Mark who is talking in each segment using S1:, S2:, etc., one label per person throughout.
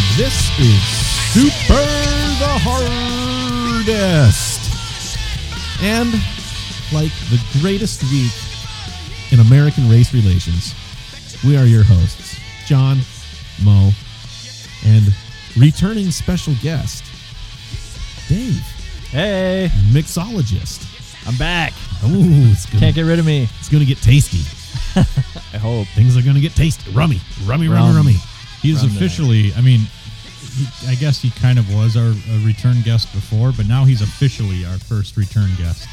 S1: is Super the Hardest. And like the greatest week in American race relations, we are your hosts, John, Mo, and returning special guest, Dave,
S2: Hey,
S1: mixologist.
S2: I'm back.
S1: Oh, it's gonna,
S2: Can't get rid of me.
S1: it's gonna get tasty.
S2: I hope.
S1: Things are gonna get tasty. Rummy, rummy, rummy,
S2: Rum.
S1: rummy.
S3: He's
S2: from the-
S3: officially, I mean, he, I guess he kind of was our uh, return guest before, but now he's officially our first return guest.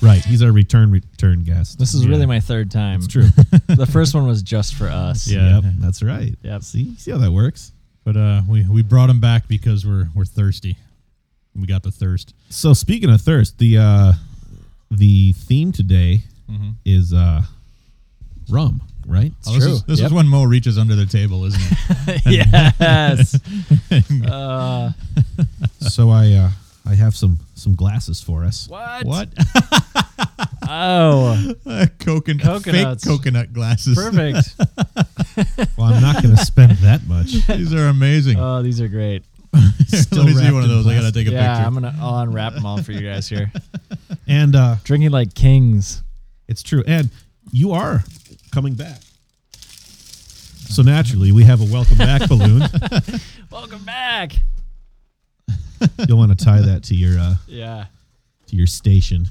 S1: Right, he's our return return guest.
S2: This is
S1: Yeah.
S2: really my third time.
S1: It's true.
S2: the first one was just for us.
S1: Yeah,
S3: Yeah.
S1: that's right.
S2: Yep.
S1: See, see how that works.
S3: But uh, we, we brought him back because we're we're thirsty. We got the thirst.
S1: So speaking of thirst, the uh, the theme today
S3: Mm-hmm.
S1: is uh, rum, right?
S3: Oh, this is,
S2: true.
S3: this
S2: Yep.
S3: is when Mo reaches under the table, isn't it?
S2: yes. uh,
S1: so I uh, I have some some glasses for us.
S2: what?
S3: what?
S2: Oh,
S3: Coconut,
S2: Coconuts.
S3: fake coconut glasses.
S2: perfect.
S1: Well, I'm not going to spend that much.
S3: These are amazing.
S2: Oh, these are great.
S1: Uh, Still
S3: Let me see
S1: wrapped
S3: one
S1: in
S3: of those. I gotta
S1: plastic.
S3: take a
S2: yeah,
S3: picture.
S2: I'm gonna. I'll unwrap them all for you guys here.
S1: And uh,
S2: Drinking like kings.
S1: it's true. And you are coming back. So naturally, we have a welcome back balloon.
S2: Welcome back.
S1: You'll want to tie that to your uh,
S2: Yeah.
S1: to your station.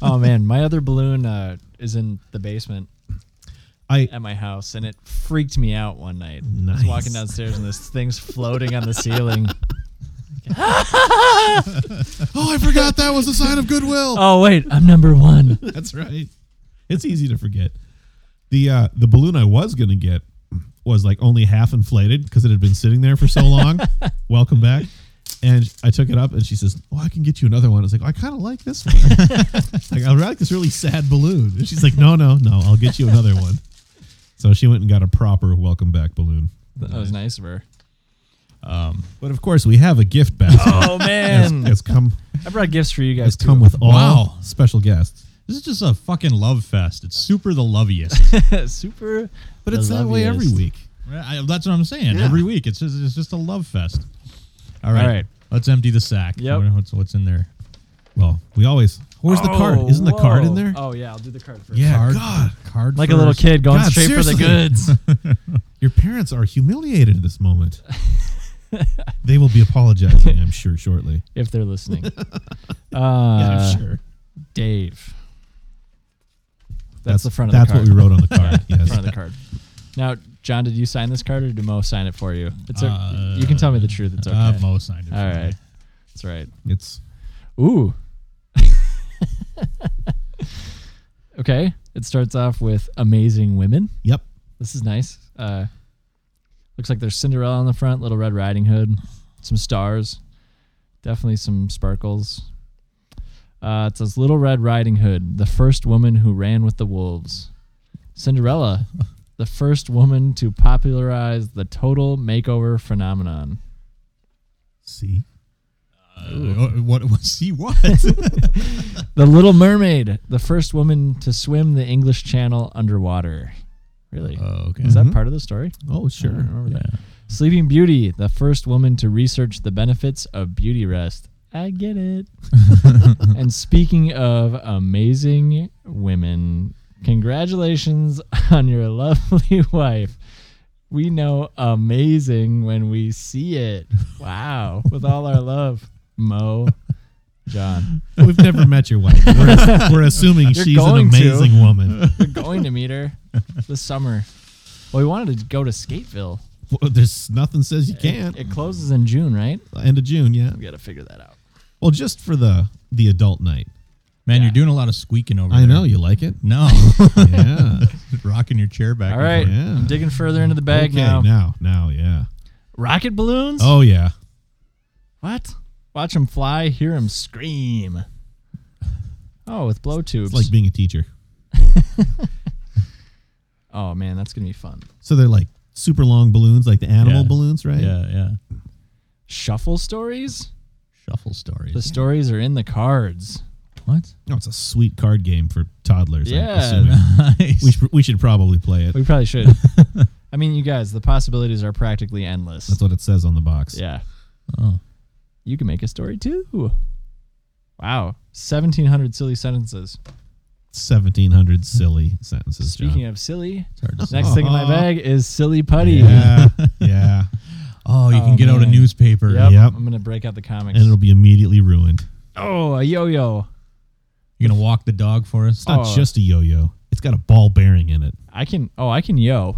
S2: Oh man, my other balloon uh, is in the basement.
S1: I
S2: at my house and it freaked me out one night. I
S1: Nice.
S2: was walking downstairs and this thing's floating on the ceiling.
S1: oh, I forgot that was a sign of goodwill.
S2: Oh wait, I'm number one.
S1: That's right. It's easy to forget. The uh, the balloon I was gonna get was like only half inflated because it had been sitting there for so long. Welcome back. And I took it up and she says, Oh, I can get you another one. I was like, I kind of like this one. like, I like this really sad balloon. And she's like, No, no, no, I'll get you another one. So she went and got a proper welcome back balloon.
S2: That was nice of her.
S1: But of course, we have a gift basket.
S2: Oh
S1: Has,
S2: man,
S1: has come
S2: I brought gifts for you guys
S1: has
S2: too.
S1: come with all
S3: Wow.
S1: special guests.
S3: This is just a fucking love fest. It's super the loviest.
S2: super,
S1: But it's
S2: the
S1: that way every
S2: loveliest.
S1: week.
S3: I, that's what I'm saying.
S1: Yeah.
S3: Every week, it's just, it's just a love fest. All right,
S2: All right.
S3: let's empty the sack.
S2: Yep.
S3: What- What's what's in there?
S1: Well, we always. Where's the
S2: Oh,
S1: card? Isn't the card in
S2: whoa.
S1: there?
S2: Oh yeah, I'll do the card first.
S1: Yeah,
S3: Card.
S1: God.
S3: Card
S2: Like a little
S3: first.
S2: kid going
S1: God,
S2: straight for
S1: seriously.
S2: the goods.
S1: Your parents are humiliated at this moment. they will be apologizing, I'm sure, shortly. Uh,
S2: if they're listening. Uh,
S1: sure.
S2: Dave. That's, the front of
S1: That's
S2: the card.
S1: what we wrote on the card. yes.
S2: front of the card. Now, John, did you sign this card or did Mo sign it for you? It's o-
S3: Uh,
S2: you can tell me the truth. It's okay.
S3: Uh, Mo signed it. for
S2: All
S3: me.
S2: right, that's right.
S1: It's
S2: Ooh. okay. It starts off with amazing women.
S1: yep.
S2: This is nice. Uh, looks like there's Cinderella on the front, Little Red Riding Hood, some stars, definitely some sparkles. Uh, it says Little Red Riding Hood, the first woman who ran with the wolves. Cinderella, the first woman to popularize the total makeover phenomenon.
S1: See,
S3: Uh, what, what? See
S1: Oh,
S3: what?
S2: The Little Mermaid, the first woman to swim the English Channel underwater. Really?
S3: oh, okay.
S2: Is
S1: Mhm.
S2: that part of the story?
S1: oh
S2: I
S1: sure,
S2: don't remember that. Sleeping Beauty, the first woman to research the benefits of beauty rest. I get it. and speaking of amazing women, congratulations on your lovely wife. We know amazing when we see it. Wow. With all our love, Mo, John.
S1: we've never met your wife. We're, we're assuming
S2: You're
S1: she's an
S2: going to.
S1: amazing woman.
S2: We're going to meet her this summer. Well, we wanted to go to Skateville.
S1: Well, there's nothing says you
S2: It-
S1: can't.
S2: It closes in June, right?
S1: End of June, yeah.
S2: We got to figure that out.
S1: Well, just for the the adult night.
S3: Man,
S2: Yeah.
S3: you're doing a lot of squeaking over
S1: I
S3: there.
S1: know you like it.
S3: No,
S1: Yeah.
S3: rocking your chair back.
S2: All
S3: and
S2: right.
S3: forth.
S1: Yeah.
S2: I'm digging further into the bag
S1: okay,
S2: now.
S1: Now, now, yeah.
S2: Rocket balloons?
S1: Oh yeah.
S2: What? Watch them fly, hear them scream. Oh, with blow tubes.
S1: It's like being a teacher.
S2: oh, man, that's going to be fun.
S1: So they're like super long balloons, like the animal
S3: Yeah.
S1: balloons, right?
S3: Yeah, yeah.
S2: Shuffle stories?
S3: Shuffle stories.
S2: The stories are in the cards.
S3: what?
S1: No, it's a sweet card game for toddlers. I'm
S2: Yeah.
S1: assuming.
S3: Nice.
S1: we, should, we should probably play it.
S2: We probably should. I mean, you guys, the possibilities are practically endless.
S1: That's what it says on the box.
S2: yeah.
S3: Oh.
S2: You can make a story too. Wow. 1700 silly sentences.
S1: 1700 silly sentences.
S2: Speaking
S1: John.
S2: of silly,
S3: It's hard to say.
S2: next thing in my bag is silly putty.
S1: yeah, yeah,
S3: Oh, you
S2: Oh,
S3: can get out a
S2: man.
S3: newspaper.
S2: Yep,
S1: Yep.
S2: I'm going to break out the comics.
S1: and it'll be immediately ruined.
S2: oh, a yo yo.
S3: You're gonna walk the dog for us.
S1: It's not
S2: Oh.
S1: just a yo-yo; it's got a ball bearing in it.
S2: I can, oh, I can yo.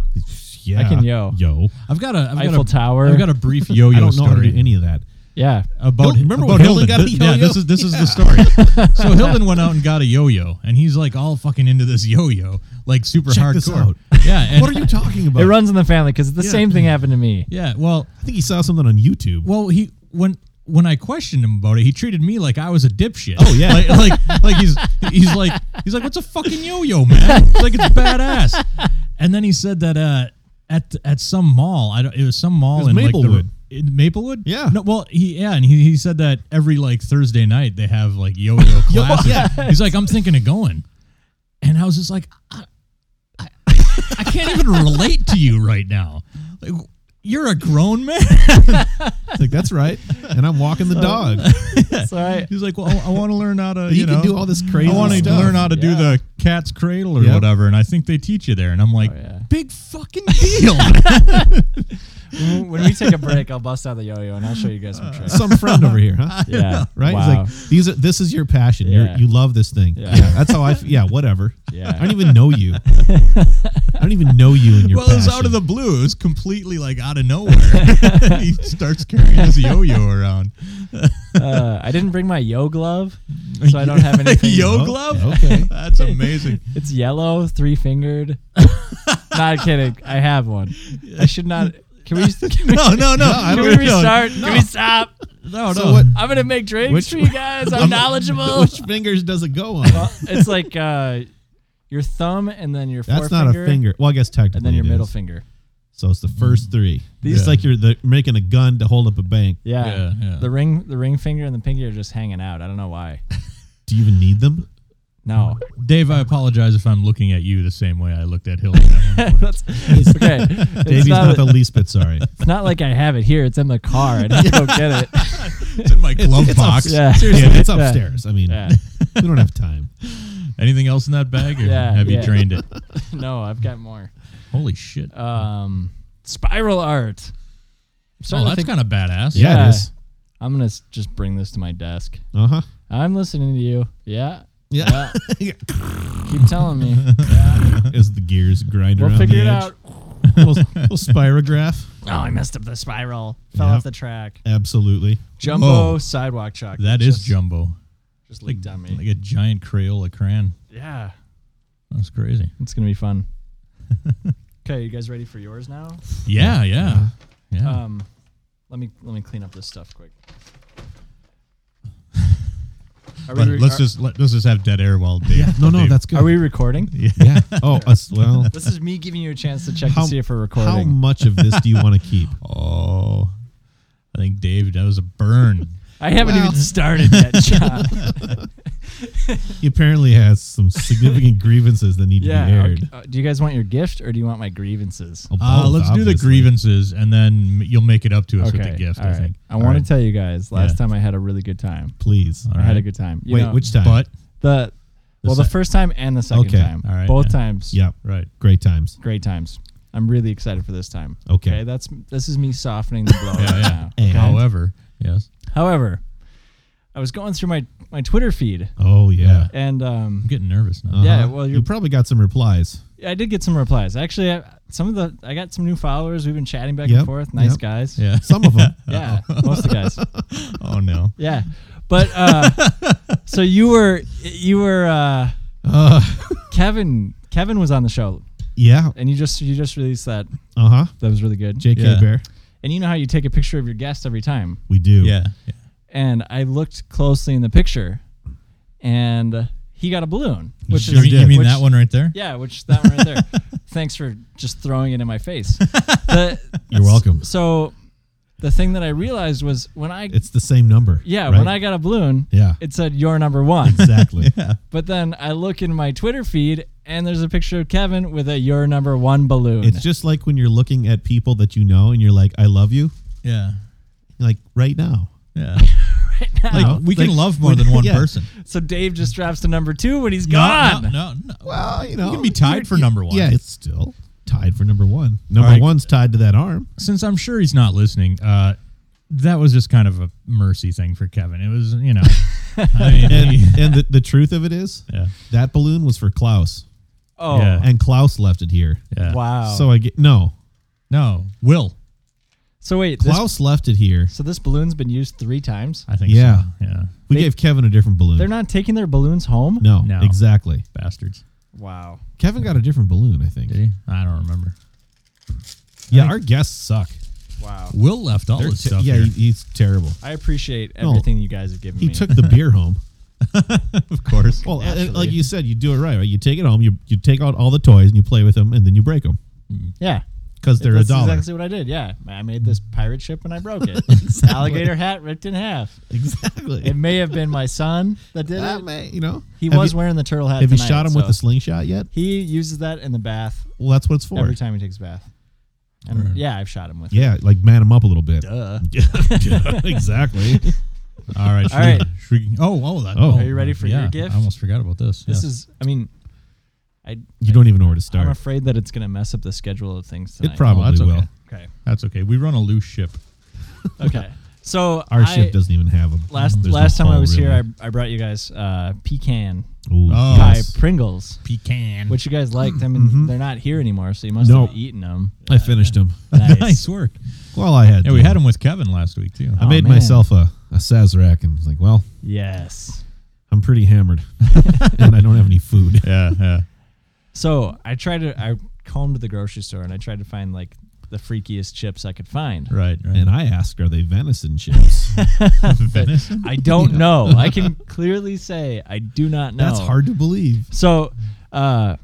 S1: Yeah,
S2: can yo.
S1: yo.
S3: I've got a I've
S2: Eiffel
S3: got a,
S2: Tower.
S3: I've got a brief yo-yo
S1: I don't know
S3: story.
S1: how to do any of that.
S2: yeah.
S3: about
S1: Hild- remember
S3: about
S1: when Hilden got a
S3: Th-
S1: yo-yo?
S3: Yeah, this is this is the story. so Hilden went out and got a yo-yo, and he's like all fucking into this yo-yo, like super
S1: Check
S3: hardcore.
S1: this out.
S3: Yeah, and,
S1: What are you talking about?
S2: It runs in the family because the
S3: Yeah.
S2: same thing happened to me.
S3: Yeah, well,
S1: I think he saw something on YouTube.
S3: well, he when when I questioned him about it, he treated me like I was a dipshit.
S1: Oh, yeah.
S3: like, like like he's he's like he's like, what's a fucking yo-yo, man? It's like it's badass. And then he said that uh, at at some mall, I don't, it was some mall
S1: was
S3: in Like
S1: Maplewood.
S3: the, in Maplewood,
S1: Yeah.
S3: No, well, he yeah, and he, he said that every like Thursday night they have like yo-yo
S1: Yo-
S3: classes.
S1: yeah.
S3: He's like, I'm thinking of going, and I was just like, I, I, I can't even relate to you right now. Like, you're a grown man.
S1: It's like that's right, and I'm walking the dog.
S2: uh, It's all right.
S3: He's like, well, I, want to learn how to,
S1: You,
S3: you,
S1: can
S3: know,
S1: do all this crazy.
S3: I want to
S1: stuff.
S3: learn how to do
S2: Yeah.
S3: the cat's cradle or
S1: Yep.
S3: whatever, and I think they teach you there. And I'm like,
S2: Oh, yeah.
S3: big fucking deal.
S2: When when we take a break, I'll bust out the yo yo and I'll show you guys
S3: Uh,
S2: some tricks.
S1: some friend over here, huh?
S2: Yeah.
S1: Right? He's
S2: Wow.
S1: like, these are this is your passion.
S2: Yeah.
S1: You're, you love this thing.
S2: Yeah.
S1: Yeah. that's how I. F- yeah, whatever. I
S2: yeah.
S1: don't even know you. I don't even know you and your.
S3: well, it was
S1: passion.
S3: out of the blue. It was completely like out of nowhere. he starts carrying his yo-yo around.
S2: Uh, I didn't bring my yo glove, so I don't have anything.
S3: yo
S1: Oh,
S3: glove?
S1: okay.
S3: That's amazing.
S2: It's yellow, three fingered. Not kidding. I have one. I should not. Can we? Can we,
S3: No, no, no.
S1: I
S2: can
S1: don't
S2: we restart? Can we stop?
S3: No, no.
S1: So what?
S2: I'm gonna make drinks
S1: Which
S2: for you guys. I'm, knowledgeable.
S1: Which fingers does it go on?
S2: Uh, it's like uh, your thumb and then your
S1: That's not
S2: forefinger
S1: a finger. Well, I guess technically.
S2: and then your
S1: it
S2: middle
S1: is.
S2: finger. Mm.
S1: So it's the first three.
S2: These-
S1: It's like you're the, making a gun to hold up a bank.
S2: Yeah.
S3: Yeah, yeah.
S2: The ring, the ring finger, and the pinky are just hanging out. I don't know why.
S1: Do you even need them?
S2: No.
S3: Dave, I apologize if I'm looking at you the same way I looked at Hilton.
S2: That's okay. It's
S1: Davey's not,
S2: not,
S1: the least bit sorry.
S2: it's not like I have it here. It's in the car. I didn't go get it.
S3: it's in my glove
S1: it's
S3: box.
S1: Up,
S2: Yeah.
S1: Seriously, it's
S2: Yeah.
S1: upstairs. I mean,
S2: Yeah.
S1: we don't have time.
S3: Anything else in that bag? Or
S2: Yeah,
S3: have
S2: yeah.
S3: you drained it?
S2: No, I've got more.
S3: Holy shit.
S2: Um, spiral art. I'm
S3: Oh,
S2: starting to
S3: that's
S2: think-
S3: kind of badass.
S1: Yeah,
S2: Yeah.
S1: it is.
S2: I'm gonna s- just bring this to my desk.
S1: Uh huh.
S2: I'm listening to you. Yeah.
S1: Yeah. Yeah.
S2: Keep telling me. Yeah.
S1: As the gears grind
S2: We'll
S1: around
S2: figure
S1: the
S2: it
S1: edge.
S2: out.
S1: We'll, we'll spirograph.
S2: Oh, I messed up the spiral. Fell
S1: Yeah.
S2: off the track.
S1: Absolutely.
S2: Jumbo
S3: Whoa.
S2: sidewalk chalk.
S3: That
S2: It
S3: is
S2: just,
S3: jumbo.
S2: Just leaked on me.
S3: Like a giant Crayola crayon.
S2: Yeah.
S3: That's crazy.
S2: It's gonna be fun. Okay, you guys ready for yours now?
S3: Yeah, yeah. Yeah.
S2: Um, let me let me clean up this stuff quick. Are
S3: But
S2: re-
S3: let's
S2: are-
S3: just let, let's just have dead air while Dave.
S1: No, no,
S3: Dave-
S1: that's good.
S2: Are we recording?
S1: Yeah. Oh, us. Well,
S2: This is me giving you a chance to check
S1: How-
S2: to see if we're
S1: how
S2: recording.
S1: much of this do you want to keep?
S3: Oh, I think Dave. That was a burn.
S2: I haven't
S1: Well-
S2: even started yet, John.
S1: He apparently has some significant grievances that need to be
S2: yeah.
S1: aired.
S2: okay. Uh, do you guys want your gift or do you want my grievances?
S1: Oh,
S3: uh,
S1: both,
S3: let's do the
S1: obviously.
S3: grievances, and then m- you'll make it up to us with the gift.
S2: all
S3: I
S2: right.
S3: think.
S2: I want
S3: All
S2: to tell you guys. Last
S3: Yeah.
S2: time I had a really good time.
S1: Please.
S3: All
S2: I had
S3: right.
S2: a good time. You
S1: Wait,
S2: know,
S1: which time?
S3: But
S2: the well, the
S3: sec-
S2: first time and the second
S1: Okay,
S2: time.
S3: all right,
S2: Both
S3: yeah.
S2: times.
S1: yeah.
S3: right.
S1: Great times.
S2: Great times. I'm really excited for this time.
S1: Okay.
S2: Okay, that's this is me softening the blow.
S3: Yeah,
S2: right
S3: yeah.
S2: now, okay?
S3: However, yes.
S2: However, I was going through my my Twitter feed
S1: Oh yeah.
S2: and um
S3: I'm getting nervous now.
S1: Uh-huh.
S2: yeah, well
S1: you
S2: you're,
S1: probably got some replies.
S2: I did get some replies. Actually, I, some of the I got some new followers. We've been chatting back and
S1: Yep,
S2: forth. Nice
S1: yep.
S2: guys.
S3: Yeah.
S1: Some of them.
S2: Yeah, most of the guys.
S3: oh no.
S2: Yeah. But uh so you were you were uh
S1: uh,
S2: Kevin Kevin was on the show
S1: yeah.
S2: and you just you just released that.
S1: Uh huh.
S2: That was really good.
S1: J.K.
S3: Yeah.
S1: Bear.
S2: And you know how you take a picture of your guest every time.
S1: We do.
S3: Yeah. yeah.
S2: and I looked closely in the picture, and he got a balloon, which
S1: sure
S3: you
S2: is
S3: mean, you mean
S2: which-
S3: that one right there?
S2: Yeah, which that one right there. Thanks for just throwing it in my face. The-
S1: You're welcome.
S2: so, the thing that I realized was when I
S1: It's the same number.
S2: yeah
S1: right?
S2: when I got a balloon,
S1: Yeah.
S2: it said you're number one.
S1: Exactly.
S3: Yeah.
S2: but then I look in my Twitter feed And there's a picture of Kevin with a your number one balloon.
S1: It's just like when you're looking at people that you know and you're like, I love you.
S3: Yeah.
S1: Like right now.
S3: Yeah.
S2: Right
S3: Like
S2: now.
S3: we can
S1: Like,
S3: love more than one
S1: yeah.
S3: person.
S2: so Dave just drops to number two when he's
S3: No,
S2: gone.
S3: No, no, no.
S1: Well, you know,
S3: can be tied for number one.
S1: Yeah, it's still tied for number one. Number
S3: right.
S1: one's tied to that arm.
S3: Since I'm sure he's not listening, uh, that was just kind of a mercy thing for Kevin. It was, you know, I mean,
S1: And
S3: he-
S1: and the, the truth of it is,
S3: yeah,
S1: that balloon was for Klaus,
S2: Oh,
S3: Yeah.
S1: and Klaus left it here.
S3: yeah.
S2: wow.
S1: So I get no.
S3: No, Oh. Will.
S2: so wait, this,
S1: Klaus left it here.
S2: so this balloon's been used three times.
S3: I think.
S1: Yeah.
S3: so. yeah.
S1: We gave Kevin a different balloon.
S2: They're not taking their balloons home.
S1: no,
S3: No.
S1: exactly.
S3: Bastards.
S2: Wow.
S1: Kevin got a different balloon, I think.
S3: Did he? I don't remember.
S1: Yeah, our guests suck.
S2: Wow.
S3: Will left all
S1: They're
S3: his
S1: te-
S3: stuff
S1: yeah,
S3: here.
S1: he- he's terrible.
S2: I appreciate
S1: No.
S2: everything you guys have given
S1: He
S2: me.
S1: took the beer home.
S3: of course.
S1: Well, uh,
S2: Naturally.
S1: like you said, you do it right, right? You take it home, you you take out all the toys and you play with them, and then you break them
S2: yeah.
S1: because they're
S2: That's
S1: a dollar.
S2: exactly what I did. Yeah. I made this pirate ship and I broke it. Alligator hat ripped in half.
S1: Exactly.
S2: It may have been my son that did
S1: That
S2: it.
S1: may- you know,
S2: He
S1: Have
S2: was
S1: you-
S2: wearing the turtle hat.
S1: Have you
S2: tonight,
S1: shot him with
S2: so-
S1: a slingshot yet?
S2: He uses that in the bath
S1: Well, that's what it's for.
S2: every time he takes a bath. And
S3: Right.
S2: yeah, I've shot him with. it.
S1: Yeah, like man him up a little bit.
S2: Duh.
S1: exactly.
S3: all right.
S2: All right.
S3: Shrieking. Oh, oh, that,
S1: Oh.
S2: Are you ready for your
S3: yeah,
S2: gift?
S3: I almost forgot about this.
S2: This
S3: yeah.
S2: is. I mean, I.
S1: You don't even know where to
S2: I'm
S1: start.
S2: afraid that it's gonna mess up the schedule of things tonight.
S1: It probably
S3: Oh, that's
S1: will.
S3: okay.
S2: Okay.
S3: That's okay. We run a loose ship.
S2: Okay. So
S1: Our
S2: I-
S1: ship doesn't even have them.
S2: Last last time I was here, I, I brought you guys uh, pecan
S3: Oh,
S2: pie
S3: yes.
S2: Pringles,
S3: Pecan.
S2: which you guys liked. I mean, they're not here anymore, so you must
S1: No.
S2: have eaten them.
S1: Mm-hmm. I finished them.
S2: Nice.
S3: nice work.
S1: Well, I had.
S3: Yeah, we
S1: to.
S3: had him with Kevin last week too.
S1: I
S2: Oh,
S1: made
S2: man.
S1: myself a a sazerac and was like, well,
S2: Yes.
S1: I'm pretty hammered, and I don't have any food.
S3: yeah, yeah.
S2: So I tried to. I combed the grocery store and I tried to find like the freakiest chips I could find.
S3: Right, right.
S1: And I asked, are they venison chips?
S3: venison.
S2: I don't know. I can clearly say I do not know.
S1: That's hard to believe.
S2: So, uh,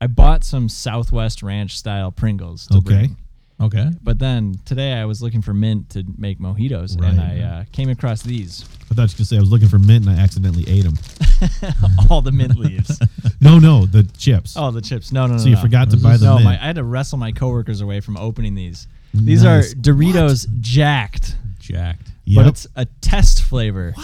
S2: I bought some Southwest Ranch style Pringles. To
S1: Okay.
S2: Bring.
S3: Okay.
S2: But then today I was looking for mint to make mojitos, and
S1: Right.
S2: I uh, came across these.
S1: I thought you could say I was looking for mint and I accidentally ate them.
S2: All the mint leaves.
S1: No, no, the chips.
S2: Oh, the chips. No, no, no.
S1: So you
S2: no.
S1: forgot to buy the
S2: No,
S1: mint.
S2: my, I had to wrestle my coworkers away from opening these. These
S1: Nice.
S2: are Doritos Jacked,
S3: Jacked.
S1: Yep.
S2: but it's a test flavor.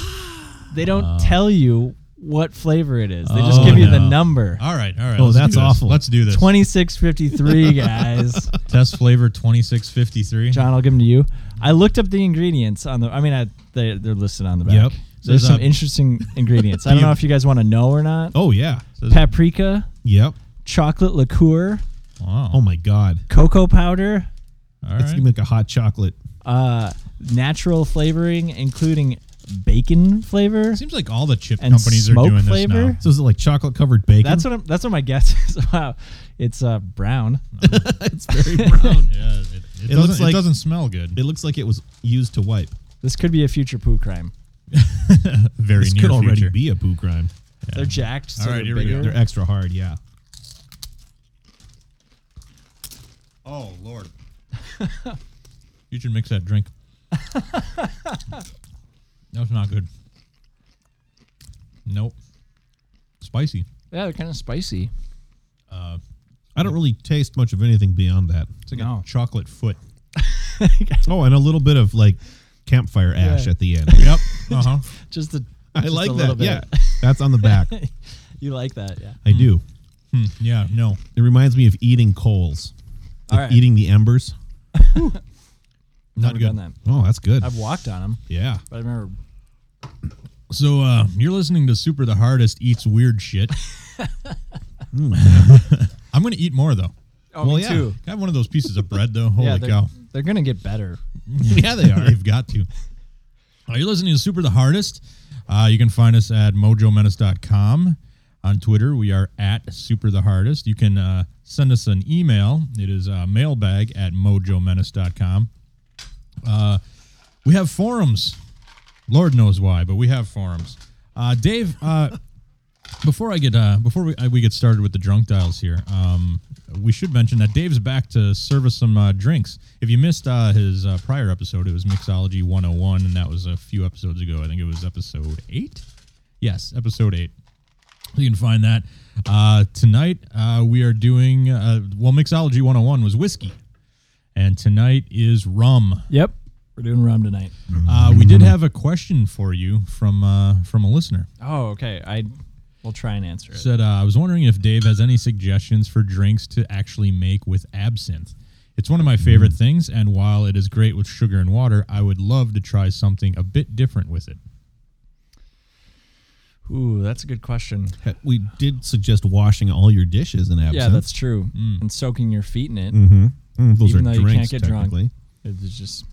S2: They don't tell you what flavor it is. They just
S3: Oh,
S2: give you the
S3: no.
S2: number.
S3: All right, all right.
S1: Oh,
S3: let's do
S1: that's
S3: this.
S1: awful.
S3: Let's do this.
S2: 2653, guys.
S3: Test flavor twenty six fifty three.
S2: John, I'll give them to you. I looked up the ingredients on the. I mean, I, they, they're listed on the back.
S1: Yep.
S2: There's
S3: Says,
S2: some
S3: uh,
S2: interesting ingredients. I don't know if you guys want to know or not.
S1: oh yeah.
S2: Paprika,
S1: Yep.
S2: chocolate liqueur,
S3: Wow.
S1: Oh my god.
S2: cocoa powder,
S3: all
S1: It's
S3: right.
S1: gonna make a hot chocolate.
S2: uh, natural flavoring, including bacon flavor.
S3: Seems like all the chip
S2: And
S3: companies are
S2: smoke
S3: doing
S2: flavor?
S3: this
S1: So is it like chocolate covered bacon?
S2: That's what I'm, that's what my guess is. Wow, it's uh, brown.
S1: it's very brown.
S3: now. yeah, it, it,
S1: It
S3: doesn't,
S1: looks
S3: it
S1: like-
S3: doesn't smell good.
S1: it looks like it was used to wipe.
S2: This could be a future poo crime.
S3: Very
S1: this
S3: near
S1: could already
S3: future.
S1: be a poo crime.
S2: They're jacked. So
S3: All right,
S2: they're
S3: here we go.
S2: bigger.
S1: They're extra hard. Yeah.
S3: Oh lord. you should mix that drink. That's not good. Nope. Spicy.
S2: Yeah, they're kind of spicy.
S1: I don't really taste much of anything beyond that.
S3: It's like
S2: No.
S3: a chocolate foot.
S1: Oh, and a little bit of like campfire ash
S2: Yeah.
S1: at the end. Uh-huh.
S3: Yep. Uh huh.
S2: Just the.
S1: I
S2: just
S1: like
S2: a little
S1: that.
S2: Bit.
S1: Yeah. That's on the back.
S2: you like that? Yeah.
S1: I do. Hmm.
S3: yeah. No.
S1: It reminds me of eating coals.
S2: All
S1: Like
S2: right.
S1: Eating the embers.
S2: Not
S3: good.
S2: Done that.
S1: Oh, that's good.
S2: I've walked on them,
S1: yeah.
S2: but I remember.
S3: So uh, you're listening to Super the Hardest eats weird shit. Hmm. I'm gonna eat more though.
S2: Oh, me too.
S3: Can I have one of those pieces of bread though. Holy
S2: yeah, they're,
S3: cow!
S2: they're gonna get better.
S3: yeah, they are. They've got to. Are you listening to Super the Hardest? Uh, you can find us at mojomenace.com. On Twitter, we are at Super the Hardest. You can uh, send us an email. It is uh, mailbag at mojomenace.com. Uh, we have forums. Lord knows why, but we have forums. Uh, Dave, uh, before I get uh, before we, uh, we get started with the drunk dials here, um, we should mention that Dave's back to serve us some uh, drinks. If you missed uh, his uh, prior episode, it was Mixology 101, and that was a few episodes ago. I think it was episode eight. Yes, episode eight. You can find that. Uh, tonight, uh, we are doing, uh, well, Mixology 101 was whiskey. And tonight is rum.
S2: Yep. We're doing rum tonight.
S3: Uh, we did have a question for you from uh, from a listener.
S2: Oh, okay. I will try and answer it.
S3: Said uh, I was wondering if Dave has any suggestions for drinks to actually make with absinthe. It's one of my favorite things, and while it is great with sugar and water, I would love to try something a bit different with it.
S2: Ooh, that's a good question.
S1: We did suggest washing all your dishes in absinthe.
S2: Yeah, that's true.
S3: Mm.
S2: And soaking your feet in it.
S1: Mm-hmm. those
S2: Even
S1: are
S2: though you
S1: drinks,
S2: can't get drunk.
S1: technically.
S2: It's just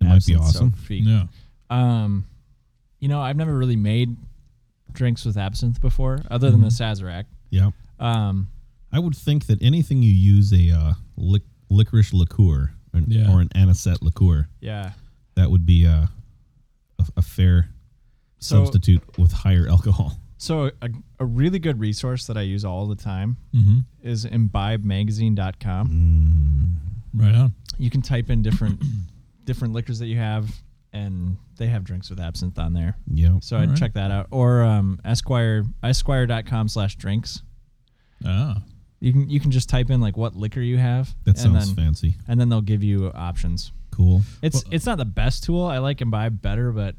S1: It might be
S2: absinthe
S1: awesome.
S2: soaked feet.
S3: Yeah,
S2: Um, you know, I've never really made drinks with absinthe before, other than the
S1: Mm-hmm.
S2: Sazerac.
S1: Yeah.
S2: Um,
S1: I would think that anything you use a uh, lic- licorice liqueur an-
S3: Yeah.
S1: or an anisette liqueur,
S2: yeah.
S1: that would be uh, a, a fair
S2: So-
S1: substitute with higher alcohol.
S2: So a, a really good resource that I use all the time
S3: mm-hmm.
S2: is imbibemagazine.com.
S1: Mm-hmm. Mm.
S3: right on.
S2: You can type in different different liquors that you have, and they have drinks with absinthe on there.
S1: Yeah.
S2: So I'd
S3: Alright.
S2: check that out. Or um, Esquire Esquire.com slash drinks.
S3: Ah,
S2: You can you can just type in like what liquor you have.
S1: That
S2: and
S1: sounds
S2: then,
S1: fancy.
S2: And then they'll give you options.
S1: Cool.
S2: It's it's not the best tool. I like Imbibe better, but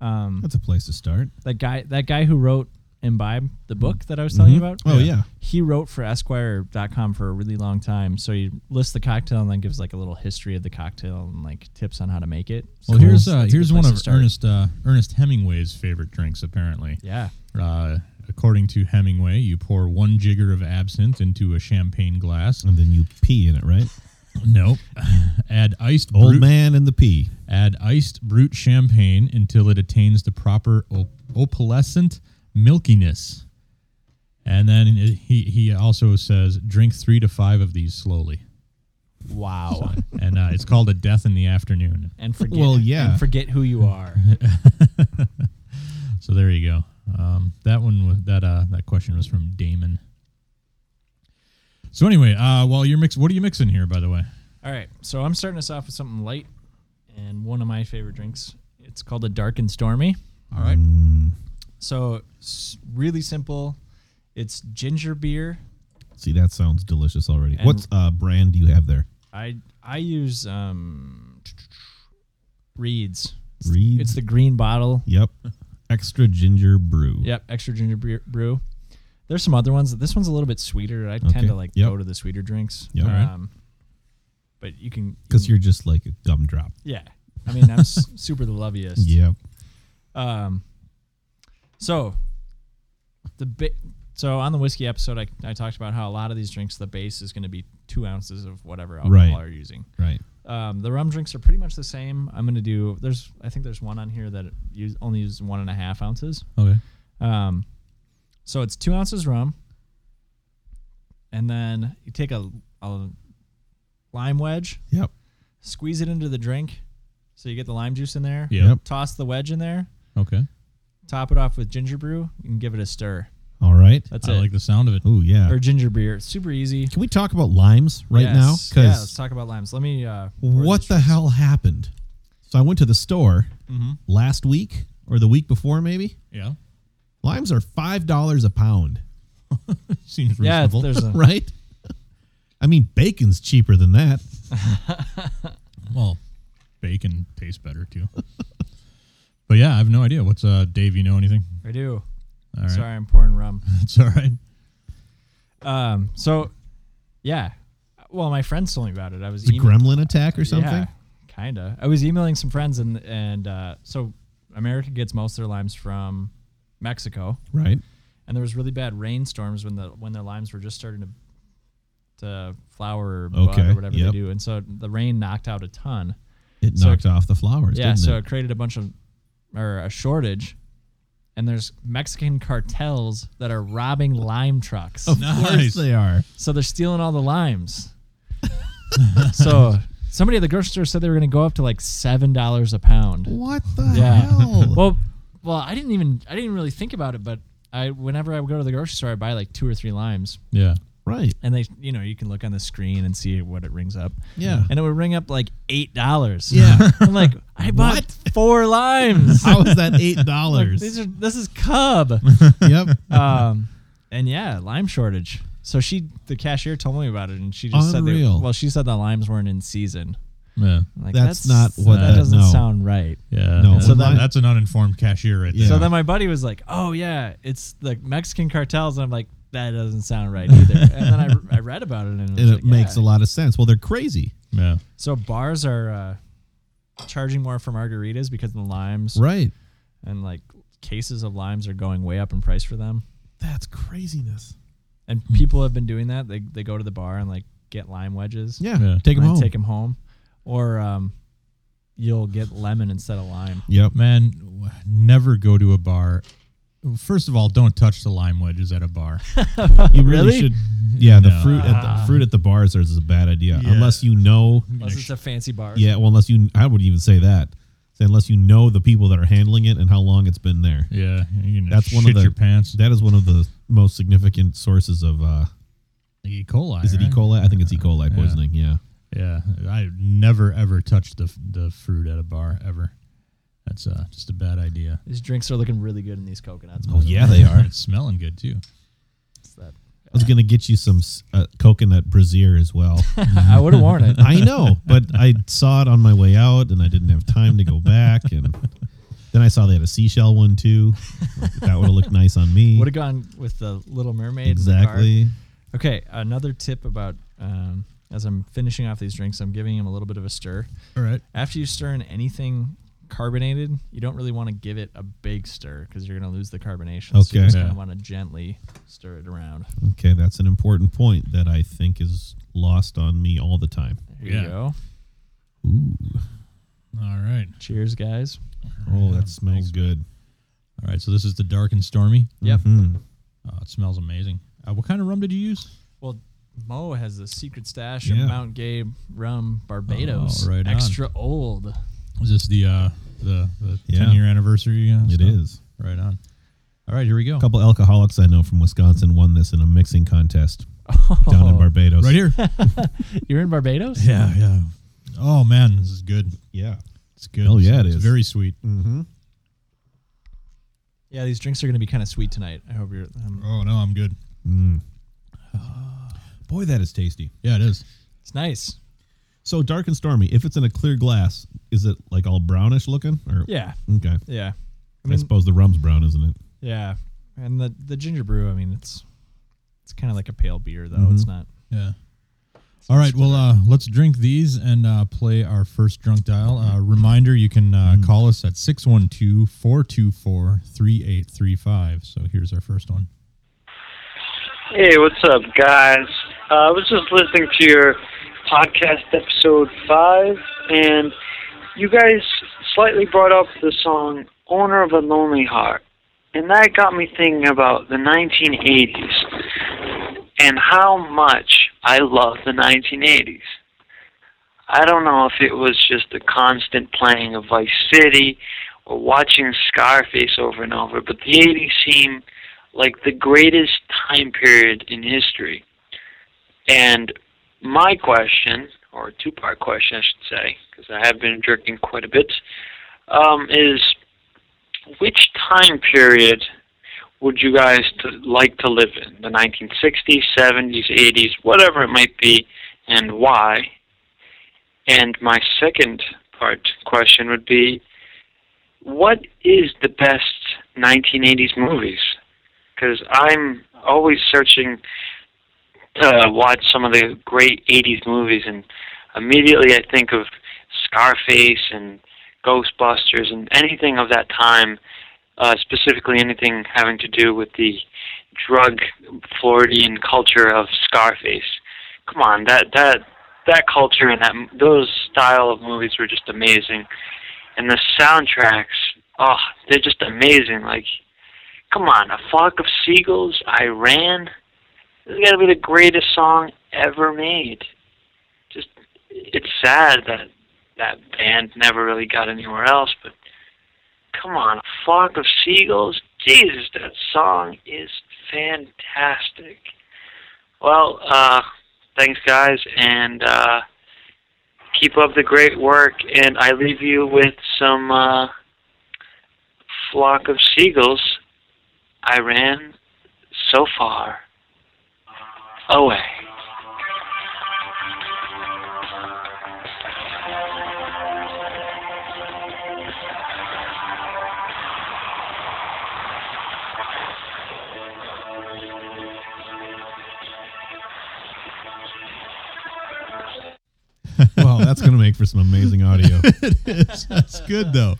S2: um,
S1: That's a place to start.
S2: that guy that guy who wrote Imbibe, the book that I was telling
S3: Mm-hmm.
S2: you about.
S1: Oh, yeah.
S2: He wrote for Esquire.com for a really long time. So you list the cocktail and then gives like a little history of the cocktail and like tips on how to make it.
S3: well,
S2: So
S3: here's
S2: that's
S3: uh,
S2: a good
S3: here's one
S2: place to
S3: of
S2: start.
S3: Ernest uh, Ernest Hemingway's favorite drinks. Apparently,
S2: Yeah.
S3: uh, according to Hemingway, you pour one jigger of absinthe into a champagne glass.
S1: And then you pee in it, right?
S3: Nope. Add iced
S1: Old
S3: brute-
S1: man and the pee.
S3: Add iced brute champagne until it attains the proper op- opalescent milkiness. And then he, he also says drink three to five of these slowly.
S2: Wow.
S3: And uh, it's called a death in the afternoon.
S2: and forget
S1: Well, yeah.
S2: and forget who you are.
S3: So there you go. Um, that one was that uh, that question was from Damon. So anyway, uh, while you're mixing, what are you mixing here, by the way?
S2: All right, so I'm starting us off with something light, and one of my favorite drinks. It's called a dark and stormy.
S3: All right.
S1: Mm.
S2: So s- really simple. It's ginger beer.
S1: See, that sounds delicious already.
S2: And-
S1: What's uh, brand do you have there?
S2: I I use um, Reeds.
S1: Reed.
S2: It's the green bottle.
S1: yep. Extra ginger brew.
S2: Yep, extra ginger beer, brew. There's some other ones. This one's a little bit sweeter. I
S1: Okay,
S2: tend to like
S1: yep.
S2: go to the sweeter drinks.
S1: Yep. Alright.
S2: Um, but you can
S1: Because you're just like a gumdrop.
S2: yeah. I mean, I'm s- super the loviest.
S1: Yep.
S2: Um, so the ba- so on the whiskey episode, I, I talked about how a lot of these drinks, the base is going to be two ounces of whatever alcohol
S1: Right.
S2: you're using.
S1: Right.
S2: Um, the rum drinks are pretty much the same. I'm going to do there's I think there's one on here that use, only uses one and a half ounces.
S3: Okay.
S2: Um, so it's two ounces rum, and then you take a, a lime wedge,
S1: Yep.
S2: squeeze it into the drink, so you get the lime juice in there.
S3: Yeah.
S1: Yep.
S2: Toss the wedge in there,
S3: Okay.
S2: top it off with ginger brew and give it a stir.
S1: All right.
S2: That's
S3: I
S2: it.
S3: like the sound of it.
S1: Oh, yeah.
S2: or ginger beer. It's super easy.
S1: Can we talk about limes right
S2: Yes.
S1: now?
S2: yeah, let's
S1: Because
S2: talk about limes. Let me. Uh, pour
S1: what
S2: this-
S1: the hell happened? So I went to the store
S2: Mm-hmm.
S1: last week or the week before, maybe.
S3: Yeah.
S1: Limes are five dollars a pound,
S3: Seems
S2: Yeah,
S3: reasonable.
S2: there's a,
S1: right? I mean, bacon's cheaper than that.
S3: Well, bacon tastes better too. but yeah, I have no idea. What's uh, Dave? You know anything?
S2: I do.
S3: All right,
S2: Sorry, I'm pouring rum.
S3: it's all right.
S2: Um, so, yeah. Well, my friends told me about it. I was
S1: It's a
S2: email-
S1: gremlin attack or something.
S2: Yeah, kinda. I was emailing some friends and and uh, so America gets most of their limes from Mexico,
S1: Right.
S2: and there was really bad rainstorms when the when their limes were just starting to to flower or bud
S1: Okay,
S2: or whatever
S1: yep.
S2: they do, and so the rain knocked out a ton.
S1: It
S2: So-
S1: knocked off the flowers,
S2: Yeah,
S1: didn't
S2: so
S1: it?
S2: it created a bunch of or a shortage. And there's Mexican cartels that are robbing lime trucks.
S1: Of
S3: Nice.
S1: course they are.
S2: So they're stealing all the limes. so somebody at the grocery store said they were going to go up to like $7 a pound.
S1: What the
S2: Yeah.
S1: hell?
S2: Well, well, I didn't even I didn't really think about it, but I whenever I would go to the grocery store, I buy like two or three limes.
S3: Yeah.
S1: right.
S2: And they, you know, you can look on the screen and see what it rings up.
S1: Yeah.
S2: And it would ring up like $8.
S1: Yeah.
S2: I'm like, I bought four limes.
S1: How is that eight
S2: Like,
S1: dollars?
S2: these are, this is Cub.
S1: yep.
S2: um, and yeah, lime shortage. So she, the cashier, told me about it, and she just said,
S1: Unreal.
S2: they, "Well, she said the limes weren't in season."
S3: Yeah.
S2: I'm Like
S1: That's not what
S2: that,
S1: that-
S2: doesn't
S1: no.
S2: sound right.
S3: Yeah.
S1: No,
S3: that's,
S1: so
S3: an-
S1: that-
S3: that's an uninformed cashier right there.
S1: Yeah.
S2: So then my buddy was like, "Oh yeah, it's the Mexican cartels," and I'm like, "That doesn't sound right either." and then I, I read about it, and,
S1: And it makes a lot of sense. Well, they're crazy,
S3: Yeah.
S2: So bars are uh, charging more for margaritas because the limes
S1: right?
S2: and like cases of limes are going way up in price for them.
S1: That's craziness.
S2: And people have been doing that. They they go to the bar and like get lime wedges.
S1: Yeah,
S3: Yeah.
S1: take them
S2: and
S1: home.
S2: Take 'em home, or um, you'll get lemon instead of lime.
S1: yep.
S3: Man, w- never go to a bar. First of all, don't touch the lime wedges at a bar.
S1: You really,
S2: Really? Ah.
S1: should. Yeah, the
S3: No.
S1: fruit at the fruit at the bars is a bad idea unless you know.
S2: Unless it's a fancy bar.
S1: Yeah, well, unless you, I wouldn't even say that. Say unless you know the people that are handling it and how long it's been there.
S3: Yeah. You're gonna
S1: That's
S3: shit
S1: one of the-
S3: your pants.
S1: That is one of the most significant sources of. uh
S3: e. coli.
S1: Is it E.
S3: right?
S1: coli? I think it's E. coli poisoning. Yeah.
S3: Yeah, I never ever touched the the fruit at a bar ever. That's uh, just a bad idea.
S2: These drinks are looking really good in these coconuts.
S1: Oh yeah, they are.
S3: It's smelling good too.
S2: It's that-
S1: I was gonna get you some s- uh, coconut brazier as well.
S2: I would have worn it.
S1: I know, but I saw it on my way out, and I didn't have time to go back. And then I saw they had a seashell one too. Like, that would have looked nice on me.
S2: Would have gone with the Little Mermaid. in the car.
S1: exactly.
S2: Okay, another tip about um, as I'm finishing off these drinks, I'm giving them a little bit of a stir.
S3: All right.
S2: After you stir in anything carbonated, you don't really want to give it a big stir because you're going to lose the carbonation. So
S1: Okay.
S2: you just kind
S3: Yeah.
S2: of want to gently stir it around.
S1: Okay, that's an important point that I think is lost on me all the time.
S2: There
S3: Yeah.
S2: you go.
S1: Ooh,
S3: All right.
S2: Cheers, guys.
S1: oh, that smells good.
S3: All right. So this is the dark and stormy.
S2: Yep.
S1: Mm.
S3: Oh, it smells amazing. Uh, what kind of rum did you use?
S2: Well, Mo has the secret stash
S1: Yeah.
S2: of Mount Gabe rum Barbados.
S3: Oh, right on.
S2: Extra old.
S3: Is this the uh, the the
S1: Yeah.
S3: ten year anniversary? Uh,
S1: It
S3: stuff?
S1: is.
S3: Right on. All right. Here we go.
S1: A couple alcoholics I know from Wisconsin won this in a mixing contest down
S2: Oh.
S1: in Barbados.
S3: Right here.
S2: You're in Barbados?
S3: yeah. Yeah. Oh man, this is good.
S1: Yeah.
S3: It's good.
S1: Oh, yeah, it
S3: it's, it's
S1: is.
S3: Very sweet.
S1: Mm-hmm.
S2: Yeah, these drinks are going to be kind of sweet tonight. I hope you're. Um,
S3: Oh no, I'm good.
S1: Mm. Boy, that is tasty.
S3: Yeah, it is.
S2: it's nice.
S1: So dark and stormy. If it's in a clear glass, is it like all brownish looking? Or
S2: Yeah.
S1: okay, I,
S2: Yeah. I mean,
S1: suppose the rum's brown, isn't it?
S2: yeah. And the, the ginger brew, I mean, it's it's kind of like a pale beer, though.
S1: Mm-hmm.
S2: It's not.
S3: Yeah. All right. Well, uh, let's drink these and uh, play our first drunk dial. Uh, reminder you can uh, call us at 612 424 3835. So here's our first one.
S4: Hey, what's up, guys? Uh, I was just listening to your podcast episode five, and you guys slightly brought up the song Owner of a Lonely Heart. And that got me thinking about the 1980s and how much I love the 1980s. I don't know if it was just the constant playing of Vice City or watching Scarface over and over, but the 80s seemed like the greatest time period in history. And my question, or two part question, I should say, because I have been drinking quite a bit, um, is which time period would you guys t- like to live in? The 1960s, 70s, 80s, whatever it might be, and why? And my second part question would be what is the best 1980s movies? because I'm always searching to watch some of the great 80s movies, and immediately I think of Scarface and Ghostbusters and anything of that time, uh, specifically anything having to do with the drug Floridian culture of Scarface. Come on, that that that culture and that those style of movies were just amazing, and the soundtracks, oh, they're just amazing. Like Come on, A Flock of Seagulls, Iran. This is got to be the greatest song ever made. Just, it's sad that that band never really got anywhere else, but come on, A Flock of Seagulls. Jesus, that song is fantastic. Well, uh, thanks, guys, and uh, Keep up the great work, and I leave you with some uh, flock of seagulls. I ran so far away.
S1: Well, that's going to make for some amazing audio.
S3: it is. That's good though.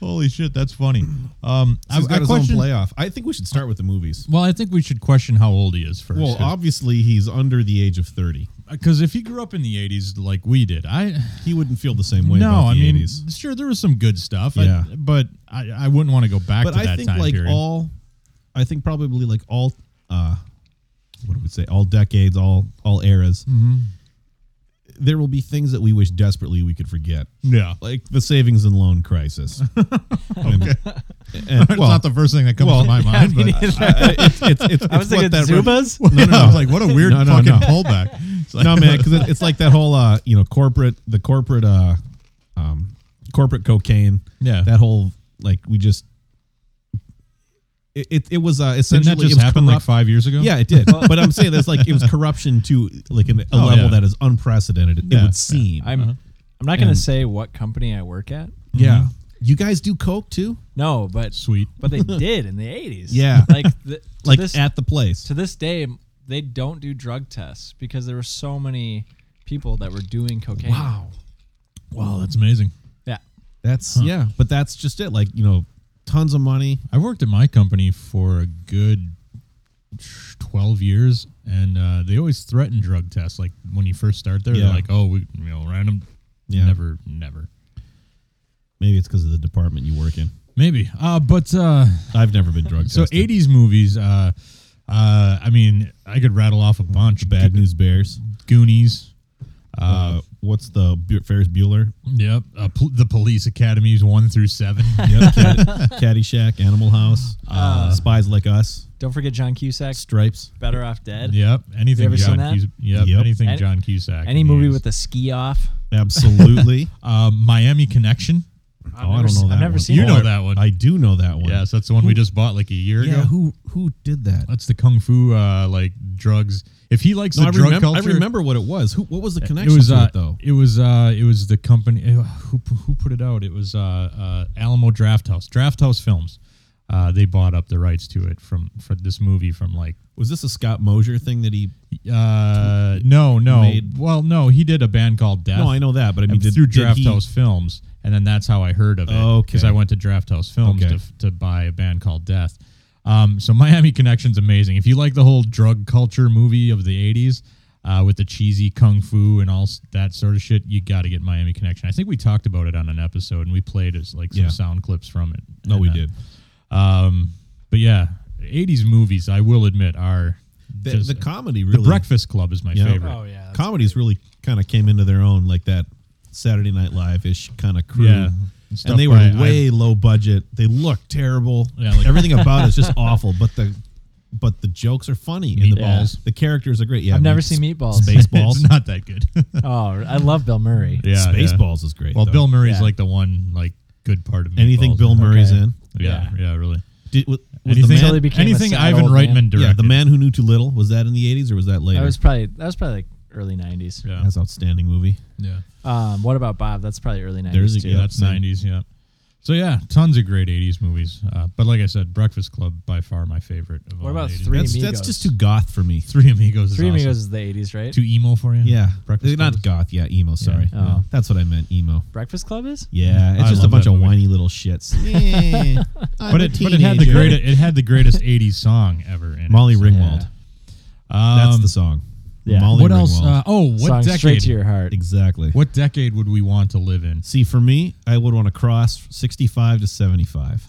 S3: Holy shit, that's funny. Um, I,
S1: He's got
S3: I
S1: his
S3: question.
S1: own playoff. I think we should start with the movies.
S3: Well, I think we should question how old he is first.
S1: Well, obviously he's under the age of thirty.
S3: because if he grew up in the '80s like we did, I
S1: He wouldn't feel the same way
S3: no,
S1: about
S3: I
S1: the
S3: mean,
S1: eighties.
S3: sure, there was some good stuff. I-
S1: Yeah.
S3: but I, I wouldn't want to go back
S1: But
S3: to that
S1: I think
S3: time
S1: like
S3: period.
S1: all, I think probably like all, uh, what do we say? All decades, all all eras.
S3: Mm-hmm.
S1: There will be things that we wish desperately we could forget,
S3: yeah,
S1: like the savings and loan crisis. okay, and,
S3: it's
S1: well,
S3: not the first thing that comes to my mind. But
S1: I- it's, it's, it's,
S2: I was
S1: it's what
S2: thinking
S1: that
S2: Zubas.
S3: no,
S1: no.
S3: I was like, what a weird
S1: No, no,
S3: fucking
S1: no.
S3: pullback. It's like-
S1: no man because it, it's like that whole uh you know corporate the corporate uh um corporate cocaine
S3: Yeah.
S1: that whole like we just it it, it was uh
S3: Didn't
S1: essentially
S3: that just
S1: it was
S3: happen like
S1: corrupt-
S3: five years ago?
S1: yeah it did but i'm saying that's like it was corruption to like an, a
S3: Oh,
S1: level
S3: yeah.
S1: that is unprecedented it
S3: Yeah, yeah.
S1: would seem
S2: I'm I'm not gonna
S1: Uh-huh. And-
S2: say what company I work at.
S1: yeah you guys do coke too
S2: No, but
S3: Sweet.
S2: but they did in the 80s.
S1: Yeah.
S2: Like the,
S1: like
S2: to this,
S1: at the place
S2: to this day they don't do drug tests because there were so many people that were doing cocaine.
S3: Wow, that's amazing.
S2: Yeah.
S1: that's yeah but that's just it like you know tons of money
S3: I worked at my company for a good 12 years, and uh, they always threaten drug tests. Like when you first start there,
S1: Yeah.
S3: they're like, oh, we, you know, random.
S1: Yeah.
S3: Never, never.
S1: maybe it's because of the department you work in
S3: Maybe. Uh, but uh,
S1: i've never been drug
S3: so
S1: tested
S3: 80s movies, uh, uh, I mean, I could rattle off a bunch.
S1: bad
S3: Go-
S1: news bears
S3: Goonies.
S1: uh, what's the Bu- Ferris Bueller?
S3: Yep. Uh, pol- the Police Academies 1 through 7.
S1: Yep, Cad- Caddyshack, Animal House, uh, Spies Like Us,
S2: Don't forget John Cusack,
S1: Stripes.
S2: Better Off Dead.
S3: yep. Anything
S2: ever seen
S3: John
S2: that?
S3: Cus- yep,
S1: Yep.
S3: Anything
S2: Any-
S3: John Cusack.
S2: Any
S3: can
S2: movie
S3: use.
S2: with the ski off.
S1: Absolutely.
S3: uh, Miami Connection.
S1: oh, I don't know that.
S2: I've never
S1: one.
S2: seen
S3: You
S2: it.
S3: know that one.
S1: I do know that one.
S3: Yes, that's the one we just bought like a year
S1: Yeah.
S3: ago.
S1: Who who did that?
S3: That's the kung fu uh, like drugs. If he likes
S1: No,
S3: the
S1: I,
S3: drug
S1: remember, I
S3: culture,
S1: remember what it was. Who? What was the
S3: it
S1: connection
S3: was
S1: to
S3: uh,
S1: it though?
S3: it was uh, it was the company eh, who pu- who put it out. It was uh, uh, Alamo Draft House, Draft House Films. Uh, they bought up the rights to it from for this movie from like
S1: Was this a Scott Mosier thing that he?
S3: uh, no no
S1: Made-
S3: well no he did a band called Death.
S1: No, I know that, but I mean,
S3: and
S1: did,
S3: through
S1: did
S3: Draft
S1: he-
S3: House Films, and then that's how I heard of it.
S1: Okay.
S3: because I went to Draft House Films
S1: Okay.
S3: to, to buy a band called Death. Um, so Miami Connection's amazing. If you like the whole drug culture movie of the '80s uh, with the cheesy kung fu and all s- that sort of shit, you got to get Miami Connection. I think we talked about it on an episode, and we played as like some
S1: Yeah.
S3: sound clips from it.
S1: No,
S3: And,
S1: we
S3: uh,
S1: did.
S3: Um, but yeah, '80s movies, I will admit, are
S1: The,
S3: just-
S1: the comedy really.
S3: Breakfast Club is my
S1: Yeah.
S3: favorite.
S2: Oh yeah.
S1: comedies really kind of came into their own, like that Saturday Night Live ish kind of crew.
S3: Yeah. stuff
S1: and they were
S3: by- I-
S1: way low budget. They look terrible.
S3: Yeah, like-
S1: Everything about it is just awful. But the but the jokes are funny. and the
S2: Meatballs.
S1: The characters are great. Yeah,
S2: I've never
S1: meat-
S2: seen Meatballs.
S1: Spaceballs.
S3: it's not that good.
S2: Oh, I love Bill Murray.
S3: Yeah,
S1: Spaceballs is great.
S3: Well,
S1: though.
S3: Bill Murray's
S2: Yeah.
S3: like the one like good part of
S1: Anything
S3: Meatballs.
S1: Bill Murray's
S2: Okay.
S1: in.
S3: Yeah, yeah, really.
S1: Did, was, was the
S3: Anything,
S2: Until he
S1: man,
S2: became a
S3: anything
S2: sad
S3: Ivan
S2: old
S3: Reitman
S2: man.
S3: directed.
S1: yeah, the man who knew too little. Was that in the eighties or was that later?
S2: That was probably that was probably like early '90s.
S3: Yeah,
S1: That's an outstanding movie.
S3: yeah.
S2: Um, what about Bob? That's probably early '90s
S1: There's a-
S2: too.
S1: yeah.
S3: That's
S1: same.
S3: nineties. Yeah. So yeah, tons of great '80s movies. Uh, but like I said, Breakfast Club by far my favorite. Of all
S2: about
S3: the 80s.
S2: Three
S1: That's
S2: Amigos.
S1: that's just too goth for me.
S3: Three Amigos? Is
S2: Three
S3: awesome.
S2: Amigos is the '80s, right?
S3: Too emo for you?
S1: Yeah,
S3: Breakfast Club.
S1: not goth. Yeah, emo. Sorry,
S2: Yeah. Oh.
S1: that's what I meant. Emo.
S2: Breakfast Club is.
S1: Yeah, it's
S3: I
S1: just a
S3: love
S1: bunch
S3: that
S1: of
S3: movie.
S1: whiny little shits. Yeah, I'm
S3: But
S1: a
S3: it, but it had the
S1: teenager.
S3: great it had the greatest '80s song ever. In
S1: Molly
S3: it, so.
S1: Ringwald.
S3: Um,
S1: That's the song.
S2: yeah.
S1: Molly
S3: What else?
S1: Ringwald.
S3: Uh, oh, what
S2: Song
S3: decade?
S2: straight to your heart.
S1: exactly.
S3: What decade would we want to live in?
S1: See, for me, I would want to cross 65 to 75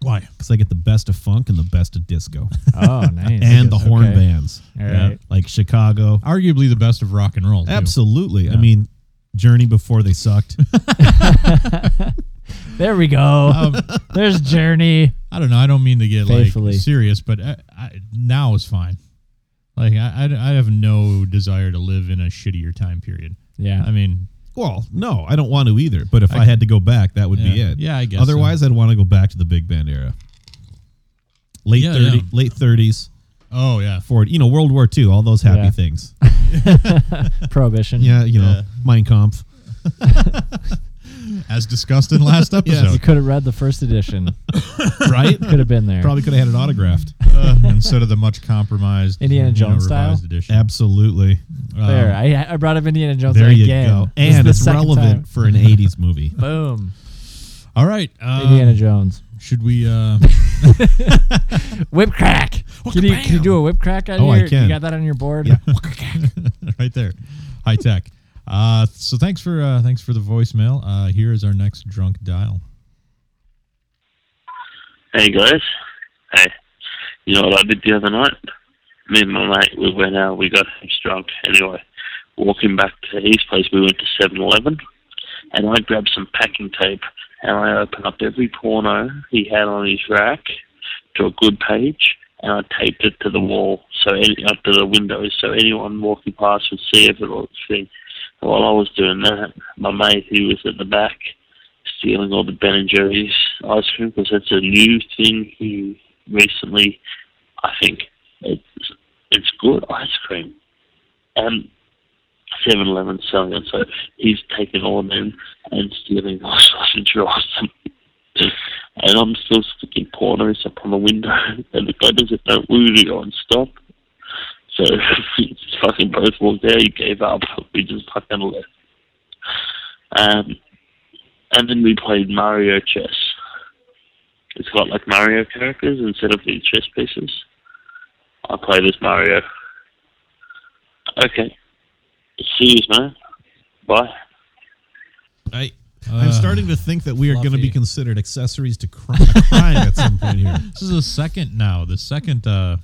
S3: Why?
S1: because I get the best of funk and the best of disco
S2: Oh, nice.
S1: and the horn
S2: Okay.
S1: bands
S2: All
S3: Yeah.
S2: right.
S1: like Chicago.
S3: Arguably the best of rock and roll. too.
S1: Absolutely. I
S3: Yeah.
S1: mean, Journey before they sucked.
S2: There we go.
S1: Um,
S2: There's Journey.
S3: I don't know. I don't mean to get like
S2: Faithfully.
S3: serious, but I, I, now is fine. Like I, I, I have no desire to live in a shittier time period.
S2: Yeah.
S3: I mean,
S1: Well, no, I don't want to either. But if I, had to go back, that would be
S3: yeah.
S1: it.
S3: Yeah, I guess. so.
S1: Otherwise, I'd want to go back to the big band era. Late
S3: Yeah,
S1: thirty,
S3: yeah.
S1: late thirties,
S3: Oh yeah.
S1: forward. You know, World War II, all those happy
S2: Yeah.
S1: things.
S2: Prohibition.
S1: Yeah, you know,
S3: Yeah.
S1: Mein Kampf.
S3: As discussed in last
S2: You
S3: episode,
S2: could have read the first edition.
S1: Right?
S2: could have been there.
S1: Probably could have had it autographed.
S3: uh, instead of the much compromised
S2: Indiana
S3: you know,
S2: Jones style?
S3: revised edition.
S1: Absolutely.
S3: Um,
S2: There. I, I brought up Indiana Jones
S1: there you
S2: again.
S1: go.
S2: This is
S1: And
S2: the
S1: it's
S2: second
S1: relevant
S2: time.
S1: for an '80s movie.
S2: Boom.
S3: all right. Um,
S2: Indiana Jones.
S3: Should we? Uh,
S2: Whip crack. Can you, can you do a whip crack on
S1: Oh, I
S2: your? You
S1: can.
S2: got that on your board?
S1: Yeah.
S3: right there, high tech. Uh, so thanks for uh, thanks for the voicemail. Uh, here is our next drunk dial.
S4: Hey guys, hey, you know what I did the other night? Me and my mate, we went out, we got heaps drunk. Anyway, walking back to his place, we went to Seven Eleven, and I grabbed some packing tape and I opened up every porno he had on his rack to a good page, and I taped it to the wall, so any, up to the window, so anyone walking past would see if it was a thing. While I was doing that, my mate, who was at the back, stealing all the Ben and Jerry's ice cream because that's a new thing he recently. I think it's it's good ice cream, and Seven Eleven selling it. So he's taking all of them and stealing my sausage rolls. and I'm still sticking corners up on the window, and the guy doesn't know where to go and stop. So we just fucking both walked out. He gave up. We just fucking left. Um, and then we played Mario Chess. It's got like Mario characters instead of the chess pieces. I played as Mario. Okay. See you, man. Bye.
S1: I,
S3: Uh,
S1: I'm starting to think that we are going to
S2: fluffy.
S1: be considered accessories to crime, crime at some point here.
S3: This is the second now, the second uh,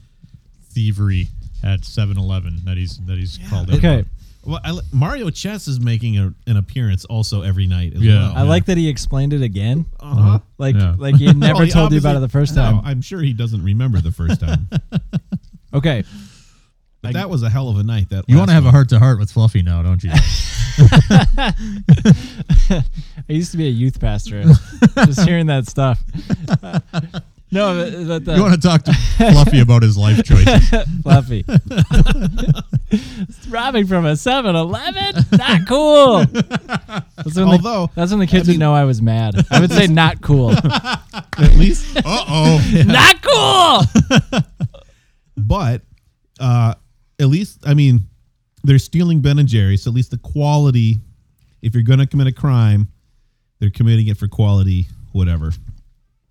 S3: thievery at 7-Eleven that he's that he's called. in
S2: Okay.
S3: on.
S1: Well, I, li- Mario Chess is making a, an appearance also every night as
S3: Yeah.
S1: well.
S2: I like that he explained it again.
S1: Uh-huh.
S2: Like
S3: Yeah.
S2: like he had never
S1: Well, Oh, he
S2: told you about it
S1: obviously-
S2: the first
S1: No,
S2: time.
S1: I'm sure he doesn't remember the first time.
S2: okay.
S1: But that was a hell of a night. That
S3: You
S1: want to
S3: have a heart to heart with Fluffy now, don't you?
S2: I used to be a youth pastor. just hearing that stuff. no, but, but uh, the
S3: you want to talk to Fluffy about his life choices?
S2: Fluffy. Robbing from a 7 Eleven? Not cool. That's when,
S1: Although,
S2: the, that's when the kids would know I was mad. I would say, not cool.
S1: at least,
S3: Uh oh.
S2: not cool.
S1: but uh, at least I mean, they're stealing Ben and Jerry's. So at least the quality. If you're going to commit a crime, they're committing it for quality, whatever.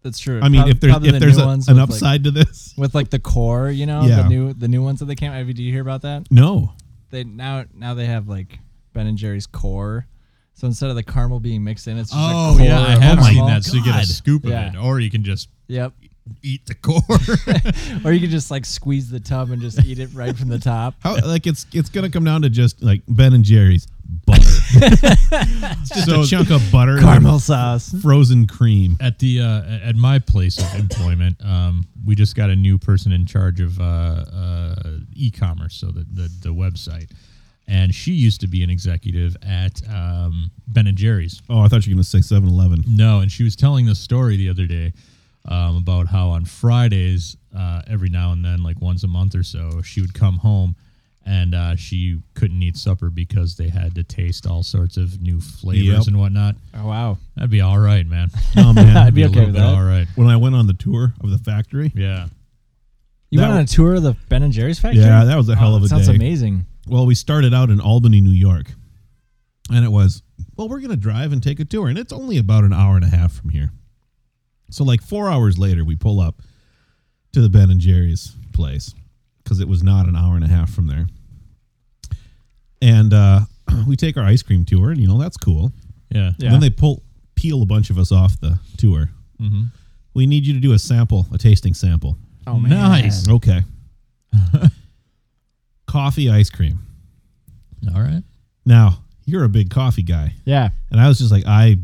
S2: That's true.
S1: I mean,
S2: Prob-
S1: if there's
S2: probably
S1: if
S2: the
S1: there's
S2: new
S1: a,
S2: ones
S1: an
S2: with, like-
S1: upside to this,
S2: with like the core, you know, the
S1: Yeah.
S2: new the new ones that they came. Have you- Do you hear about that?
S1: no.
S2: They now now they have like Ben and Jerry's core. So instead of the caramel being mixed in, it's just a
S3: Oh
S2: core.
S3: yeah, I
S2: of
S3: have
S2: caramel.
S3: seen that. So you get
S1: God.
S3: a scoop of
S2: Yeah.
S3: it, or you can just
S2: Yep.
S3: eat the core.
S2: Or you could just like squeeze the tub and just eat it right from the top.
S1: How like it's it's gonna come down to just like Ben and Jerry's butter. it's just
S3: So-
S1: a chunk of butter, and
S2: Caramel sauce.
S1: frozen cream.
S3: at the uh, at my place of employment, um, we just got a new person in charge of uh, uh, e-commerce, so the, the the website, and she used to be an executive at um, Ben and Jerry's.
S1: Oh, I thought you were gonna say 7-Eleven.
S3: No, and she was telling this story the other day um, about how on Fridays, uh, every now and then, like once a month or so, she would come home and uh, she couldn't eat supper because they had to taste all sorts of new flavors
S1: Yep.
S3: and whatnot.
S2: Oh wow.
S3: That'd be all right, man.
S1: Oh man,
S2: I'd be
S3: a
S2: okay
S3: little
S2: with
S3: bit
S2: that.
S3: All right.
S1: when I went on the tour of the factory,
S3: Yeah.
S2: You
S1: That
S2: went on a tour of the Ben and Jerry's factory.
S1: yeah, that was a hell
S2: Oh,
S1: of a
S2: that sounds
S1: day.
S2: amazing.
S1: Well, we started out in Albany, New York, and it was well, we're gonna drive and take a tour, and it's only about an hour and a half from here. So like four hours later, we pull up to the Ben and Jerry's place because it was not an hour and a half from there, and uh, we take our ice cream tour, and you know that's cool.
S3: Yeah.
S2: Yeah.
S1: Then they pull peel a bunch of us off the tour.
S3: Mhm.
S1: We need you to do a sample, a tasting sample.
S2: Oh man.
S3: Nice.
S1: Okay. coffee ice cream.
S3: All right.
S1: Now, you're a big coffee guy.
S2: Yeah.
S1: And I was just like, I,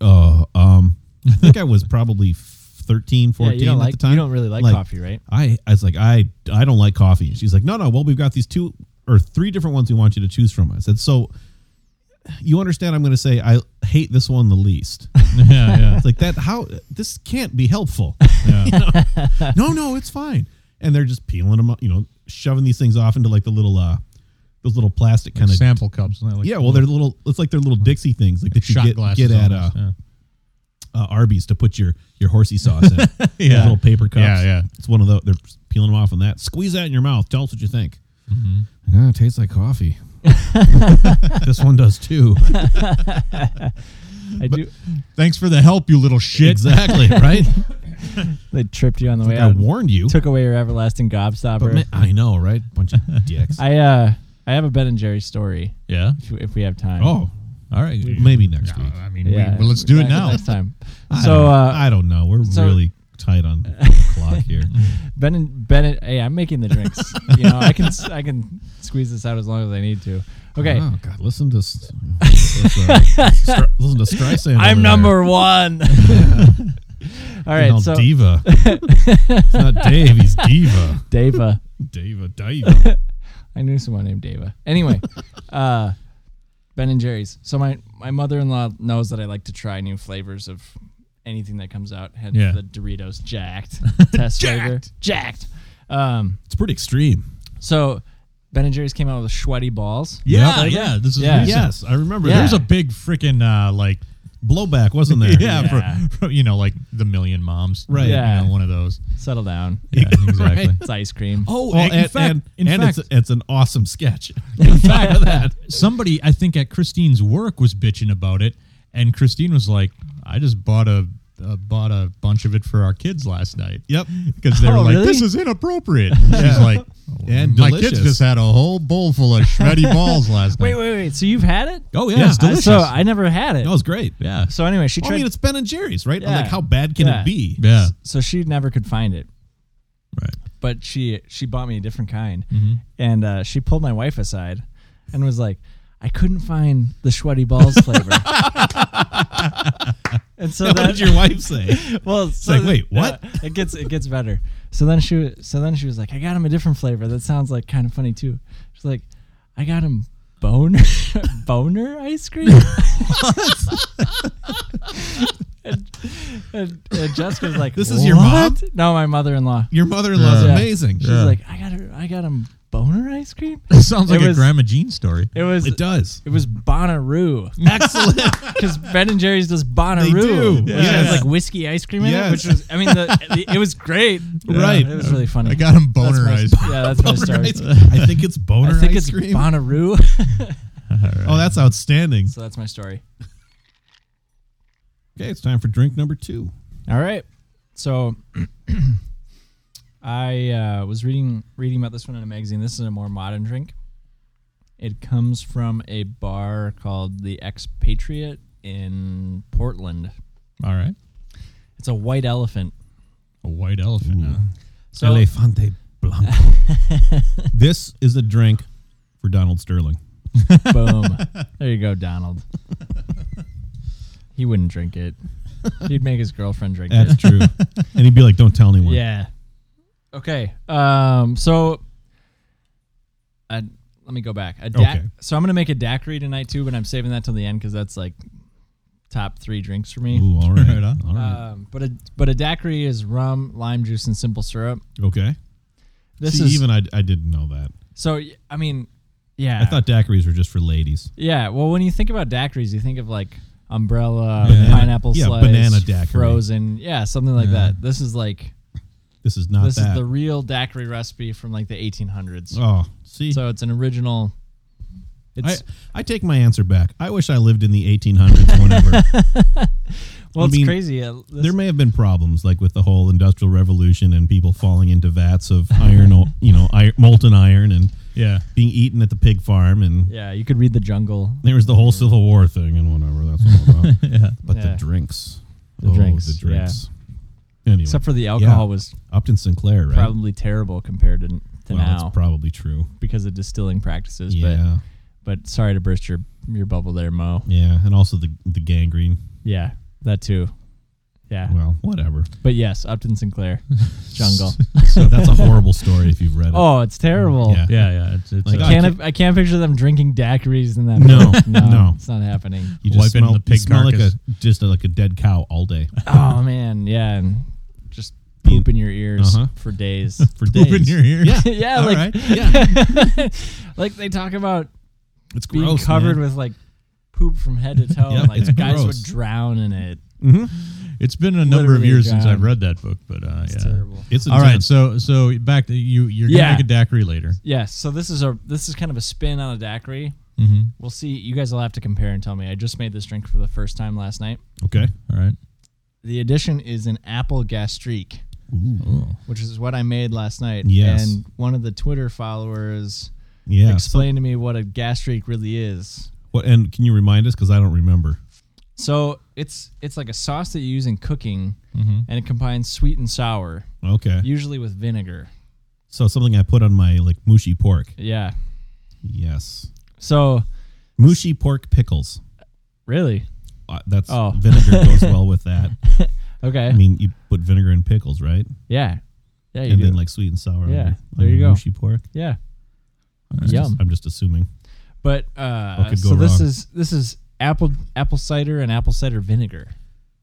S1: uh, um, I think I was probably 13, 14
S2: yeah, you don't
S1: at
S2: like
S1: the time.
S2: you don't really like,
S1: Like-
S2: coffee, right?
S1: I, I was like, I, I don't like coffee. And she's like, no, no. Well, we've got these two or three different ones we want you to choose from. I said, so you understand I'm going to say I hate this one the least.
S3: yeah, yeah.
S1: It's like that how this can't be helpful.
S3: yeah.
S1: no, no, it's fine. And they're just peeling them, up, you know, shoving these things off into like the little uh those little plastic kind of
S3: sample cups. like-
S1: Yeah, well, they're little it's like they're little Dixie things like that you
S3: shot
S1: get
S3: glasses.
S1: get at uh,
S3: almost, yeah.
S1: uh Arby's to put your your horsey sauce in. Those
S3: Yeah.
S1: little paper cups.
S3: Yeah, yeah.
S1: It's one of those. They're peeling them off on that. Squeeze that in your mouth. Tell us what you think.
S3: Mm-hmm.
S1: Yeah, it tastes like coffee. this one does too.
S2: I do.
S3: Thanks for the help, you little shit.
S1: Exactly, right?
S2: They tripped you on the way
S1: I
S2: out.
S1: warned you.
S2: Took away your everlasting gobstopper.
S1: But man, I know, right? Bunch of dicks.
S2: I uh, I have a Ben and Jerry story
S3: Yeah.
S2: if, if we have time.
S1: oh,
S3: All right.
S1: maybe next
S3: No,
S1: week.
S3: I mean,
S2: yeah.
S3: we, well, let's do it
S2: Back
S3: now.
S2: Next time.
S1: I
S2: so
S1: don't-
S2: uh,
S1: I don't know. We're
S2: so-
S1: really tight on clock here.
S2: Ben and Ben, and, hey, I'm making the drinks. you know, I can I can squeeze this out as long as I need to. Okay,
S1: Oh God, listen to s- this, uh, Str- listen to Streisand.
S2: I'm
S1: over there.
S2: number one. All
S1: Getting all
S2: right, so
S1: diva. it's not Dave. He's diva.
S2: Deva.
S1: Diva. Diva.
S2: I knew someone named Deva. Anyway, uh, Ben and Jerry's. So my my mother in law knows that I like to try new flavors of anything that comes out. Hence
S3: Yeah.
S2: the Doritos jacked test flavor. Jacked. Um,
S1: It's pretty extreme.
S2: so Ben and Jerry's came out with sweaty balls.
S3: Yeah,
S1: Yep.
S3: yeah. This is
S2: Yeah.
S3: recent.
S1: Yes, I remember.
S2: Yeah.
S1: that.
S3: There's a big freaking uh, like
S1: blowback, wasn't there?
S3: yeah, From, from, you know like the million moms
S1: Right.
S3: you
S2: Yeah.
S3: know, one of those
S2: Settle down.
S3: yeah exactly
S2: It's ice cream.
S1: Oh,
S3: Well,
S1: and,
S3: in
S1: and,
S3: fact-
S1: and,
S3: in
S1: it's,
S3: fact-
S1: it's an awesome sketch.
S3: in fact that somebody I think at Christine's work was bitching about it and Christine was like I just bought a uh, bought a bunch of it for our kids last night
S1: Yep.
S3: because they were
S2: Oh,
S3: like
S2: really?
S3: this is inappropriate she's like
S1: And
S3: my
S1: delicious.
S3: kids just had a whole bowl full of shreddy balls last
S2: Wait,
S3: night
S2: wait, wait. So you've had it?
S1: Oh
S3: yeah, it's
S2: I-
S3: delicious.
S2: So I never had it.
S1: That was great.
S3: yeah
S2: So anyway, she
S1: Well,
S2: tried.
S1: I mean, it's Ben and Jerry's, right?
S2: Yeah.
S1: Like, how bad can
S2: Yeah.
S1: it be?
S3: yeah
S2: so she never could find it,
S3: right
S2: but she she bought me a different kind, and uh, she pulled my wife aside, and was like, "I couldn't find the sweaty balls flavor." and so
S1: What
S2: that
S1: did your wife say?
S2: well, so
S1: like, wait, what?
S2: yeah, it gets it gets better. So then she so then she was like, "I got him a different flavor that sounds like kind of funny too." She's like, "I got him." Boner, boner ice cream. And, and Jessica's like,
S1: This is your mom?
S2: "What?" No, my mother-in-law.
S1: Your mother-in-law's
S2: Yeah.
S1: amazing.
S2: She's like, I got a, I got a boner ice cream.
S3: sounds like
S2: It was-
S3: a Grandma Jean story
S2: It was
S1: it
S2: it,
S1: does.
S2: was Bonnaroo
S1: Excellent.
S2: because Ben and Jerry's does Bonnaroo,
S1: do,
S2: which
S1: yes.
S2: has like whiskey ice cream in
S1: Yes.
S2: it. Which was, I mean, the, the- it was great.
S1: Right.
S2: it was really funny.
S3: I got him
S2: That's
S3: boner
S2: my-
S3: eyes
S2: Yeah, that's my
S1: Boner
S2: story.
S1: ice- I think it's boner
S2: I think
S1: ice
S2: it's
S1: cream.
S2: Bonnaroo.
S1: oh, that's outstanding.
S2: so that's my story.
S1: Okay, it's time for drink number two.
S2: All right. So I uh, was reading reading about this one in a magazine. This is a more modern drink. It comes from a bar called the Expatriate in Portland.
S3: all right
S2: It's a white elephant.
S3: a white elephant huh?
S2: So
S1: Elefante Blanco. this is a drink for Donald Sterling.
S2: boom. There you go, Donald. he wouldn't drink it. He'd make his girlfriend drink it.
S1: That's true. and he'd be like, "Don't tell anyone."
S2: Yeah. Okay. Um. So, I, let me go back. A da-
S1: Okay.
S2: So I'm gonna make a daiquiri tonight too, but I'm saving that till the end because that's like top three drinks for me.
S1: Ooh, all right.
S3: Right on.
S1: All right.
S2: Um. But a but a daiquiri is rum, lime juice, and simple syrup.
S1: okay.
S2: Uh, This
S1: See,
S2: is
S1: even I, I didn't know that.
S2: so. y- I mean, yeah.
S1: I thought daiquiris were just for ladies.
S2: Yeah. Well, when you think about daiquiris, you think of like umbrella,
S1: Banana-
S2: pineapple
S1: yeah,
S2: slice,
S1: banana daiquiri.
S2: frozen, yeah, something like
S3: Yeah.
S2: that. This is like
S1: This is not
S2: this is
S1: that.
S2: the real daiquiri recipe from like the 1800s.
S1: oh, see,
S2: So it's an original.
S1: I,
S2: It's
S1: I take my answer back. I wish I lived in the 1800s. Whenever I
S2: well, it's
S1: mean,
S2: crazy. Uh, this-
S1: there may have been problems, like with the whole industrial revolution and people falling into vats of iron, o- you know, ir molten iron, and
S3: yeah
S1: being eaten at the pig farm, and
S2: yeah, you could read the jungle.
S1: there was the whole Civil War thing and whatever. That's all about.
S3: yeah
S1: But the
S2: Yeah.
S1: drinks,
S2: The
S1: oh,
S2: drinks,
S1: the
S2: yeah.
S1: drinks. Anyway,
S2: Except for the alcohol was
S1: Upton Sinclair, right?
S2: probably terrible compared to, to
S1: well,
S2: now
S1: that's probably true.
S2: because of distilling practices.
S1: Yeah,
S2: But but sorry to burst your your bubble there, Mo.
S1: yeah, and also the the gangrene.
S2: Yeah, that too. Yeah.
S1: Well, whatever.
S2: But yes, Upton Sinclair, Jungle.
S1: So that's a horrible story if you've read it.
S2: oh, it's terrible.
S1: Yeah.
S3: Yeah, yeah. It's, it's
S1: Like,
S3: uh,
S1: I
S2: Can't I can't, picture them drinking daiquiris in that.
S1: No,
S2: book.
S1: no.
S2: it's not happening.
S1: you just
S3: wiping
S1: smell,
S3: the
S1: the
S3: pig
S1: pig smell like a
S3: carcass.
S1: just like a dead cow all day
S2: Oh man, yeah, and just poop in your ears
S1: Uh-huh.
S2: for days.
S1: for
S3: poop
S1: days.
S3: in your ear.
S1: Yeah,
S2: yeah,
S3: All
S2: like
S3: right.
S2: like they talk about
S1: it's
S2: being
S1: gross,
S2: covered with like poop from head to toe.
S1: Yeah,
S2: and, like
S1: it's
S2: guys
S1: gross.
S2: would drown in it.
S3: It's been a number of
S2: Literally
S3: years since
S2: gone.
S3: I've read that book, but uh,
S2: It's
S3: yeah.
S2: terrible.
S1: It's
S3: All right,
S1: intense.
S3: so so back to you. You're
S2: Yeah.
S3: gonna make a daiquiri later.
S2: Yeah, so this is a this is kind of a spin on a daiquiri.
S3: Mm-hmm.
S2: We'll see. You guys will have to compare and tell me. I just made this drink for the first time last night.
S1: Okay.
S3: All right.
S2: The addition is an apple gastrique,
S3: Oh.
S2: which is what I made last night.
S1: Yes.
S2: And one of the Twitter followers
S1: Yeah.
S2: explained to me what a gastrique really is.
S1: What, and can you remind us? Because I don't remember.
S2: So it's it's like a sauce that you use in cooking,
S3: Mm-hmm.
S2: and it combines sweet and sour,
S1: Okay.
S2: usually with vinegar.
S1: so something I put on my like mushy pork.
S2: Yeah.
S1: Yes.
S2: So
S1: Mushy pork pickles.
S2: really,
S1: Uh, that's
S2: Oh.
S1: vinegar goes well with that.
S2: okay,
S1: I mean, you put vinegar in pickles, right?
S2: yeah, yeah, you
S1: and
S2: do.
S1: then like sweet and sour.
S2: Yeah,
S1: On, your-
S2: there
S1: on
S2: you
S1: your
S2: go.
S1: Mushy pork.
S2: yeah.
S1: I'm
S2: Yum.
S1: Just, I'm just assuming.
S2: But uh,
S1: What could
S2: so
S1: go
S2: this
S1: wrong?
S2: is this is apple apple cider and apple cider vinegar.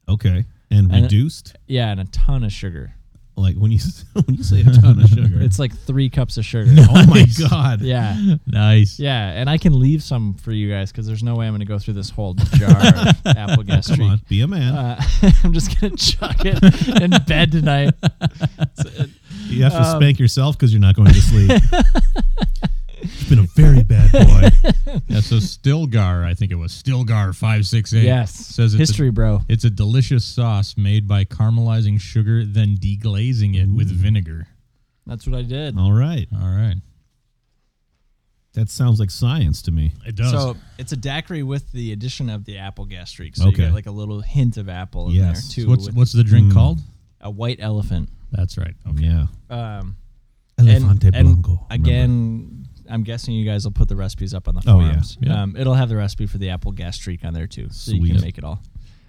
S1: Okay. And,
S2: And-
S1: reduced,
S2: Yeah, and a ton of sugar.
S1: like when you when you say a ton of sugar,
S2: It's like three cups of sugar.
S1: oh my god.
S2: yeah,
S3: Nice.
S2: yeah, and I can leave some for you guys because there's no way I'm going to go through this whole jar of apple gas
S1: Come on, be a man.
S2: Uh, I'm just gonna chuck it in bed tonight.
S1: you have to
S2: um,
S1: spank yourself because you're not going to sleep. You've been a very bad boy.
S3: Yeah. So Stilgar, I think it was Stilgar five six eight.
S2: Yes,
S3: Says it's
S2: history, bro.
S3: A, it's a delicious sauce made by caramelizing sugar, then deglazing it with vinegar.
S2: That's what I did.
S1: All right,
S3: All right.
S1: that sounds like science to me.
S3: It does.
S2: So it's a daiquiri with the addition of the apple gastrique. So you
S1: Okay.
S2: get like a little hint of apple in
S1: Yes.
S2: there too.
S3: what's
S2: with
S3: what's the drink
S1: Mm.
S3: called?
S2: a white elephant.
S3: That's right. Okay.
S1: Yeah,
S2: Um,
S1: Elefante Blanco. remember.
S2: again, I'm guessing you guys will put the recipes up on the
S1: Oh, yeah.
S2: forums.
S3: Yeah.
S2: Um, it'll have the recipe for the apple gastrique on there too, so you can
S1: Sweet.
S2: make it all.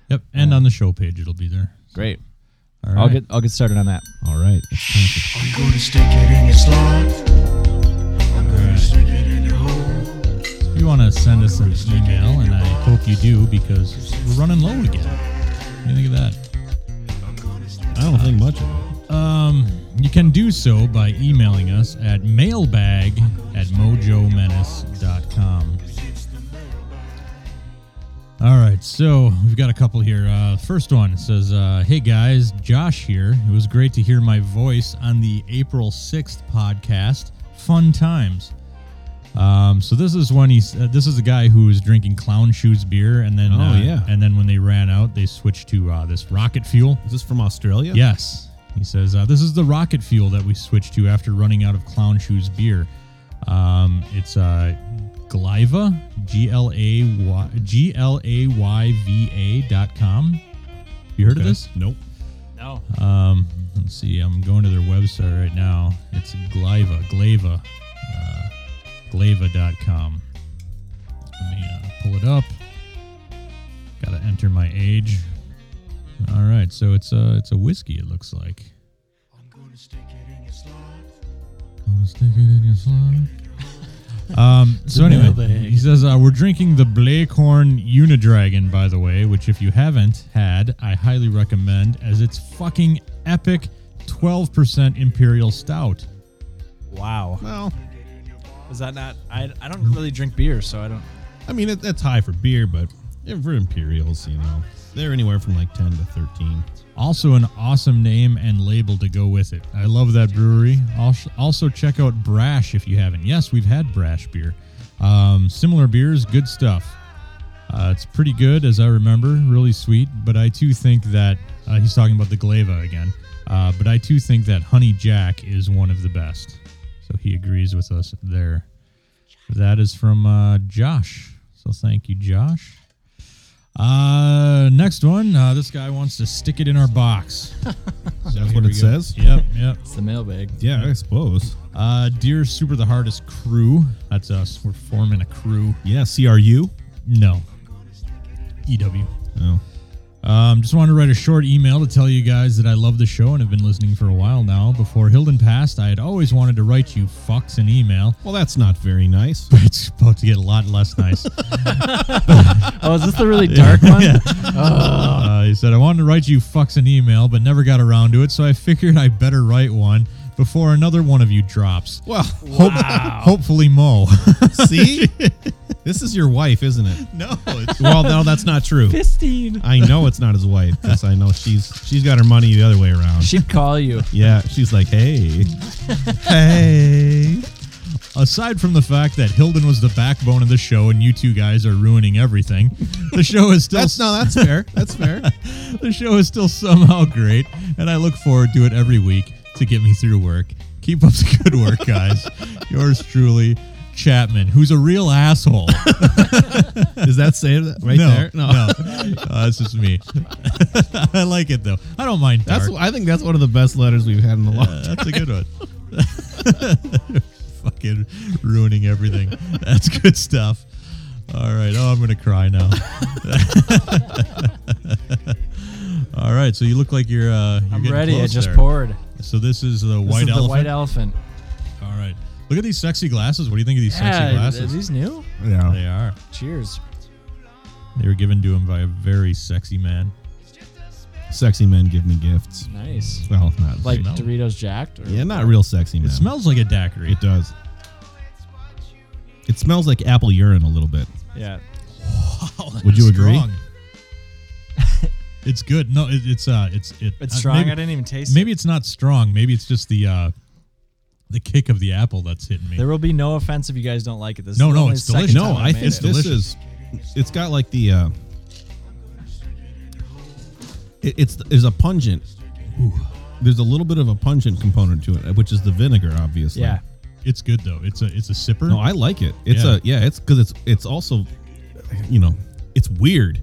S3: Yep. And on the show page, it'll be there.
S2: Great.
S3: All right.
S2: I'll get I'll get started on that.
S1: All right, it's time for-
S5: I'm gonna stick it in your slot. I'm gonna stick it in your hole.
S3: If you want to send us an email, and I hope you do because we're running low again. What do you think of that?
S5: I'm gonna stick
S1: I don't think much of it.
S3: Um, you can do so by emailing us at mailbag at mojomenace.com. All right, so we've got a couple here. Uh, first one says, uh, Hey guys, Josh here. It was great to hear my voice on the April 6th podcast. Fun times. Um, so this is when he's uh, this is a guy who was drinking clown shoes beer and then
S1: Oh,
S3: uh,
S1: yeah.
S3: and then when they ran out they switched to uh, this rocket fuel
S1: Is this from Australia?
S3: Yes. He says, uh, This is the rocket fuel that we switched to after running out of Clown Shoes beer. Um, it's uh, Glyva, G L A Y G L A Y V A dot com. You heard
S1: Okay.
S3: of this?
S1: Nope.
S2: No.
S3: Um, let's see. I'm going to their website right now. It's Glyva, Glava, uh, Glava.com. Let me uh, pull it up. Got to enter my age. All right, so it's a it's a whiskey. It looks like.
S5: I'm gonna stick it in your slot.
S3: Gonna stick it in your slot. Um, so anyway, he says uh, we're drinking the Blakehorn Unidragon, by the way, which if you haven't had, I highly recommend, as it's fucking epic. Twelve percent imperial stout.
S2: Wow.
S1: Well,
S2: Is that not? I I don't really drink beer, so I don't.
S1: I mean, it, that's high for beer, but yeah, for Imperials, you know, they're anywhere from like 10 to 13.
S3: Also, an awesome name and label to go with it. I love that brewery. Also, also check out Brash if you haven't. Yes, we've had Brash beer. Um, similar beers, good stuff. Uh, it's pretty good, as I remember, really sweet. But I too think that uh, he's talking about the Glava again. Uh, but I too think that Honey Jack is one of the best. So he agrees with us there. That is from uh, Josh. So thank you, Josh. Uh, next one. Uh, this guy wants to stick it in our box.
S1: That's what it says?
S3: Yep, yep.
S2: It's the mailbag.
S1: Yeah, I suppose.
S3: Uh, dear Super the Hardest crew, that's us. We're forming a crew.
S1: Yeah, CRU.
S3: No. EW.
S1: Oh,
S3: E Um, just wanted to write a short email to tell you guys that I love the show and have been listening for a while now. Before Hilden passed, I had always wanted to write you fucks an email.
S1: Well, that's not very nice.
S3: It's about to get a lot less nice.
S2: Oh, is this the really dark one?
S3: Uh, he said, I wanted to write you fucks an email, but never got around to it, so I figured I better write one before another one of you drops.
S1: Well,
S3: Hope- hopefully, Mo.
S1: see, this is your wife, isn't it?
S3: no, it's
S1: Well, no, that's not true.
S2: Fifteen.
S1: I know it's not his wife because I know she's she's got her money the other way around.
S2: She'd call you.
S1: Yeah, she's like, hey,
S3: hey. Aside from the fact that Hilden was the backbone of the show and you two guys are ruining everything, the show is still
S1: that's no, that's fair, that's fair.
S3: the show is still somehow great, and I look forward to it every week to get me through work. Keep up the good work, guys. Yours truly, Chapman, who's a real asshole.
S1: Is that saying that right
S3: no,
S1: there?
S3: No, Uh, it's just me. I like it though. I don't mind.
S1: That's
S3: Dark.
S1: I think that's one of the best letters we've had in a long
S3: Uh,
S1: time.
S3: that's a good one. Fucking ruining everything. That's good stuff. All right. Oh, I'm gonna cry now. All right. So you look like you're. Uh, you're
S2: I'm
S3: getting
S2: ready. I
S3: close
S2: just
S3: there.
S2: poured.
S3: So this is the
S2: This
S3: white
S2: is the
S3: elephant.
S2: white elephant.
S3: All right. Look at these sexy glasses. What do you think of these
S2: Yeah,
S3: sexy
S2: are
S3: glasses?
S2: these new?
S1: Yeah.
S3: They are.
S2: Cheers.
S3: They were given to him by a very sexy man.
S1: Sexy men give me gifts.
S2: Nice.
S1: Well, not
S2: Like
S1: really.
S2: Doritos jacked? Or
S1: yeah, not real sexy men.
S3: It smells like a daiquiri.
S1: It does. It smells like apple urine a little bit.
S2: Yeah.
S3: Oh, that
S1: Would
S3: is
S1: you agree?
S3: strong. it's good. No, it, it's uh, it's it,
S2: It's
S3: uh,
S2: strong. I
S3: Maybe,
S2: didn't even taste
S3: maybe
S2: it.
S3: it's not strong. Maybe it's just the uh, the kick of the apple that's hitting me.
S2: There will be no offense if you guys don't like it. This
S3: No,
S2: is the
S3: no,
S2: only
S3: it's
S2: second
S3: delicious.
S2: time
S1: No, I
S2: made
S1: think
S2: it.
S1: this
S3: delicious.
S1: is. It's got like the. Uh, it, it's there's a pungent. There's a little bit of a pungent component to it, which is the vinegar, obviously.
S2: Yeah.
S3: It's good though. It's a it's a sipper.
S1: No, I like it. It's
S3: Yeah.
S1: a yeah. It's because it's it's also, you know, it's weird.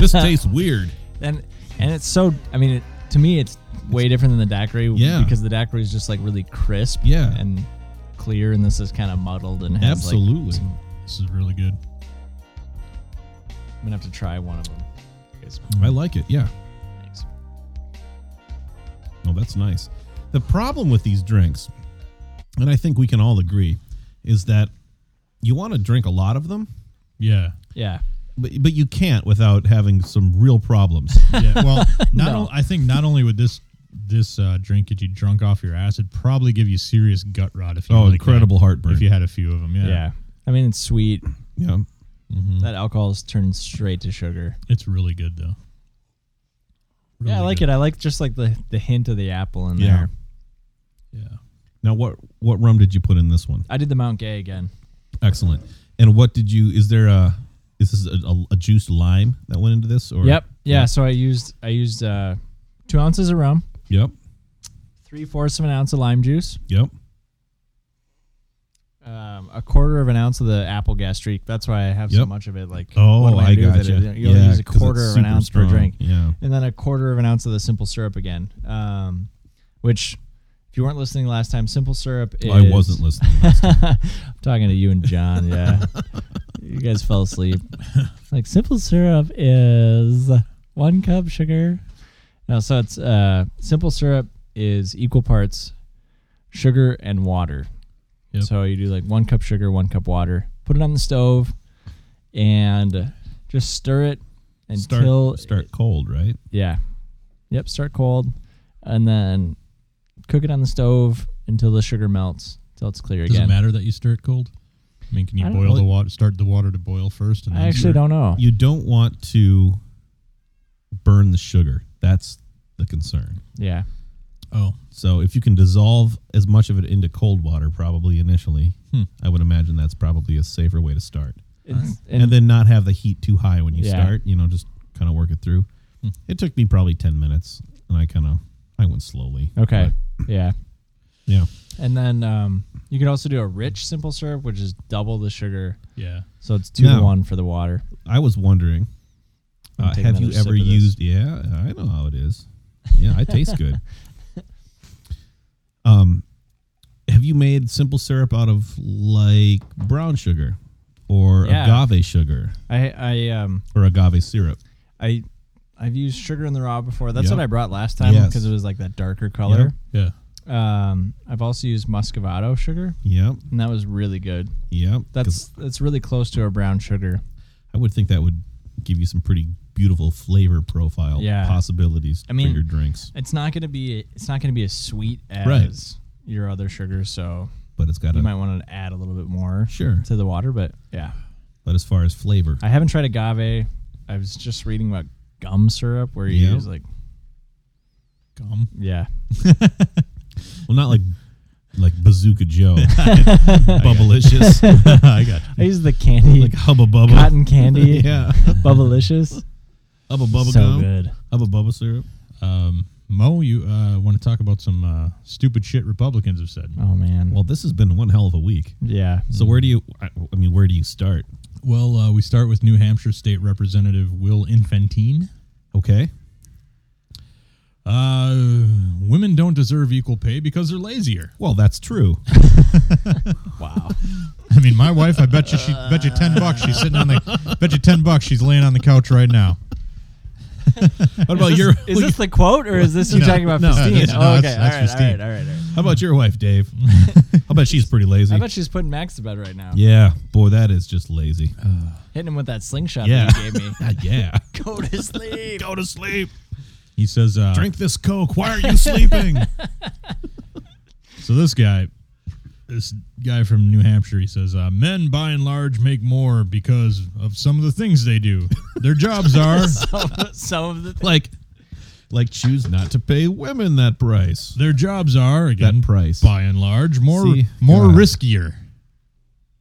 S1: this tastes weird.
S2: And and it's so. I mean, it, to me, it's way different than the daiquiri.
S1: Yeah.
S2: Because the daiquiri is just like really crisp.
S1: Yeah.
S2: And clear, and this is kind of muddled and has like,
S1: Absolutely.
S2: some-
S3: this is really good.
S2: I'm gonna have to try one of them. It's-
S1: I like it. Yeah.
S2: thanks.
S1: No, that's nice. The problem with these drinks, and I think we can all agree, is that you want to drink a lot of them,
S3: Yeah.
S2: Yeah.
S1: but but you can't without having some real problems.
S3: Yeah. Well, not
S2: No.
S3: o- I think not only would this this uh, drink get you drunk off your ass, it'd probably give you serious gut rot if you
S1: oh,
S3: really
S1: incredible heartburn.
S3: had- if you had a few of them. Yeah.
S2: yeah. I mean, it's sweet.
S1: yeah.
S2: That alcohol is turned straight to sugar.
S3: It's really good though.
S2: yeah, I
S3: Really
S2: like
S3: good.
S2: it. I like just like the the hint of the apple in
S1: Yeah.
S2: there.
S3: Yeah.
S1: Now what what rum did you put in this one?
S2: I did the Mount Gay again.
S1: Excellent. And what did you? Is there a is this a, a, a juiced lime that went into this? Or
S2: Yep. Yeah. So I used I used uh, two ounces of rum,
S1: Yep.
S2: three fourths of an ounce of lime juice,
S1: Yep.
S2: um, a quarter of an ounce of the apple gastrique. That's why I have so
S1: Yep.
S2: much of it. Like, what
S1: Oh,
S2: am I,
S1: I
S2: gonna do with
S1: gotcha.
S2: it? You only
S1: Yeah,
S2: use a
S1: 'cause it's
S2: quarter of an
S1: super
S2: ounce per
S1: strong.
S2: drink,
S1: Yeah.
S2: and then a quarter of an ounce of the simple syrup again. Um, which, if you weren't listening last time, simple syrup. Is,
S1: I wasn't listening.
S2: I'm talking to you and John. Yeah, you guys fell asleep. Like simple syrup is one cup sugar. No, so it's uh, simple syrup is equal parts sugar and water.
S3: Yep.
S2: So you do like one cup sugar, one cup water. Put it on the stove, and just stir it
S1: Start
S2: until
S1: start cold, right?
S2: yeah. Yep, start cold and then cook it on the stove until the sugar melts, until it's clear
S3: Does it
S2: again.
S3: matter that you stir it cold? I mean, can you
S2: I don't
S3: boil
S2: know.
S3: the water? Start the water to boil first, and then
S2: I actually
S3: stir-
S2: don't know.
S1: You don't want to burn the sugar. That's the concern.
S2: Yeah.
S3: Oh,
S1: So if you can dissolve as much of it into cold water, probably initially,
S3: Hmm.
S1: I would imagine that's probably a safer way to start.
S2: It's,
S1: And, then not have the heat too high when you
S2: Yeah. Hmm.
S1: start. You know, just kind of work it through. It took me probably ten minutes, and I kind of I went slowly.
S2: Okay. Yeah.
S1: But, yeah.
S2: And then um, you could also do a rich simple syrup, which is double the sugar.
S3: yeah.
S2: So it's two to
S1: No.
S2: one for the water.
S1: I was wondering,
S2: I'm
S1: uh,
S2: taking
S1: have
S2: another
S1: you
S2: sip
S1: ever
S2: of this.
S1: used? Yeah, I know how it is. Yeah, I taste good. Um, have you made simple syrup out of like brown sugar or
S2: Yeah.
S1: agave sugar
S2: I I um
S1: or agave syrup?
S2: I I've used sugar in the raw before. That's
S3: Yep.
S2: what I brought last time
S3: Yes.
S2: because it was like that darker color.
S3: Yeah.
S2: Um, I've also used muscovado sugar,
S3: Yep.
S2: and that was really good.
S3: Yep. 'Cause
S2: That's that's really close to a brown sugar.
S3: I would think that would give you some pretty beautiful flavor profile
S2: Yeah.
S3: possibilities
S2: I mean-
S3: for your drinks,
S2: It's not gonna be it's not gonna be as sweet as
S3: Right.
S2: your other sugars, so
S3: but it's got
S2: you
S3: a
S2: might want to add a little bit more
S3: sure.
S2: to the water. But yeah,
S3: But as far as flavor,
S2: I haven't tried agave. I was just reading about gum syrup where you
S3: Yeah.
S2: use like
S1: Gum.
S2: yeah,
S3: well, not like like Bazooka Joe, Bubblicious,
S1: I got you.
S2: I use the candy
S3: like Hubba Bubba,
S2: cotton candy,
S3: yeah,
S2: bubblicious.
S3: Hubba Bubba
S2: so
S3: gum,
S2: good.
S3: Hubba Bubba syrup.
S1: Um, Mo, you uh, want to talk about some uh, stupid shit Republicans have said?
S2: Oh man,
S3: Well, this has been one hell of a week.
S2: yeah.
S3: So where do you? I I mean, where do you start?
S1: Well, uh, we start with New Hampshire State Representative Will Infantine.
S3: Okay.
S1: Uh, women don't deserve equal pay because they're lazier.
S3: Well, that's true.
S2: Wow.
S1: I mean, my wife. I bet you she bet you ten bucks she's sitting on the bet you ten bucks she's laying on the couch right now.
S3: What about your?
S2: Is this the quote or is this you
S1: No,
S2: talking about
S1: no,
S2: Christine?
S1: this- no,
S2: oh, okay,
S1: that's-
S2: all, right,
S1: that's
S2: all
S1: Christine.
S2: right, all right, all right.
S3: How about your wife, Dave? How about she's pretty lazy?
S2: I bet she's putting Max to bed right now.
S3: yeah, boy, that is just lazy.
S1: Uh,
S2: Hitting him with that slingshot
S3: Yeah.
S2: that he gave me.
S3: Ah, yeah.
S2: Go to sleep.
S3: Go to sleep.
S1: He says, uh,
S3: Drink this Coke. Why are you sleeping?
S1: So this guy, this guy from New Hampshire, he says, uh, men by and large make more because of some of the things they do. Their jobs are
S2: some, some of the
S3: like, like choose not to pay women that price.
S1: their jobs are again
S3: That price.
S1: by and large more
S3: See?
S1: more
S3: God.
S1: riskier.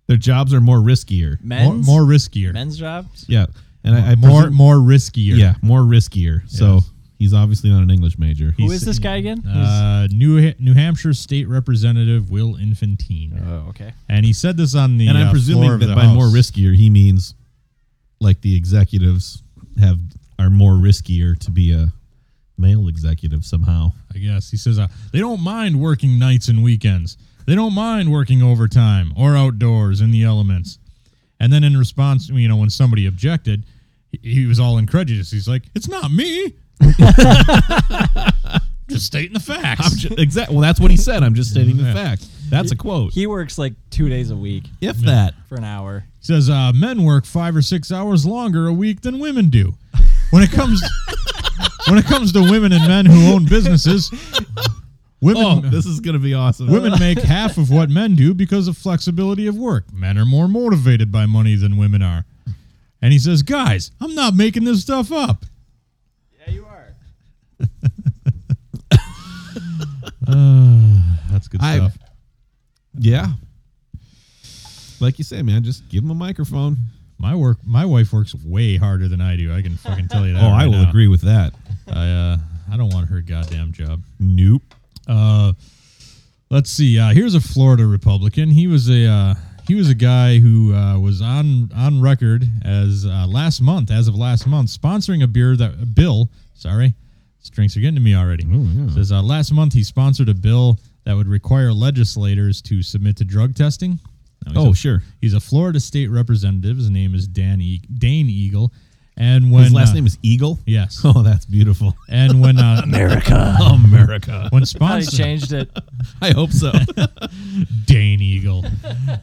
S3: Their jobs are more riskier.
S1: More,
S2: men's
S1: more riskier.
S2: men's jobs.
S3: Yeah, and I, I
S1: more
S3: presume-
S1: more riskier.
S3: yeah more riskier. So he's obviously not an English major.
S2: Who
S3: He's-
S2: is this guy again?
S1: Uh, New Ha- New Hampshire State Representative Will Infantine,
S2: oh, okay.
S1: and he said this on the
S3: and
S1: uh,
S3: I'm
S1: floor
S3: presuming
S1: of
S3: that
S1: the
S3: by more
S1: House.
S3: riskier he means like the executives have are more riskier to be a male executive somehow.
S1: I guess. He says, uh, they don't mind working nights and weekends. They don't mind working overtime or outdoors in the elements. And then in response, you know, when somebody objected, he- he was all incredulous. He's like, it's not me. Just stating the facts.
S3: exactly. Well, that's what he said. I'm just stating the
S1: Yeah.
S3: fact. That's a quote.
S2: He works like two days a week
S3: if that.
S2: for an hour.
S1: he says, uh, men work five or six hours longer a week than women do. When it comes... When it comes to women and men who own businesses, women
S3: Oh, this is gonna be awesome.
S1: Women make half of what men do because of flexibility of work. Men are more motivated by money than women are. And he says, "Guys, I'm not making this stuff up."
S2: Yeah, you are.
S1: That's good
S3: I-
S1: stuff.
S3: Yeah. Like you say, man, just give him a microphone.
S1: My work, my wife works way harder than I do. I can fucking tell you that.
S3: Oh, I
S1: right
S3: will
S1: now.
S3: agree with that.
S1: I, uh, I don't want her goddamn job.
S3: Nope.
S1: Uh, let's see. Uh, here's a Florida Republican. He was a uh, he was a guy who uh, was on on record as uh, last month, as of last month, sponsoring a beer that a bill. Sorry, these drinks are getting to me already. Says uh, last month he sponsored a bill that would require legislators to submit to drug testing. Now, he's
S3: Oh,
S1: a-
S3: sure.
S1: He's a Florida state representative. His name is Dan e- Dane Eagle. And when
S3: His last
S1: uh,
S3: name is Eagle.
S1: yes,
S3: Oh, that's beautiful.
S1: and when uh,
S2: Erica.
S3: America.
S1: when
S2: Probably
S1: sponsored
S2: changed it.
S3: I hope so.
S1: Dane Eagle.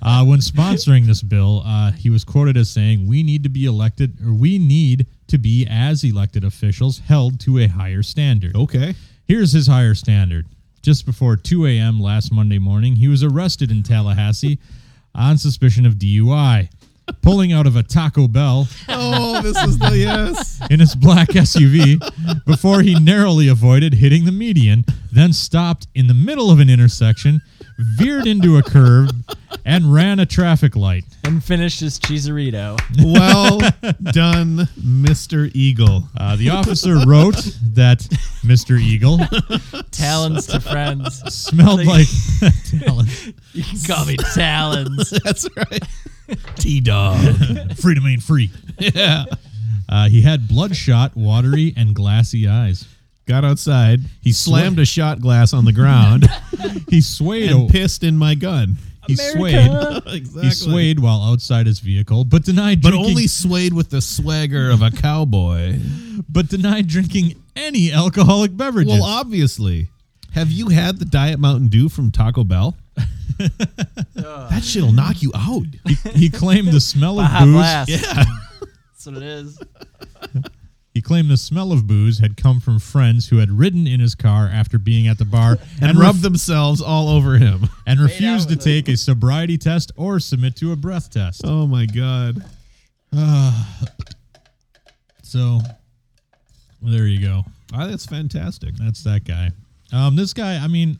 S1: Uh, when sponsoring this bill, uh, he was quoted as saying, "We need to be elected, or we need to be as elected officials held to a higher standard."
S3: okay.
S1: Here's his higher standard. Just before 2 a.m. last Monday morning, he was arrested in Tallahassee on suspicion of DUI, pulling out of a Taco Bell
S3: Oh, this is the yes.
S1: in his black SUV before he narrowly avoided hitting the median, then stopped in the middle of an intersection, veered into a curve, and ran a traffic light.
S2: and finished his cheeserito.
S3: Well done, Mr. Eagle.
S1: Uh, the officer wrote that Mr. Eagle
S2: Talons to friends.
S1: smelled like talent.
S2: You can call me Talons.
S3: That's right. T Dog.
S1: freedom ain't free.
S3: Yeah.
S1: Uh, he had bloodshot, watery, and glassy eyes.
S3: Got outside. He slammed a shot glass on the ground
S1: He swayed.
S3: and
S1: o-
S3: pissed in my gun.
S1: he swayed.
S2: America.
S3: exactly.
S1: He swayed while outside his vehicle, but denied
S3: But
S1: drinking-
S3: only swayed with the swagger of a cowboy. but denied drinking any alcoholic beverages.
S1: Well, obviously. Have you had the Diet Mountain Dew from Taco Bell? that shit'll knock you out.
S3: he claimed the smell of
S2: Baja
S3: booze.
S2: Blast. That's what it is.
S3: He claimed the smell of booze had come from friends who had ridden in his car after being at the bar and,
S1: And rub
S3: ref-
S1: themselves all over him.
S3: and
S2: out
S3: refused to
S2: with
S3: take a sobriety test or submit to a breath test.
S1: Oh my god.
S3: So there you go.
S1: Wow, Ah, that's fantastic.
S3: That's that guy. Um, this guy, I mean,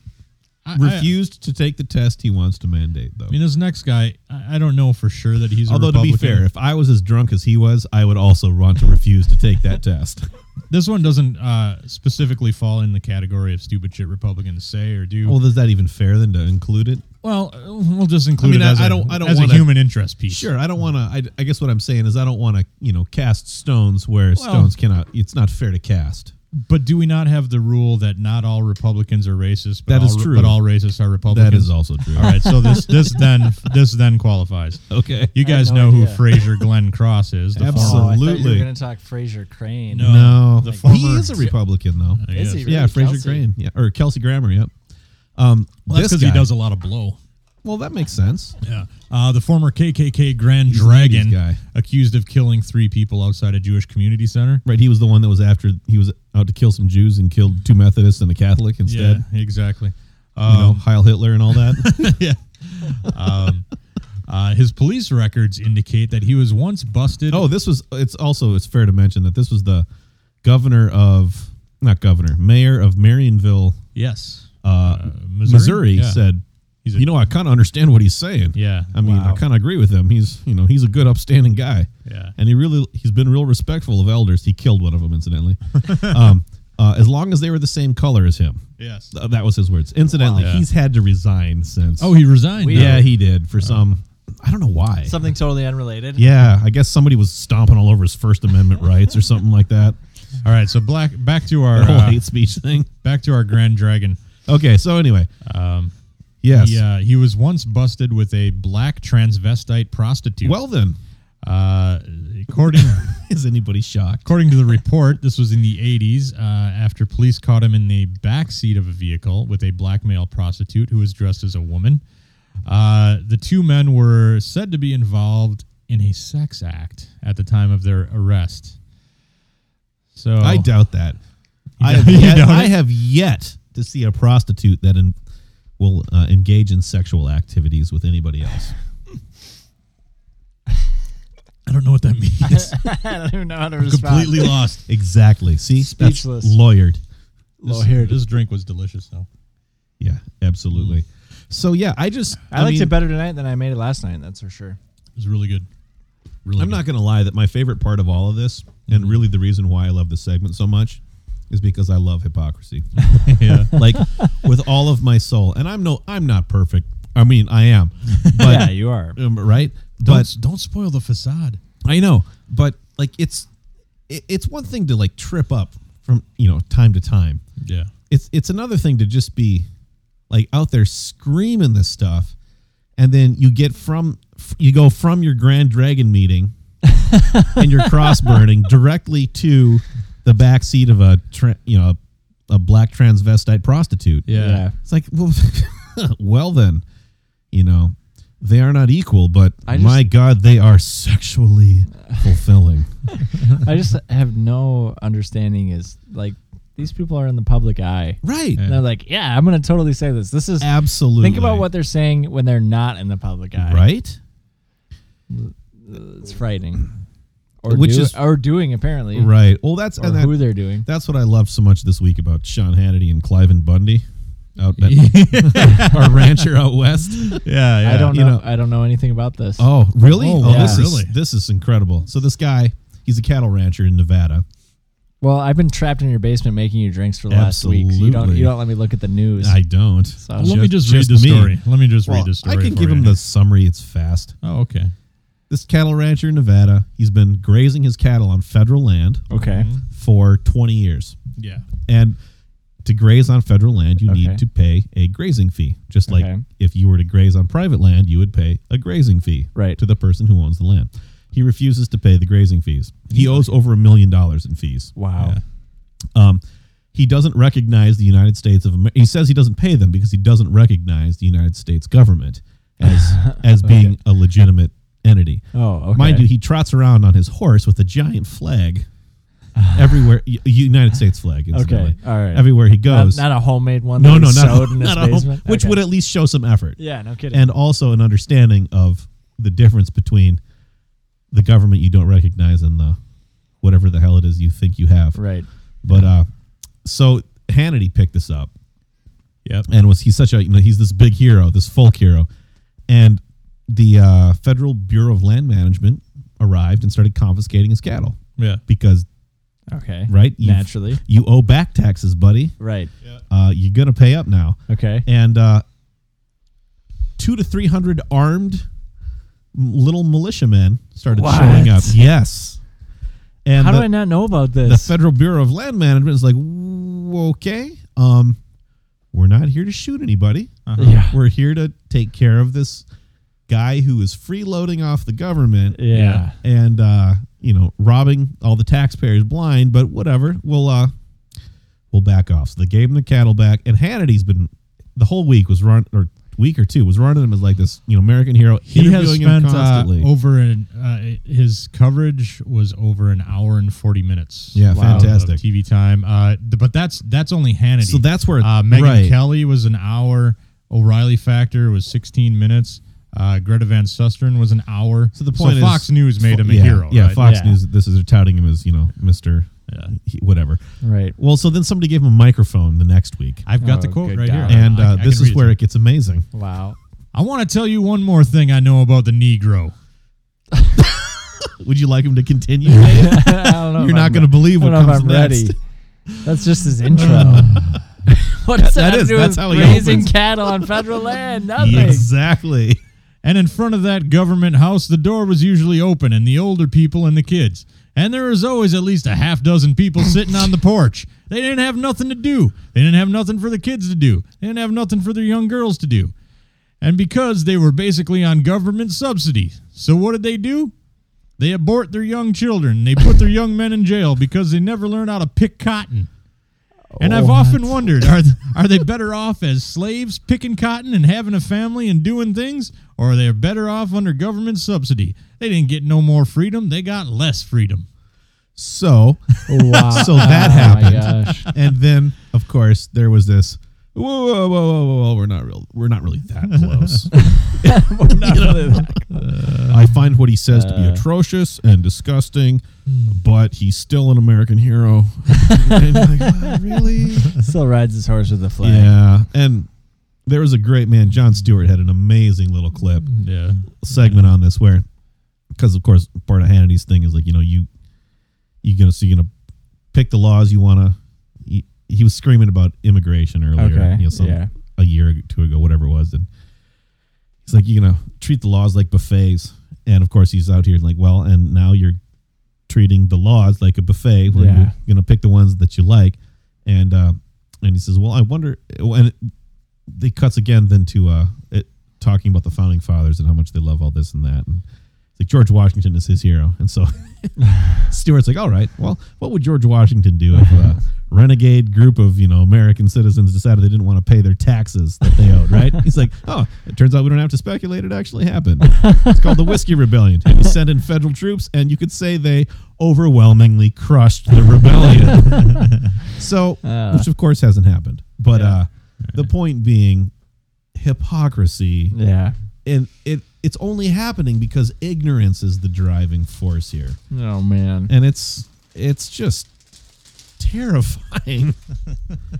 S3: I, I,
S1: Refused to take the test he wants to mandate though.
S3: I mean, this next guy, I, I don't know for sure that he's.
S1: Although
S3: a
S1: to be
S3: Republican.
S1: fair, if I was as drunk as he was, I would also want to refuse to take that test.
S3: this one doesn't uh, specifically fall in the category of stupid shit Republicans say or do.
S1: Well, is that even fair then to include it?
S3: Well, uh, we'll just include
S1: mean,
S3: it
S1: I-
S3: as, a
S1: I don't- I don't
S3: as a
S1: wanna-
S3: human interest piece.
S1: Sure, I don't want to. I, I guess what I'm saying is I don't want to, you know, cast stones where stones cannot. It's not fair to cast.
S3: But do we not have the rule that not all Republicans are racist? But
S1: That
S3: all,
S1: is true.
S3: But all racists are Republicans.
S1: That is also true.
S3: All right. So this this then this then qualifies.
S1: Okay.
S3: You guys
S2: no
S3: know who
S2: idea. Fraser
S3: Fraser Glenn Cross is. the former-
S1: Absolutely.
S2: Oh, I thought you were
S1: Absolutely.
S2: going to talk Fraser Crane.
S3: No.
S1: No,
S3: the former-
S1: he is a Republican though.
S2: Is he
S3: Yes.
S2: really?
S1: Yeah, Fraser
S2: Kelsey?
S1: Crane. Yeah, or Kelsey Grammer. Yep. Um,
S3: Well, that's
S1: this
S3: because he
S1: guy-
S3: does a lot of blow.
S1: Well, that makes sense.
S3: Yeah. Uh, the former KKK Grand
S1: He's an 80s
S3: Dragon
S1: guy.
S3: accused of killing three people outside a Jewish community center.
S1: Right. He was the one that was after he was out to kill some Jews and killed two Methodists and a Catholic instead.
S3: Yeah, exactly.
S1: You know,
S3: Um,
S1: Heil Hitler and all that.
S3: yeah. Um, uh, his police records indicate that he was once busted.
S1: oh, this was. It's also it's fair to mention that this was the governor of not governor, mayor of Marionville,
S3: yes.
S1: uh,
S3: Missouri?
S1: Missouri,
S3: Yeah.
S1: said,
S3: He's a-
S1: you know, I kind of understand what he's saying.
S3: Yeah.
S1: I mean, I kind of agree with him. He's you know he's a good, upstanding guy.
S3: yeah.
S1: and he really he's been real respectful of elders. He killed one of them, incidentally. um, uh, as long as they were the same color as him,
S3: Yes.
S1: Th- that was his words. Incidentally,
S3: Wow.
S1: he's had to resign since.
S3: Oh, he resigned.
S2: We-
S3: now.
S1: yeah, he did for some. I don't know why.
S2: Something totally unrelated.
S1: yeah, I guess somebody was stomping all over his First Amendment rights or something like that.
S3: All right. So black back to our
S1: The whole
S3: uh,
S1: hate speech thing.
S3: back to our Grand Dragon.
S1: Okay, so anyway,
S3: Um,
S1: yes.
S3: He, uh, he was once busted with a black transvestite prostitute.
S1: Well then,
S3: uh, according
S1: is anybody shocked?
S3: according to the report, this was in the 80s. Uh, after police caught him in the back seat of a vehicle with a black male prostitute who was dressed as a woman. Uh, the two men were said to be involved in a sex act at the time of their arrest. So
S1: I doubt that. I have,
S3: You
S1: yet,
S3: doubt
S1: I
S3: it?
S1: have yet to see a prostitute that in, will uh, engage in sexual activities with anybody else.
S3: I don't know what that means.
S2: I don't even know how to respond.
S3: Completely lost.
S1: Exactly. See,
S2: Speechless.
S1: That's lawyered.
S3: This, this drink was delicious, though.
S1: Yeah, absolutely. So yeah, I just
S2: I, liked
S1: mean,
S2: it better tonight than I made it last night. That's for sure.
S3: It was really good. Really
S1: I'm
S3: good. Mm-hmm.
S1: not gonna lie that my favorite part of all of this, and really the reason why I love this segment so much, is because I love hypocrisy.
S3: yeah.
S1: like with all of my soul. And I'm no, I'm not perfect. I mean, I am,
S2: yeah,
S1: but
S2: you are.
S1: um, right.
S3: Don't,
S1: But
S3: don't spoil the facade.
S1: I know, but like it's it, it's one thing to like trip up from you know time to time.
S3: Yeah.
S1: It's it's another thing to just be like out there screaming this stuff, and then you get from f- you go from your Grand Dragon meeting and your cross burning directly to the back seat of a tra- you know a, a black transvestite prostitute.
S2: Yeah.
S1: It's like well, well then, you know. They are not equal, but
S2: I just-
S1: my God, they are sexually fulfilling.
S2: I just have no understanding. Is like these people are in the public eye.
S1: Right.
S2: And they're like, yeah, I'm gonna totally say this. This is.
S1: Absolutely.
S2: Think about what they're saying when they're not in the public eye.
S1: Right?
S2: It's frightening. Or
S1: Which
S2: do-
S1: is-
S2: or doing apparently.
S1: Right. Well, that's
S2: Or
S1: and
S2: who
S1: that,
S2: they're doing.
S1: that's what I loved so much this week about Sean Hannity and Cliven Bundy out at our rancher out west.
S3: Yeah.
S2: I don't
S1: you
S2: know,
S1: know-
S2: I don't know anything about this.
S1: Oh, really?
S3: Oh,
S1: Oh,
S2: wow.
S1: this
S3: Really?
S1: is this is incredible. So this guy, he's a cattle rancher in Nevada.
S2: Well, I've been trapped in your basement making you drinks for the last week. So you don't
S1: Absolutely.
S2: you don't let me look at the news.
S1: I don't.
S2: So-
S3: Let me just, read the
S1: me.
S3: story. Let me just
S1: Well,
S3: read the story.
S1: I can
S3: for
S1: give
S3: you.
S1: him the summary. It's fast.
S3: Oh, okay.
S1: This cattle rancher in Nevada, he's been grazing his cattle on federal land
S2: okay.
S1: for 20 years.
S3: Yeah.
S1: And to graze on federal land, you
S2: Okay.
S1: need to pay a grazing fee. Just like
S2: Okay.
S1: if you were to graze on private land, you would pay a grazing fee
S2: Right.
S1: to the person who owns the land. He refuses to pay the grazing fees. He owes over a million dollars in fees.
S2: Wow.
S3: Yeah.
S1: Um, he doesn't recognize the United States of America. He says he doesn't pay them because he doesn't recognize the United States government as as being a legitimate entity.
S2: Oh, okay.
S1: Mind you, he trots around on his horse with a giant flag everywhere. U- United States flag, incidentally.
S2: okay. All right.
S1: Everywhere he
S2: Not-
S1: goes.
S2: Not, a homemade one.
S1: no,
S2: that
S1: no,
S2: he
S1: not,
S2: sewed in his
S1: not a home,
S2: basement?
S1: which
S2: Okay.
S1: would at least show some effort
S2: Yeah, no kidding.
S1: and also an understanding of the difference between the government you don't recognize and the whatever the hell it is you think you have.
S2: right.
S1: But uh, so Hannity picked this up,
S3: Yep.
S1: and was he's such a you know he's this big hero, this folk hero, and the uh, Federal Bureau of Land Management arrived and started confiscating his cattle
S3: Yeah.
S1: because
S2: Okay.
S1: right you
S2: Naturally.
S1: you owe back taxes, buddy.
S2: Right.
S1: Uh, you're gonna pay up now,
S2: Okay.
S1: and uh, two to three hundred armed m- little militiamen started
S2: What?
S1: showing up. Yes, and
S2: How
S1: the-
S2: do I not know about
S1: the
S2: this?
S1: Federal Bureau of Land Management is like, "W- okay, um, we're not here to shoot anybody.
S3: Uh-huh.
S2: yeah.
S1: We're here to take care of this guy who is freeloading off the government
S2: Yeah.
S1: and uh, you know robbing all the taxpayers blind. But whatever, we'll uh, we'll back off. So they gave him the cattle back, and Hannity's been the whole week was run or week or two was running him as like this you know American hero.
S3: He has
S1: interviewing him
S3: spent uh,
S1: constantly.
S3: over an uh, his coverage was over an hour and forty minutes.
S1: Yeah,
S3: of
S1: fantastic.
S3: TV time. Uh, th- but that's that's only Hannity.
S1: so that's where
S3: uh, Megan
S1: right.
S3: Kelly was an hour. O'Reilly Factor was sixteen minutes. Uh, Greta Van Susteren was an hour.
S1: So the point is-
S3: Fox News made him a
S1: yeah,
S3: hero.
S1: Yeah,
S3: right?
S1: Fox
S2: Yeah.
S1: News. This is they're touting him as you know Mister
S3: Yeah.
S1: whatever.
S2: Right.
S1: Well, so then somebody gave him a microphone the next week,
S3: I've got the
S2: Oh,
S3: quote
S2: good
S3: right
S2: God.
S3: here,
S1: and
S3: I- I
S1: uh,
S3: can
S1: this
S3: read
S1: is where it gets amazing.
S2: Wow.
S3: I want to tell you one more thing I know about the Negro.
S1: Would you like him to continue?
S2: I don't know.
S1: You're not going to believe
S2: I
S1: what
S2: don't know if
S1: comes
S2: I'm
S1: next.
S2: ready. That's just his intro. what does
S1: That
S2: that,
S1: is-
S2: do
S1: that's
S2: with
S1: how he
S2: raising
S1: opens.
S2: cattle on federal land? Nothing.
S1: Exactly.
S3: And in front of that government house, the door was usually open, and the older people and the kids. And there was always at least a half dozen people sitting on the porch. They didn't have nothing to do. They didn't have nothing for the kids to do. They didn't have nothing for their young girls to do. And because they were basically on government subsidy. So what did they do? They abort their young children. They put their young men in jail because they never learned how to pick cotton. And
S1: Oh,
S3: I've often wondered are th- are they better off as slaves picking cotton and having a family and doing things, or are they better off under government subsidy? They didn't get no more freedom; they got less freedom.
S1: So,
S2: Wow.
S1: so that
S2: Oh my
S1: happened,
S2: gosh.
S1: and then of course there was this. Whoa, whoa, whoa, whoa, whoa, whoa! We're not real. We're not really that close.
S2: Not really that Uh.
S1: I find what he says to be atrocious and disgusting, but he's still an American hero. And you're like, "Oh, really?
S2: Still rides his horse with a flag.
S1: Yeah, and there was a great man. John Stewart had an amazing little clip
S3: Yeah,
S1: segment on this where, because of course, part of Hannity's thing is like you know you you gonna so you gonna pick the laws you wanna. He, he was screaming about immigration earlier,
S2: Okay.
S1: you know, some,
S2: yeah.
S1: a year or two ago, whatever it was, and he's like, you know, treat the laws like buffets, and of course he's out here like, well, and now you're treating the laws like a buffet where
S2: Yeah.
S1: you're gonna pick the ones that you like, and uh, and he says, well, I wonder, and it, they cuts again then to uh, it, talking about the founding fathers and how much they love all this and that, and it's like George Washington is his hero, and so Stewart's like, all right, well, what would George Washington do if a renegade group of you know American citizens decided they didn't want to pay their taxes that they owed? Right? He's like, oh, it turns out we don't have to speculate; it actually happened. It's called the Whiskey Rebellion. And you sent in federal troops, and you could say they overwhelmingly crushed the rebellion. so,
S2: Ah.
S1: which of course hasn't happened, but uh, the point being, hypocrisy
S2: Yeah.
S1: and it it's only happening because ignorance is the driving force here
S2: Oh man.
S1: and it's it's just terrifying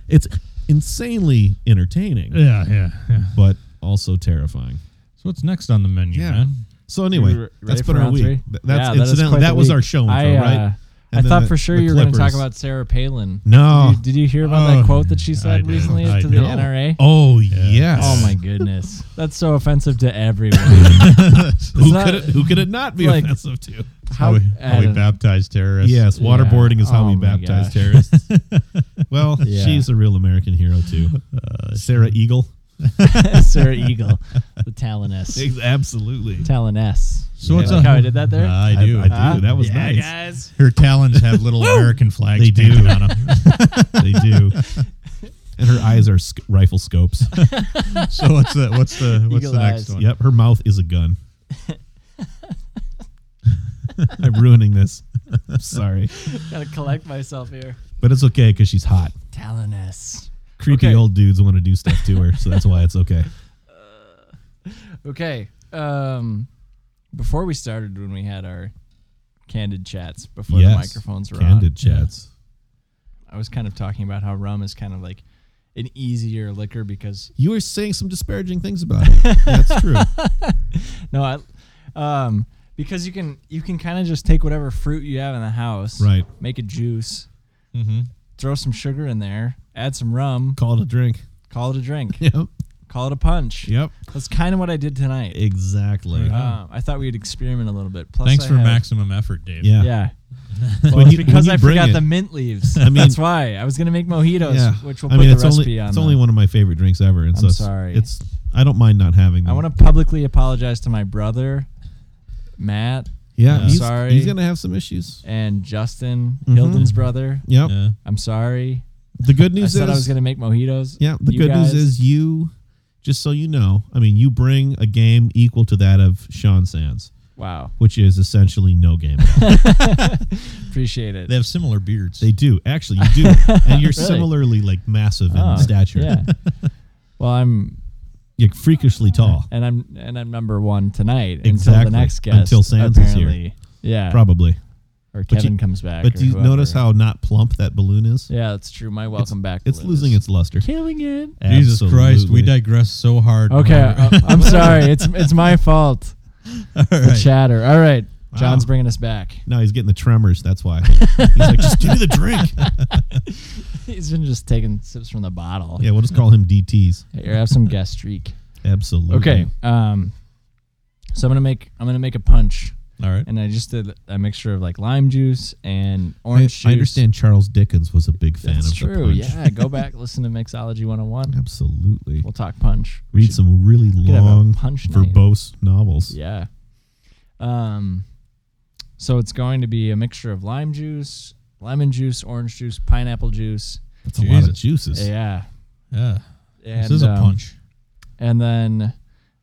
S1: it's insanely entertaining
S3: yeah, yeah. yeah.
S1: but also terrifying
S3: So what's next on the menu,
S1: Yeah.
S3: man?
S1: so anyway
S2: You re-
S1: that's
S2: ready
S1: been
S2: for
S1: our
S2: round
S1: week
S2: three?
S1: Th- that's
S2: Yeah, that is
S1: incidentally
S2: quite
S1: that
S2: the
S1: was
S2: week.
S1: our show intro,
S2: I, uh,
S1: right
S2: I
S1: And then
S2: thought
S1: the-
S2: for sure
S1: the
S2: you were going to talk
S1: Clippers.
S2: about Sarah Palin.
S1: no
S2: Did you, did you hear about that
S3: Oh,
S2: quote that she said
S3: did.
S2: recently
S3: I
S2: to
S3: did.
S2: the NRA?
S1: oh yes
S2: Oh my goodness, that's so offensive to everyone.
S1: who
S2: not-
S1: could it who could it not be
S2: like-
S1: offensive to
S3: How, we,
S2: I
S3: how we
S2: don't-
S3: baptize terrorists?
S1: yes waterboarding is how
S2: Oh
S1: we
S2: my
S1: baptize
S2: gosh.
S1: terrorists well
S2: Yeah. Uh,
S1: she's a real american hero too sarah eagle
S2: Sarah Eagle, the Taloness,
S1: absolutely
S2: Taloness.
S3: So
S1: Yeah.
S3: it's
S1: Like
S3: a,
S2: how I did that there?
S3: I do.
S1: I, do. That was
S2: yeah,
S1: nice.
S2: guys.
S3: Her talons have little American flags
S1: They do.
S3: painted on them.
S1: They do. And her eyes are sc- rifle scopes.
S3: so what's the what's the what's
S2: Eagle
S3: the next
S2: eyes.
S3: one?
S1: yep, her mouth is a gun. I'm ruining this. I'm sorry,
S2: Gotta collect myself here.
S1: but it's okay because she's hot.
S2: Talonus.
S1: Creepy
S2: Okay.
S1: old dudes want to do stuff to her, so that's why it's okay.
S2: Okay. Um, before we started, when we had our candid chats before the
S1: Yes,
S2: microphones were
S1: Candid
S2: on,
S1: chats.
S2: I was kind of talking about how rum is kind of like an easier liquor because
S1: You were saying some disparaging things about it. That's true.
S2: no, I, um, because you can you can kind of just take whatever fruit you have in the house,
S1: Right.
S2: Make a juice,
S3: Mm-hmm.
S2: throw some sugar in there, add some rum,
S1: Call it a drink.
S2: call it a drink,
S1: Yep.
S2: call it a punch.
S1: Yep.
S2: That's kind of what I did tonight.
S1: Exactly.
S2: Um, I thought we'd experiment a little bit. Plus,
S3: Thanks
S2: I
S3: for
S2: had-
S3: maximum effort, Dave.
S1: yeah.
S2: Yeah. Well,
S1: When
S2: it's
S1: you- when
S2: because
S1: you
S2: I
S1: bring
S2: forgot
S1: it-
S2: the mint leaves.
S1: I mean-
S2: that's why I was gonna make mojitos, which we'll put the
S1: it's
S2: recipe
S1: only,
S2: on.
S1: It's
S2: the-
S1: only one of my favorite drinks ever, and so
S2: I'm
S1: it's,
S2: sorry.
S1: it's. I don't mind not having. Them.
S2: I want to publicly apologize to my brother, Matt,
S1: Yeah,
S3: Yeah.
S1: He's,
S2: Sorry.
S1: He's gonna have some issues.
S2: and Justin
S1: Mm-hmm.
S2: Hilden's brother.
S1: Yep.
S3: Yeah.
S2: I'm sorry.
S1: The good
S2: I
S1: news
S2: said
S1: is.
S2: I was gonna make mojitos.
S1: yeah. The
S2: You
S1: good
S2: guys-
S1: news is you. Just so you know, I mean, you bring a game equal to that of Sean Sands,
S2: Wow,
S1: which is essentially no game. at all.
S2: appreciate it.
S3: They have similar beards.
S1: they do actually. You do, and you're
S2: Really?
S1: similarly like massive in
S2: Oh,
S1: stature.
S2: Yeah. well, I'm
S1: You're freakishly tall.
S2: and I'm and I'm number one tonight until
S1: Exactly.
S2: the next guest.
S1: Until Sans is here.
S2: apparently. Yeah.
S1: Probably.
S2: Or
S1: you-
S2: Kevin comes back.
S1: But
S2: or
S1: do you notice
S2: whoever.
S1: how not plump that balloon is?
S2: Yeah, that's true. My welcome back.
S1: It's
S2: balloon is
S1: losing its luster.
S2: killing it.
S3: Jesus Christ, we
S1: Absolutely.
S3: digress so hard.
S2: Okay, uh,
S3: All
S2: I- I'm sorry. It's it's my fault. The
S3: right.
S2: chatter. All right, John's
S1: Wow.
S2: bringing us back.
S1: No, he's getting the tremors. That's why. He's like, just give me the drink.
S2: He's been just taking sips from the bottle.
S1: Yeah, we'll just call him DTs.
S2: Here, have some gastrique.
S1: Absolutely.
S2: Okay. Um, so I'm gonna make I'm gonna make a punch,
S3: All right.
S2: and I just did a mixture of like lime juice and
S1: I,
S2: orange juice.
S1: I understand Charles Dickens was a big fan of
S2: That's
S1: the
S2: true.
S1: punch.
S2: Yeah. Go back, listen to Mixology 101.
S1: Absolutely.
S2: We'll talk punch. We
S1: Read
S2: should-
S1: some really
S2: could have a
S1: long,
S2: punch night.
S1: verbose novels.
S2: Yeah. Um, so it's going to be a mixture of lime juice, lemon juice, orange juice, pineapple juice.
S1: That's a lot of
S3: Jesus.
S1: juices.
S2: Yeah.
S3: Yeah.
S2: And,
S3: this is a
S2: um,
S3: punch.
S2: and then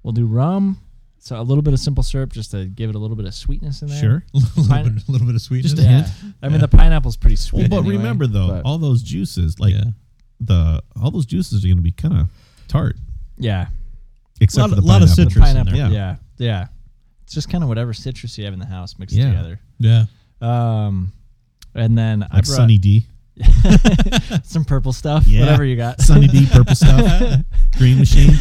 S2: we'll do rum. So a little bit of simple syrup just to give it a little bit of sweetness in there.
S1: Sure.
S3: A little,
S2: pine-
S3: bit, little bit of sweetness.
S1: Just a
S2: Yeah.
S1: hint.
S2: I mean, the pineapple's pretty sweet.
S1: Well, but
S2: anyway,
S1: remember though,
S2: but-
S1: all those juices, like
S3: Yeah.
S1: the all those juices are going to be kind of tart,
S2: yeah.
S1: except
S3: Lot-
S1: for the
S3: lot of
S1: pineapple.
S3: citrus in
S2: Pineapple.
S1: there.
S2: Yeah.
S1: Yeah.
S2: yeah. It's just kind of whatever citrus you have in the house mixed
S1: Yeah.
S2: together.
S3: yeah.
S2: Um, and then I
S1: Like
S2: brought
S1: Sunny D,
S2: some purple stuff,
S1: Yeah.
S2: whatever you got.
S1: Sunny D, purple stuff, green machine,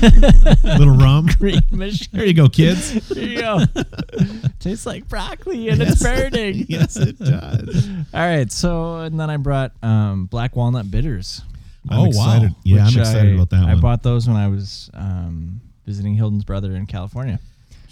S1: little rum.
S2: Green machine.
S1: There you go, kids.
S2: There you go. Tastes like broccoli and it's burning.
S1: yes, it does.
S2: All right. So, and then I brought um, black walnut bitters.
S1: I'm
S3: Oh, wow.
S1: excited. Yeah,
S2: which
S1: I'm excited
S2: I-
S1: about that
S2: I
S1: one.
S2: bought those when I was um, visiting Hilden's brother in California.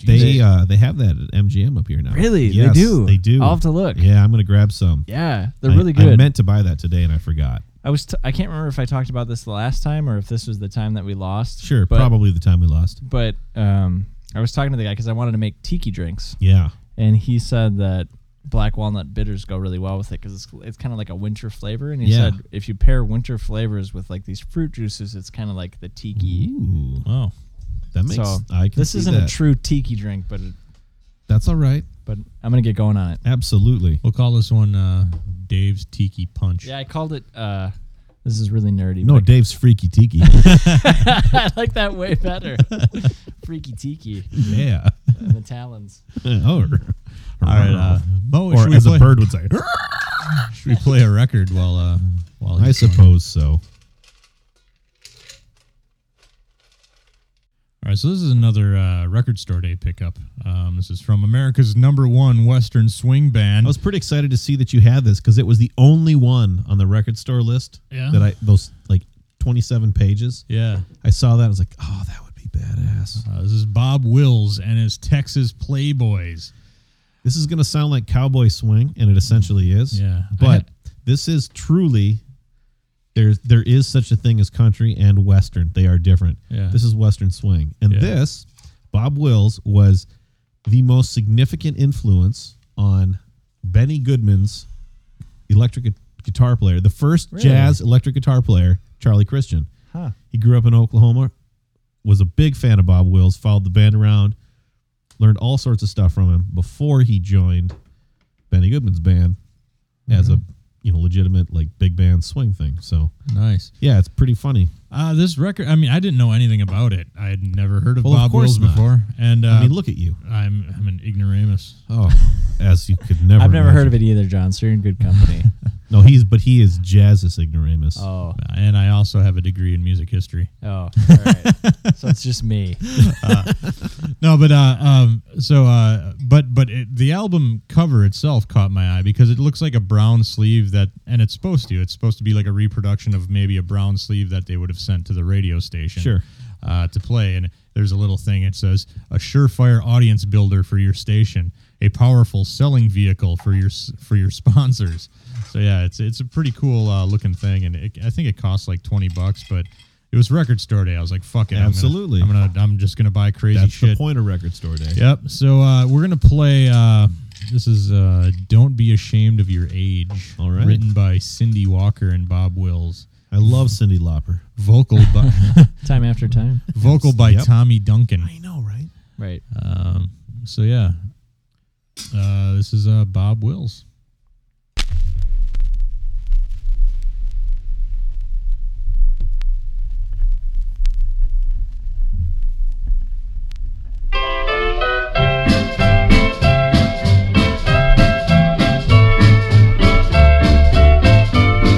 S1: They uh, they have that at MGM up here now.
S2: Really?
S1: Yes,
S2: they do.
S1: They do.
S2: I'll have to look.
S1: yeah, I'm gonna grab some.
S2: Yeah, they're
S1: I-
S2: really
S1: I
S2: good.
S1: meant to buy that today and I forgot.
S2: I was t- I can't remember if I talked about this the last time or if this was the time that we lost.
S1: Sure,
S2: but,
S1: probably the time we lost.
S2: But um, I was talking to the guy because I wanted to make tiki drinks,
S1: Yeah,
S2: and he said that black walnut bitters go really well with it because it's, it's kind of like a winter flavor. And he
S1: Yeah.
S2: said if you pair winter flavors with like these fruit juices, it's kind of like the tiki.
S1: Ooh,
S3: Wow.
S1: that makes.
S2: so
S1: I Mm, can
S2: this
S1: see
S2: isn't a
S1: that.
S2: true tiki drink, but it,
S1: That's all right.
S2: but I'm gonna get going on it.
S1: Absolutely.
S3: We'll call this one uh, Dave's Tiki Punch.
S2: Yeah, I called it. uh This is really nerdy.
S1: No,
S2: but
S1: Dave's freaky tiki.
S2: I like that way better. Freaky tiki
S1: yeah.
S2: and the talons.
S1: oh. All
S3: All right. Uh, Mo,
S1: or
S3: should, we
S1: as
S3: play,
S1: a bird would say.
S3: should we play a record while uh, while
S1: I
S3: he's going?
S1: suppose so.
S3: All right, so this is another uh, record store day pickup. Um, this is from America's number one Western swing band.
S1: I was pretty excited to see that you had this because it was the only one on the record store list
S3: Yeah.
S1: that I those like twenty seven pages.
S3: yeah,
S1: I saw that. I was like, oh, that would be badass.
S3: uh, this is Bob Wills and his Texas Playboys.
S1: This is going to sound like cowboy swing, and it essentially is.
S3: Yeah.
S1: But this is truly there's there is such a thing as country and western. They are different.
S3: Yeah.
S1: This is western swing, and
S3: Yeah.
S1: this Bob Wills was the most significant influence on Benny Goodman's electric gu- guitar player, the first
S2: Really?
S1: jazz electric guitar player, Charlie Christian.
S2: Huh.
S1: He grew up in Oklahoma, was a big fan of Bob Wills, followed the band around, learned all sorts of stuff from him before he joined Benny Goodman's band as
S3: Mm-hmm.
S1: a you know legitimate like big band swing thing. So
S3: Nice.
S1: yeah, it's pretty funny.
S3: Uh, this record, I mean, I didn't know anything about it. I had never heard of
S1: Well, of
S3: Bob
S1: course
S3: Wills
S1: not.
S3: before. And uh,
S1: I mean, look at you.
S3: I'm, I'm an ignoramus.
S1: Oh, as you could never.
S2: I've never heard of it either, John. So you're in good company.
S1: No, he's but he is jazzist ignoramus.
S2: oh,
S3: And I also have a degree in music history.
S2: oh, all right. so it's just me.
S3: No, but uh, um, so uh, but but it, the album cover itself caught my eye because it looks like a brown sleeve that, and it's supposed to. It's supposed to be like a reproduction of maybe a brown sleeve that they would have sent to the radio station,
S1: Sure.
S3: uh, to play. And there's a little thing. It says a surefire audience builder for your station, a powerful selling vehicle for your s- for your sponsors. So yeah, it's it's a pretty cool uh, looking thing, and it, I think it costs like twenty bucks, but. It was record store day. I was like, "Fuck it!" I'm gonna-
S1: Absolutely.
S3: I'm gonna. I'm, just gonna buy crazy
S1: That's
S3: shit.
S1: the point of record store day.
S3: Yep. So uh, we're gonna play. Uh, this is uh, "Don't Be Ashamed of Your Age,"
S1: All right.
S3: written by Cindy Walker and Bob Wills,
S1: I love Cindy Lauper.
S3: vocal by
S2: Time after time.
S3: vocal by
S1: Yep.
S3: Tommy Duncan.
S1: know, right?
S2: Right.
S3: Um, so yeah, uh, this is uh, Bob Wills.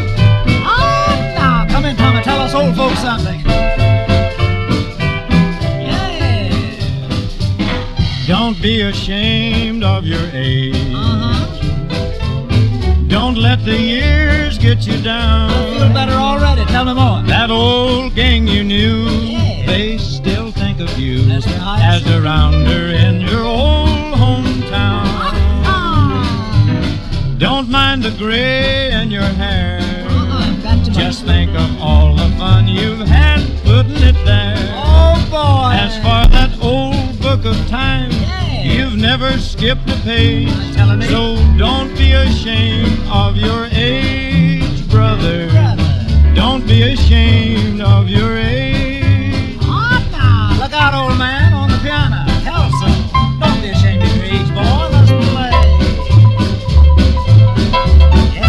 S6: Oh, now, come in, Tommy. Tell us old folks something. Yeah.
S7: Don't be ashamed of your age.
S6: Uh-huh.
S7: Don't let the years get you
S6: Feel
S7: down.
S6: better already. Tell me more.
S7: That old gang you knew,
S6: Yeah.
S7: they still think of you
S6: That's right.
S7: as a rounder in your old hometown.
S6: Uh-uh.
S7: Don't mind the gray in your hair.
S6: Uh-uh. Got to
S7: Just think of all the fun you've had putting it there.
S6: Oh, boy.
S7: As for that old book of time,
S6: Yeah.
S7: you've never skipped a page.
S6: I'm telling you.
S7: So don't be ashamed of your age, brother.
S6: Brother.
S7: Don't be ashamed of your age.
S6: Oh, now. Look out, old man, on the piano. Tell us so. Don't be ashamed of your age, boy. Let's play. Yeah.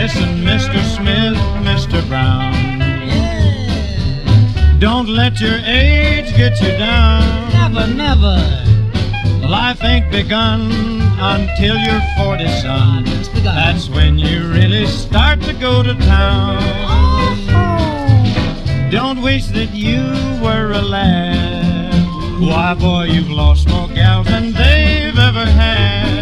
S7: Listen, Mr. Smith, Mr. Brown. Don't let your age get you down.
S6: Never, never.
S7: Life ain't begun until you're 40, son.
S6: It's begun.
S7: That's when you really start to go to town. Don't wish that you were a lad. Why, boy, you've lost more gals than they've ever had.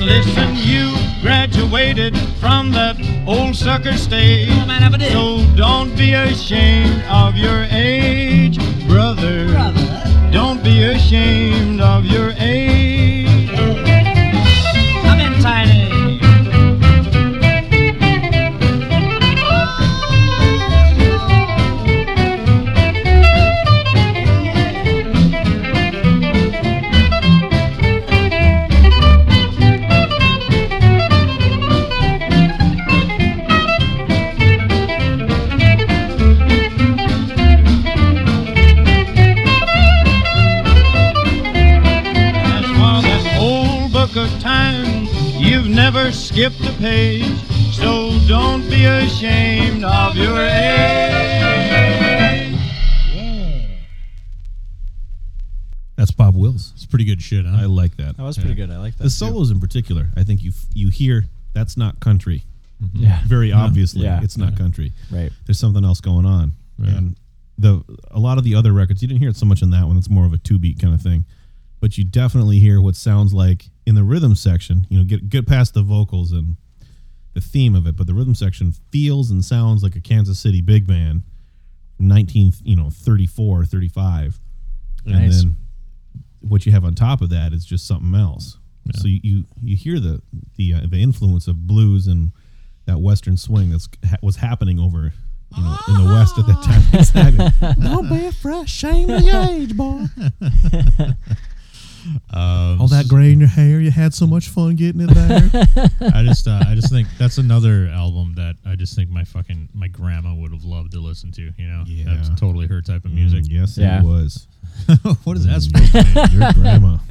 S7: Listen, you graduated from that old sucker stage.
S6: No man ever did.
S7: So don't be ashamed of your age, brother.
S6: Brother.
S7: Don't be ashamed of your age.
S6: Come in, Tiny.
S7: As for this old book of time, you've never skipped a page. So don't be ashamed of your age.
S1: That's Bob Wills.
S3: It's pretty good shit.
S1: I
S3: Huh?
S1: like that.
S2: That was pretty good. I like that.
S1: the solos in particular, I think you f- you hear that's not country.
S2: Yeah.
S1: Very obviously,
S2: Yeah.
S1: it's not country.
S2: Right.
S1: There's something else going on, and the a lot of the other records you didn't hear it so much in that one. It's more of a two beat kind of thing, but you definitely hear what sounds like in the rhythm section. You know, get get past the vocals and the theme of it, but the rhythm section feels and sounds like a Kansas City big band, nineteen you know thirty four, thirty five, and
S2: Nice.
S1: then what you have on top of that is just something else. So you, you you hear the the uh, the influence of blues and that western swing that's ha- was happening over you know in the west at that time.
S2: Ah.
S1: Exactly. Don't be fresh, shame of your age, boy.
S3: Um,
S1: All that gray in your hair, you had so much fun getting it there.
S3: I just uh, I just think that's another album that I just think my fucking my grandma would have loved to listen to. You know,
S1: Yeah. Mm,
S3: that's totally her type of music.
S1: yes,
S2: Yeah.
S1: it was.
S3: what is that supposed to mean?
S1: Your grandma.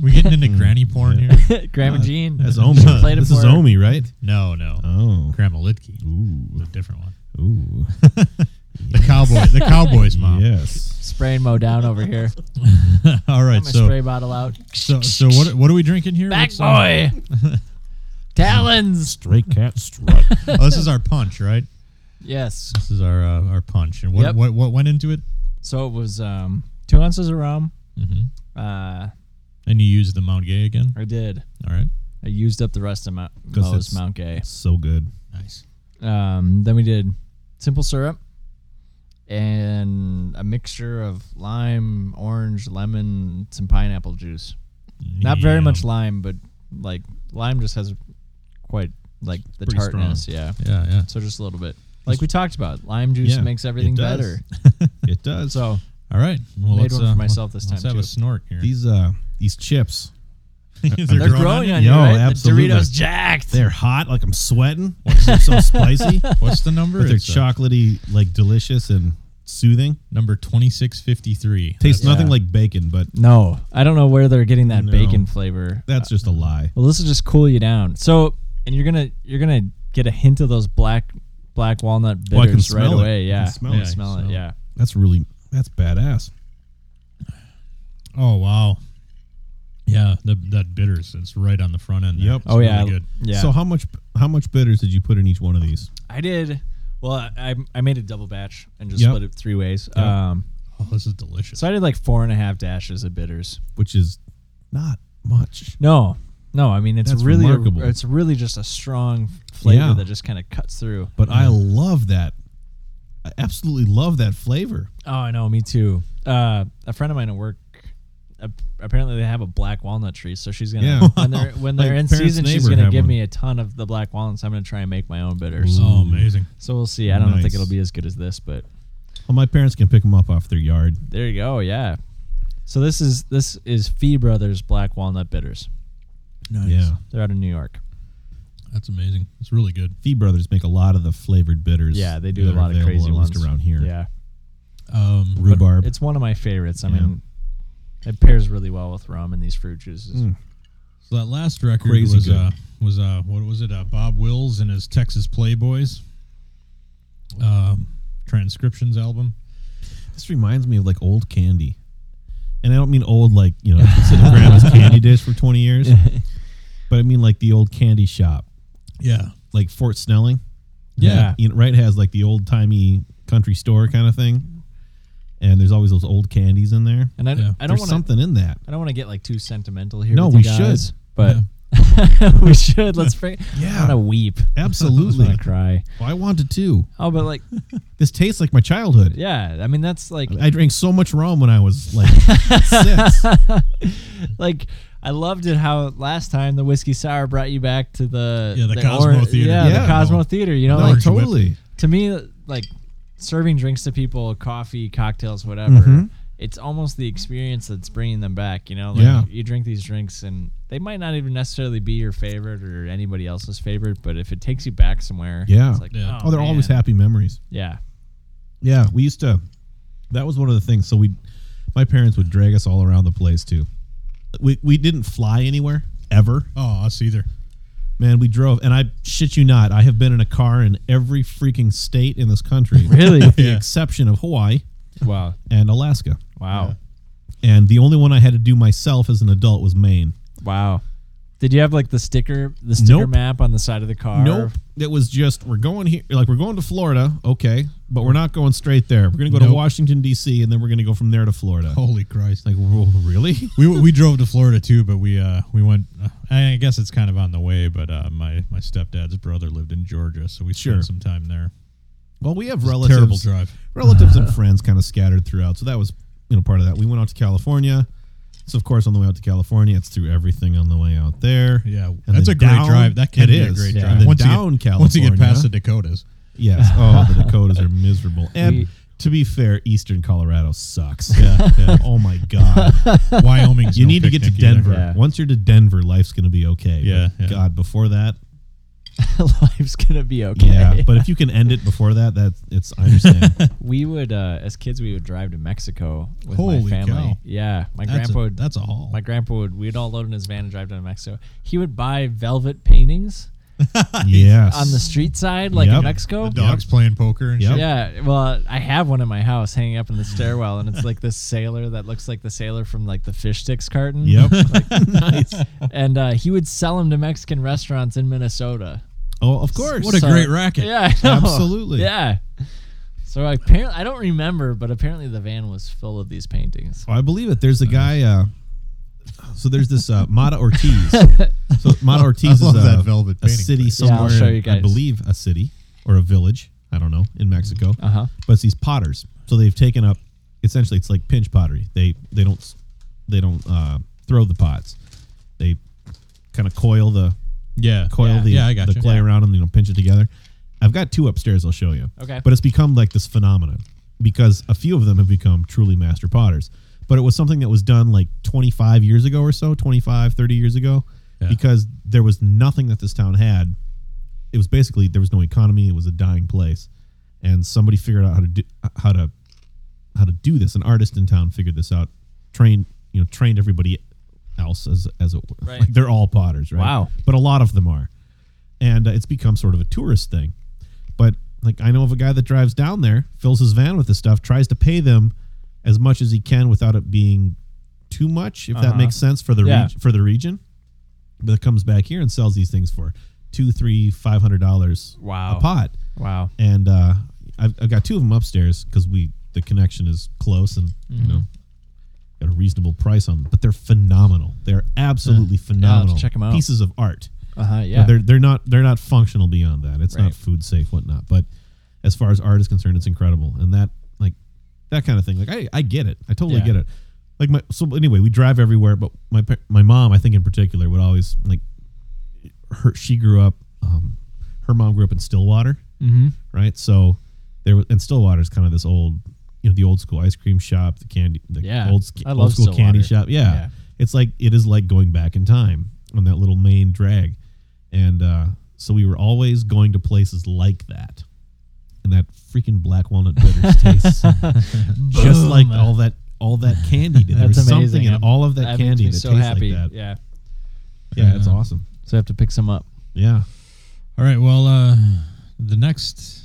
S3: We getting into
S1: Mm.
S3: granny porn here?
S2: Grandma Jean.
S1: That's
S2: Played
S1: Omi.
S2: it
S1: This is
S2: for her.
S1: Omi, right?
S3: No, no,
S1: Oh.
S3: Grandma Lidke,
S1: Ooh.
S3: a different one.
S1: Ooh.
S3: The cowboy, the cowboy's mom.
S1: Yes.
S2: Spraying Mo down over here.
S3: All right,
S2: Got my spray
S3: so
S2: bottle out.
S3: so so what what are we drinking here?
S2: Back
S3: What's, uh,
S2: boy. Talons.
S1: Stray cat strut.
S3: oh, this is our punch, right?
S2: Yes.
S3: This is our uh, our punch. And what,
S2: Yep.
S3: what what went into it?
S2: So it was um, two ounces of rum.
S1: Mm-hmm.
S3: Mhm.
S2: Uh,
S3: And you used the Mount Gay again.
S2: I did.
S3: All right,
S2: I used up the rest of Mo-
S1: 'Cause
S2: Mo's
S1: it's-
S2: Mount Gay.
S1: so good.
S3: nice.
S2: Um, then we did simple syrup and a mixture of lime, orange, lemon, some pineapple juice. Not very
S3: Yeah.
S2: much lime, but like lime just has quite like the
S1: pretty strong.
S2: tartness. Yeah.
S3: Yeah, yeah.
S2: So just a little bit. Like we talked about, lime juice
S1: Yeah,
S2: makes everything
S1: it does.
S2: better.
S1: It does.
S2: So
S3: All right. Well,
S2: Made
S3: let's,
S2: one for
S3: uh,
S2: myself this
S3: let's
S2: time,
S3: have a
S2: too.
S3: snort here.
S1: these uh these chips,
S2: they're growing on
S1: you?
S2: you,
S1: Yo,
S2: right?
S1: absolutely.
S2: The Doritos jacked.
S1: they're hot. Like I'm sweating. They're so spicy,
S3: What's the number?
S1: but they're
S3: It's, uh,
S1: chocolatey, like delicious and soothing.
S3: number twenty six fifty three.
S1: Tastes nothing
S2: Yeah.
S1: like bacon, but
S2: No, I don't know where they're getting that
S1: No.
S2: bacon flavor.
S1: that's
S3: Uh,
S1: just a lie.
S2: Well, this will just cool you down. So, and you're gonna you're gonna get a hint of those black black walnut
S1: Well, I can
S2: bitters right
S1: smell it.
S2: away.
S1: I
S2: Yeah,
S1: can smell
S2: You
S1: it.
S2: can smell it.
S1: So-
S2: Yeah,
S1: That's really that's badass.
S3: Oh wow. Yeah, the, that bitters. It's right on the front end. there.
S1: Yep.
S3: It's
S2: Oh yeah,
S3: really good.
S2: yeah.
S1: So how much how much bitters did you put in each one of these?
S2: I did. Well, I, I- I made a double batch and just
S1: Yep.
S2: split it three ways. Um,
S3: Oh, this is delicious.
S2: so I did like four and a half dashes of bitters.
S1: Which is not much.
S2: No, no. I mean, it's
S1: That's
S2: really
S1: remarkable.
S2: it's really just a strong flavor
S1: Yeah.
S2: that just kind of cuts through.
S1: But I love that. I absolutely love that flavor.
S2: Oh, I know. Me too. Uh, a friend of mine at work. ap- Apparently, they have a black walnut tree, so she's gonna
S1: Yeah.
S2: when they're when
S1: My
S2: they're in
S1: parents'
S2: season, she's
S1: neighbor
S2: gonna
S1: had
S2: give
S1: one.
S2: me a ton of the black walnuts. I'm gonna try and make my own bitters.
S1: Mm.
S3: oh, amazing.
S2: So we'll see. I don't think
S1: Nice.
S2: it'll be as good as this, but
S1: Well, my parents can pick them up off their yard.
S2: there you go. Yeah. So this is this is Fee Brothers Black Walnut Bitters.
S3: Nice.
S1: Yeah.
S2: They're out of New York.
S3: That's amazing. It's really good.
S1: Fee Brothers make a lot of the flavored bitters.
S2: Yeah, they do a
S1: that are
S2: lot of
S1: available,
S2: crazy
S1: at least
S2: ones
S1: around here.
S2: Yeah,
S3: Um, but-
S1: Rhubarb.
S2: it's one of my favorites. I
S1: Yeah.
S2: mean, it pairs really well with rum and these fruit juices.
S1: Mm.
S3: so that last record
S1: Crazy
S3: was
S1: good.
S3: uh, was uh, what was it? Uh, Bob Wills and his Texas Playboys. Um, transcriptions album.
S1: This reminds me of like old candy. And I don't mean old like, you know, consider grandma's candy dish for 20 years. But I mean like the old candy shop,
S3: Yeah.
S1: like Fort Snelling.
S2: Yeah.
S1: You know, right has like the old timey country store kind of thing. And there's always those old candies in there.
S2: And I,
S3: Yeah.
S2: I don't
S1: there's
S2: want to
S1: something in that.
S2: I don't want to get like too sentimental here.
S1: No,
S2: with you
S1: we
S2: guys,
S1: should.
S2: but we should. Let's bring. I want to
S1: Yeah.
S2: weep. I
S1: Absolutely.
S2: want to cry.
S1: I wanted to.
S2: Oh, but like,
S1: This tastes like my childhood.
S2: yeah. I mean, that's like,
S1: I drank so much rum when I was like six.
S2: like I loved it how last time the whiskey sour brought you back to the
S3: Yeah, the Cosmo Theater.
S2: Yeah,
S1: Yeah.
S2: the Cosmo Theater. You know,
S1: No,
S2: like
S1: totally.
S2: to me, like serving drinks to people, coffee, cocktails, whatever.
S1: Mm-hmm.
S2: It's almost the experience that's bringing them back. You know, like
S1: Yeah.
S2: you drink these drinks and they might not even necessarily be your favorite or anybody else's favorite, but if it takes you back somewhere,
S1: Yeah.
S2: it's like,
S3: Yeah.
S2: oh,
S1: Oh, they're always
S2: man."
S1: happy memories.
S2: Yeah,
S1: Yeah, we used to. That was one of the things. So we, my parents would drag us all around the place too. We we didn't fly anywhere ever.
S3: Oh, us either.
S1: Man, we drove, and I shit you not, I have been in a car in every freaking state in this country,
S2: Really?
S1: with the
S3: Yeah.
S1: exception of Hawaii
S2: wow,
S1: and Alaska.
S2: wow,
S1: And the only one I had to do myself as an adult was Maine.
S2: wow. Did you have like the sticker, the sticker
S1: Nope.
S2: map on the side of the car?
S1: Nope, it was just we're going here, like we're going to Florida. Okay, but we're not going straight there. We're going to go to
S3: Nope.
S1: Washington D.C. and then we're going to go from there to Florida.
S3: Holy Christ!
S1: Like,
S3: Like
S1: whoa, really?
S3: we we drove to Florida too, but we uh we went. Uh, I guess it's kind of on the way, but uh, my my stepdad's brother lived in Georgia, so we
S1: Sure.
S3: spent some time there.
S1: Well, we have
S3: Terrible
S1: relatives,
S3: drive.
S1: relatives and friends kind of scattered throughout. So that was you know part of that. We went out to California. So of course, on the way out to California, it's through everything on the way out there.
S3: Yeah,
S1: And
S3: that's
S1: then
S3: a great
S1: down-
S3: drive. That can
S1: it
S3: be a
S1: is.
S3: great
S1: Yeah.
S3: drive.
S1: And then
S3: once
S1: down
S3: you get, once you get
S1: California.
S3: past the Dakotas,
S1: Yes. Oh, the Dakotas are miserable. And
S2: We-
S1: to be fair, Eastern Colorado sucks. oh my god.
S3: Wyoming's
S1: You
S3: no
S1: need to get to
S3: picnic either.
S1: Denver.
S2: Yeah.
S1: Once you're to Denver, life's going to be okay.
S3: Yeah,
S1: But
S3: yeah.
S1: God, before that,
S2: Life's gonna be okay.
S1: yeah. But if you can end it before that, that it's I understand.
S2: we would, uh, as kids, we would drive to Mexico with
S3: Holy
S2: my family.
S3: cow.
S2: Yeah, my
S3: That's
S2: grandpa.
S3: a,
S2: would,
S3: that's a haul.
S2: my grandpa would. We'd all load in his van and drive down to Mexico. He would buy velvet paintings
S1: yes.
S2: on the street side, like
S1: Yep.
S2: in Mexico.
S3: the dogs playing poker and
S1: Yep.
S3: shit.
S2: Yeah, well, I have one in my house hanging up in the stairwell, and it's like this sailor that looks like the sailor from like the fish sticks carton.
S1: Yep. nice.
S2: And uh, he would sell them to Mexican restaurants in Minnesota.
S1: Oh, of course.
S3: What a
S2: So-
S3: great racket.
S2: Yeah, I know.
S1: Absolutely.
S2: Yeah. So apparently, I don't remember, but apparently the van was full of these paintings.
S1: Oh, I believe it. There's a guy. Uh, so there's this uh, Mata Ortiz. So Mata Ortiz
S3: love
S1: is a,
S3: that velvet
S1: a
S3: painting
S1: city
S3: place.
S2: Yeah, I'll
S1: somewhere.
S2: show
S1: in-
S2: you guys.
S1: I believe a city or a village. I don't know in Mexico.
S2: Uh huh.
S1: but it's these potters. So they've taken up essentially it's like pinch pottery. They they don't they don't uh, throw the pots. They kind of coil the
S3: yeah.
S1: coil
S2: Yeah.
S1: the,
S3: Yeah, I gotcha.
S1: the clay
S3: Yeah.
S1: around and you know pinch it together. I've got two upstairs. I'll show you.
S2: Okay.
S1: But it's become like this phenomenon because a few of them have become truly master potters. But it was something that was done like 25 years ago or so, 25, 30 years ago,
S3: Yeah.
S1: because there was nothing that this town had. It was basically there was no economy. It was a dying place, and somebody figured out how to do how to how to do this. An artist in town figured this out, trained you know trained everybody else as as it were.
S2: Right.
S1: Like they're all potters, right?
S2: Wow.
S1: But a lot of them are, and uh, it's become sort of a tourist thing. But like I know of a guy that drives down there, fills his van with this stuff, tries to pay them as much as he can without it being too much, if that
S2: Uh-huh.
S1: makes sense for the
S2: Yeah.
S1: reg- for the region. But comes back here and sells these things for two, three, five hundred dollars
S2: Wow.
S1: a pot
S2: Wow.
S1: and uh, I've, I've got two of them upstairs because we the connection is close and you know
S2: Mm-hmm.
S1: got a reasonable price on them. But they're phenomenal. They're absolutely phenomenal.
S2: check 'em out.
S1: Pieces of art.
S2: Uh huh.
S1: Yeah.
S2: Yeah.
S1: They're they're not they're not functional beyond that. It's
S2: Right.
S1: not food safe whatnot. But as far as art is concerned, it's incredible. And that like that kind of thing. Like I I get it. I totally
S2: Yeah.
S1: get it. Like my so anyway, we drive everywhere. But my par- my mom, I think in particular, would always like her. She grew up. Um, her mom grew up in Stillwater
S2: mm-hmm.
S1: right? So there was, and Stillwater is kind of this old, you know, the old school ice cream shop, the candy, the
S2: Yeah.
S1: old,
S2: I
S1: old
S2: love
S1: school candy
S2: Stillwater.
S1: shop. Yeah.
S2: Yeah.
S1: It's like, it is like going back in time on that little main drag. And, uh, so we were always going to places like that. And that freaking black walnut bitters tastes just
S2: Boom.
S1: like all that, all that candy did. There
S2: That's
S1: was something
S2: amazing.
S1: in
S2: I'm-
S1: all of that,
S2: That
S1: candy
S2: makes
S1: that
S2: me so
S1: tastes
S2: happy.
S1: like that.
S2: Yeah.
S1: Yeah, it's
S3: Yeah.
S1: awesome.
S2: So I have to pick some up.
S1: Yeah.
S3: All right. Well, uh, the next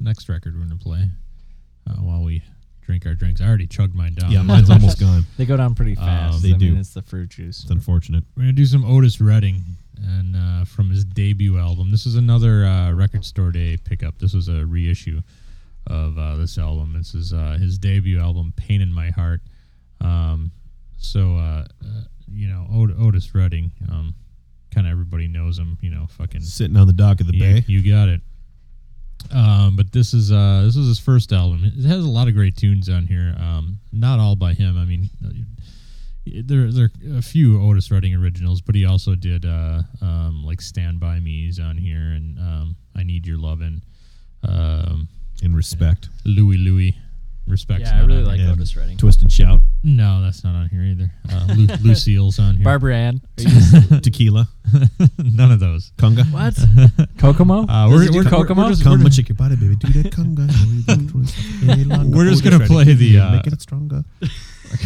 S3: next record we're gonna play uh, while we drink our drinks. I already chugged mine down.
S1: Yeah, mine's almost gone.
S2: They go down pretty fast.
S1: they
S2: I
S1: do.
S2: Mean, it's the fruit juice.
S1: It's unfortunate.
S3: We're gonna do some Otis Redding and uh, from his debut album. This is another uh, record store day pickup. This was a reissue of uh, this album. This is uh, his debut album, Pain in My Heart. Um, so uh, uh, you know Ot- Otis Redding, um, kind of everybody knows him. You know, fucking
S1: Sitting on the dock of the
S3: you,
S1: bay.
S3: You got it. Um, but this is uh, this is his first album. It has a lot of great tunes on here. Um, not all by him. I mean, uh, there there are a few Otis Redding originals, but he also did uh, um, like "Stand by Me's" on here, and um, "I Need Your Lovin'," um,
S1: In respect.
S3: "Louie Louie," respect.
S2: Yeah, I really like
S1: Yeah.
S2: Otis Redding.
S1: Twist and shout.
S3: No, that's not on here either. Uh, Lu- Lucille's on here.
S2: Barbara Ann.
S1: Tequila.
S3: None of those.
S1: Conga.
S2: what? Kokomo?
S3: Uh,
S2: Does
S3: we're-
S2: he do
S3: we're-
S2: Kokomo.
S3: we're just-
S1: Come and shake your body, baby. Do that conga. We're
S3: We're just gonna play the, uh,
S1: Make it stronger.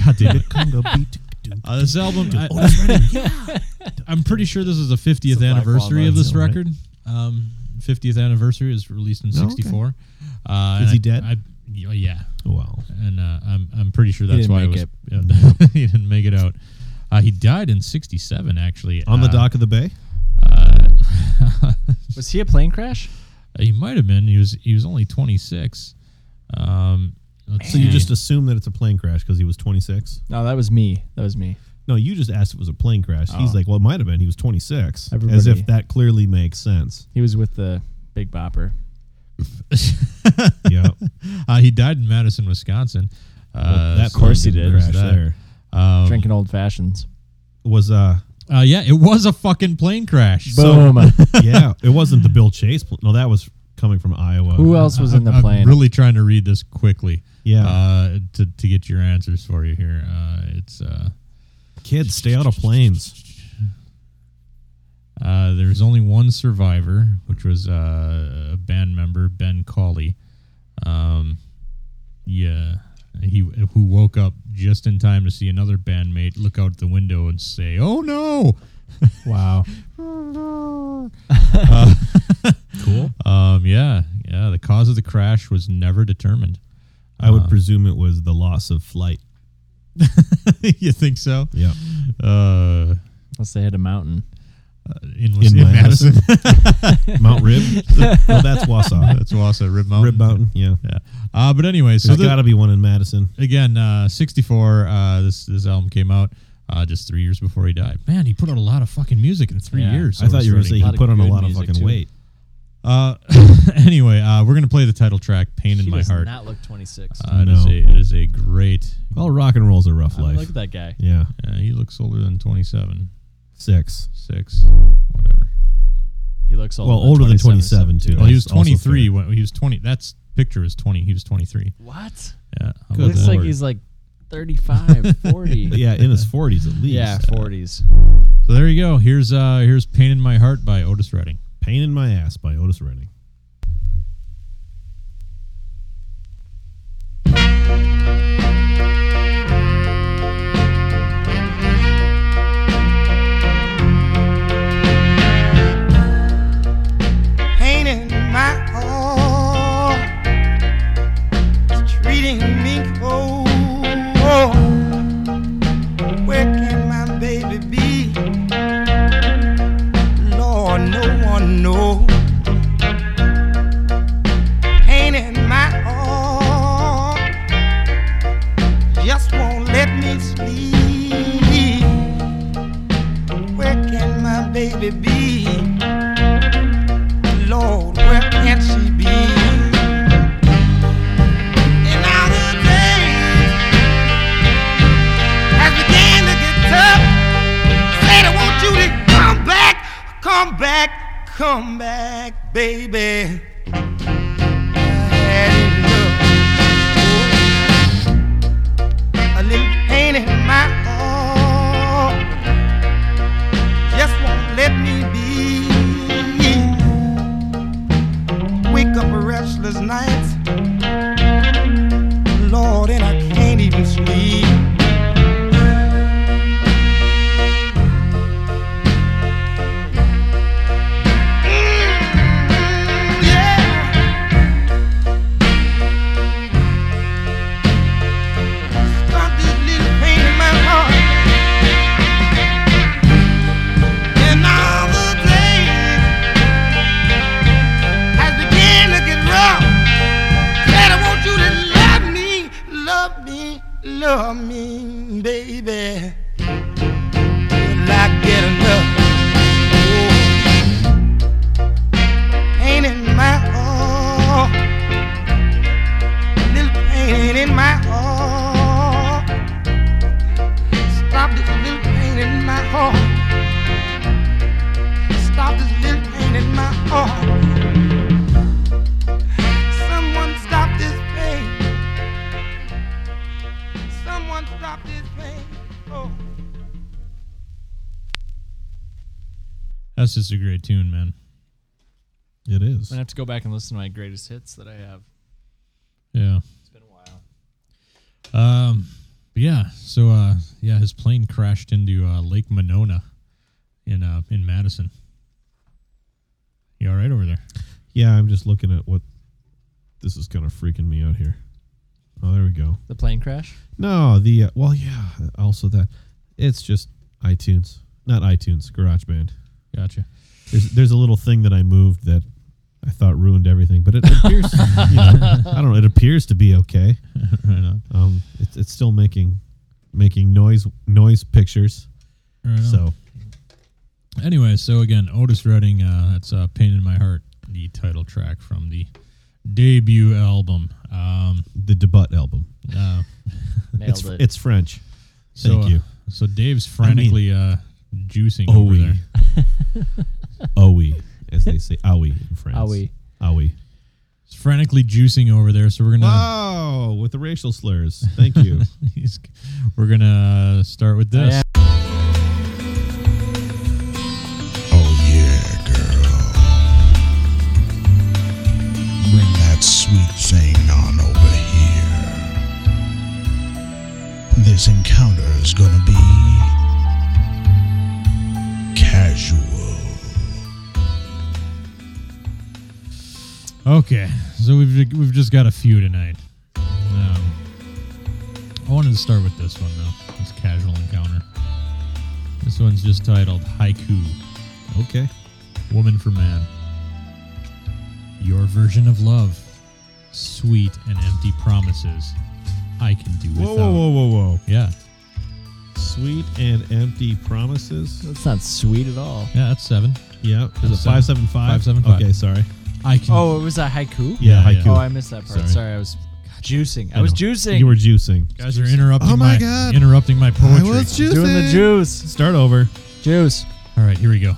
S3: God damn
S1: Do
S3: it.
S1: that conga beat. Do-
S3: Uh, this album, I, am pretty sure this is the 50th
S2: It's a black
S3: anniversary
S2: walnut,
S3: of this
S1: isn't it?
S3: record. Um, 50th anniversary is released in
S1: Oh, okay.
S3: '64. Uh,
S1: Is
S3: and
S1: he
S3: I-
S1: dead?
S3: I, yeah, yeah.
S1: Wow.
S3: and uh, I'm I'm pretty sure
S2: He
S3: that's
S2: didn't
S3: why it
S2: make
S3: was,
S2: it.
S3: yeah, he didn't make it out. Uh, he died in '67, actually.
S1: On the
S3: Uh,
S1: dock of the bay.
S3: Uh,
S2: Was he a plane crash?
S3: he might have been. He was he was only 26.
S1: Um, let's
S3: So you
S1: see.
S3: just assume that it's a plane crash because he was 26?
S2: No, that was me. That was me.
S3: No, you just asked if it was a plane crash. He's
S2: Oh.
S3: like, well, it might have been. He was 26. As
S2: Everybody-
S3: if that clearly makes sense.
S2: He was with the Big Bopper.
S3: Yeah.
S1: uh, he died in Madison, Wisconsin. Uh,
S3: that
S1: so
S2: course he
S1: there's
S2: did.
S3: crash
S1: that.
S3: there
S1: Um,
S2: Drinking old fashions.
S3: was, uh,
S1: Uh, yeah, it was a fucking plane crash.
S3: So-
S2: Boom.
S3: yeah, it wasn't the Bill Chase. Pl- no, that was coming from Iowa.
S2: Who else was in the
S1: I'm
S2: plane?
S1: really trying to read this quickly.
S3: Yeah.
S1: Uh, to, to get your answers for you here. Uh, it's uh,
S3: Kids, stay out of planes.
S1: uh, there's only one survivor, which was uh, a band member Ben Colley. Um, yeah, he who woke up just in time to see another bandmate look out the window and say, "Oh no!" Oh,
S2: wow.
S3: Cool.
S1: Um, yeah, yeah. The cause of the crash was never determined. Um,
S3: I would presume it was the loss of flight.
S1: you think so?
S3: Yeah.
S1: Uh,
S2: Unless they hit a mountain.
S1: in,
S3: In
S1: in
S3: Madison.
S1: Madison.
S3: Mount Rib? no, that's Wausau.
S1: That's Wausau, Rib Mountain.
S3: Rib Mountain. Yeah.
S1: Yeah. Uh, but anyway, so
S3: There's
S1: the,
S3: got to be one in Madison.
S1: again, uh, 64, uh, this, this album came out uh, just three years before he died. Man, he put out a lot of fucking music in three
S2: Yeah.
S1: years.
S3: I thought you were going to say
S1: saying.
S2: lot
S3: he
S2: of
S3: put on a
S2: good
S3: lot of
S2: music,
S3: fucking
S2: too.
S3: weight.
S1: Uh, anyway, uh, we're going to play the title track, Pain in
S2: he
S1: My
S2: does
S1: Heart.
S2: not look 26.
S1: Uh, it, is
S3: No.
S1: a, it is a great.
S3: Well, rock and roll's a rough
S2: I
S3: life.
S2: Look at that guy.
S3: yeah.
S1: Uh, he looks older than 27,
S3: Six.
S1: 6, whatever.
S2: He looks older
S3: Well,
S2: than
S3: older than
S2: 27,
S3: 27, too.
S1: Well, he was
S3: That's also
S1: 23.
S3: fair.
S1: When, he was 20. That's picture is 20. He was 23.
S2: What?
S1: Yeah. how
S3: Good
S1: about
S2: looks
S1: that?
S2: like he's like 35, 40.
S3: Yeah, in his 40s at least.
S2: Yeah, 40s.
S1: So there you go. Here's uh here's Pain in My Heart by Otis Redding.
S3: Pain in My Ass by Otis Redding.
S8: pain in my heart It's treating me oh, cold. Where can my baby be? Lord, no one knows. Pain in my heart just won't let me sleep. Where can my baby be? Lord, where can she be? In other days, has began to get tough. Said I want you to come back, come back, come back, baby. Had enough. A little pain in my heart just won't let me be wake up restless nights. Lord, and I can't even sleep. Mm, yeah. Stop this little pain in my heart. And all the days has began to get rough. Said I want you to love me, love me, love me, baby. Will I get enough? Oh. Pain in my heart, little pain in my heart. Stop this little pain in my heart. Stop this little pain in my heart. Someone stop this pain. Someone stop this pain. Oh.
S1: That's just a great tune, man.
S3: It is.
S2: I'm going to have to go back and listen to my greatest hits that I have.
S1: Yeah.
S2: It's been a while.
S1: Um but yeah, so uh yeah, his plane crashed into uh, Lake Monona in uh in Madison. You all right over there?
S3: Yeah, I'm just looking at what. This is kind of freaking me out here. Oh, there we go.
S2: The plane crash?
S3: No, the. Uh, well, yeah, also that. It's just iTunes. Not iTunes, GarageBand.
S1: Gotcha.
S3: There's, there's a little thing that I moved that I thought ruined everything, but it appears
S1: it's, you know, I don't know. It appears to be okay. Um, it's, it's still making making noise noise pictures.
S3: Right on.
S1: So
S3: Anyway, so again, Otis Redding, uh, that's uh, Pain in My Heart, the title track from the debut album. Um,
S1: the debut album.
S3: uh,
S1: It's
S2: Nailed it.
S1: it's French.
S3: so,
S1: Thank you. oh,
S3: uh, so Dave's frantically uh, juicing over
S1: Owie.
S3: there.
S1: Owie, as they say, owie in France.
S2: Owie.
S1: Owie.
S3: He's frantically juicing over there. So we're gonna
S1: Wow, with Ah, the racial slurs. Thank you.
S3: he's, we're gonna start with this.
S2: yeah.
S5: Oh yeah, girl. Bring that sweet thing on over here. This encounter is gonna be casual.
S3: Okay, so we've we've just got a few tonight. Um, I wanted to start with this one though. This casual encounter. This one's just titled "Haiku."
S1: Okay.
S3: Woman for Man. Your version of love. Sweet and empty promises. I can do
S1: Whoa,
S3: without.
S1: whoa, whoa, whoa, whoa.
S3: Yeah.
S1: Sweet and empty promises.
S2: That's not sweet at all.
S3: Yeah, that's seven.
S1: Yeah. Is it
S3: Seven.
S1: five seven five?
S3: Five, seven, five.
S1: Okay, sorry.
S3: I can
S2: Oh, it was a haiku.
S1: Yeah,
S3: Yeah, yeah.
S1: haiku.
S2: Oh, I missed that part.
S1: Sorry.
S2: Sorry, I was juicing. I, was juicing.
S1: You were juicing.
S3: guys are interrupting
S1: Oh my
S3: my
S1: God.
S3: interrupting my poetry.
S1: juicing.
S2: doing the juice.
S1: Start over.
S2: Juice.
S3: All right, here we go.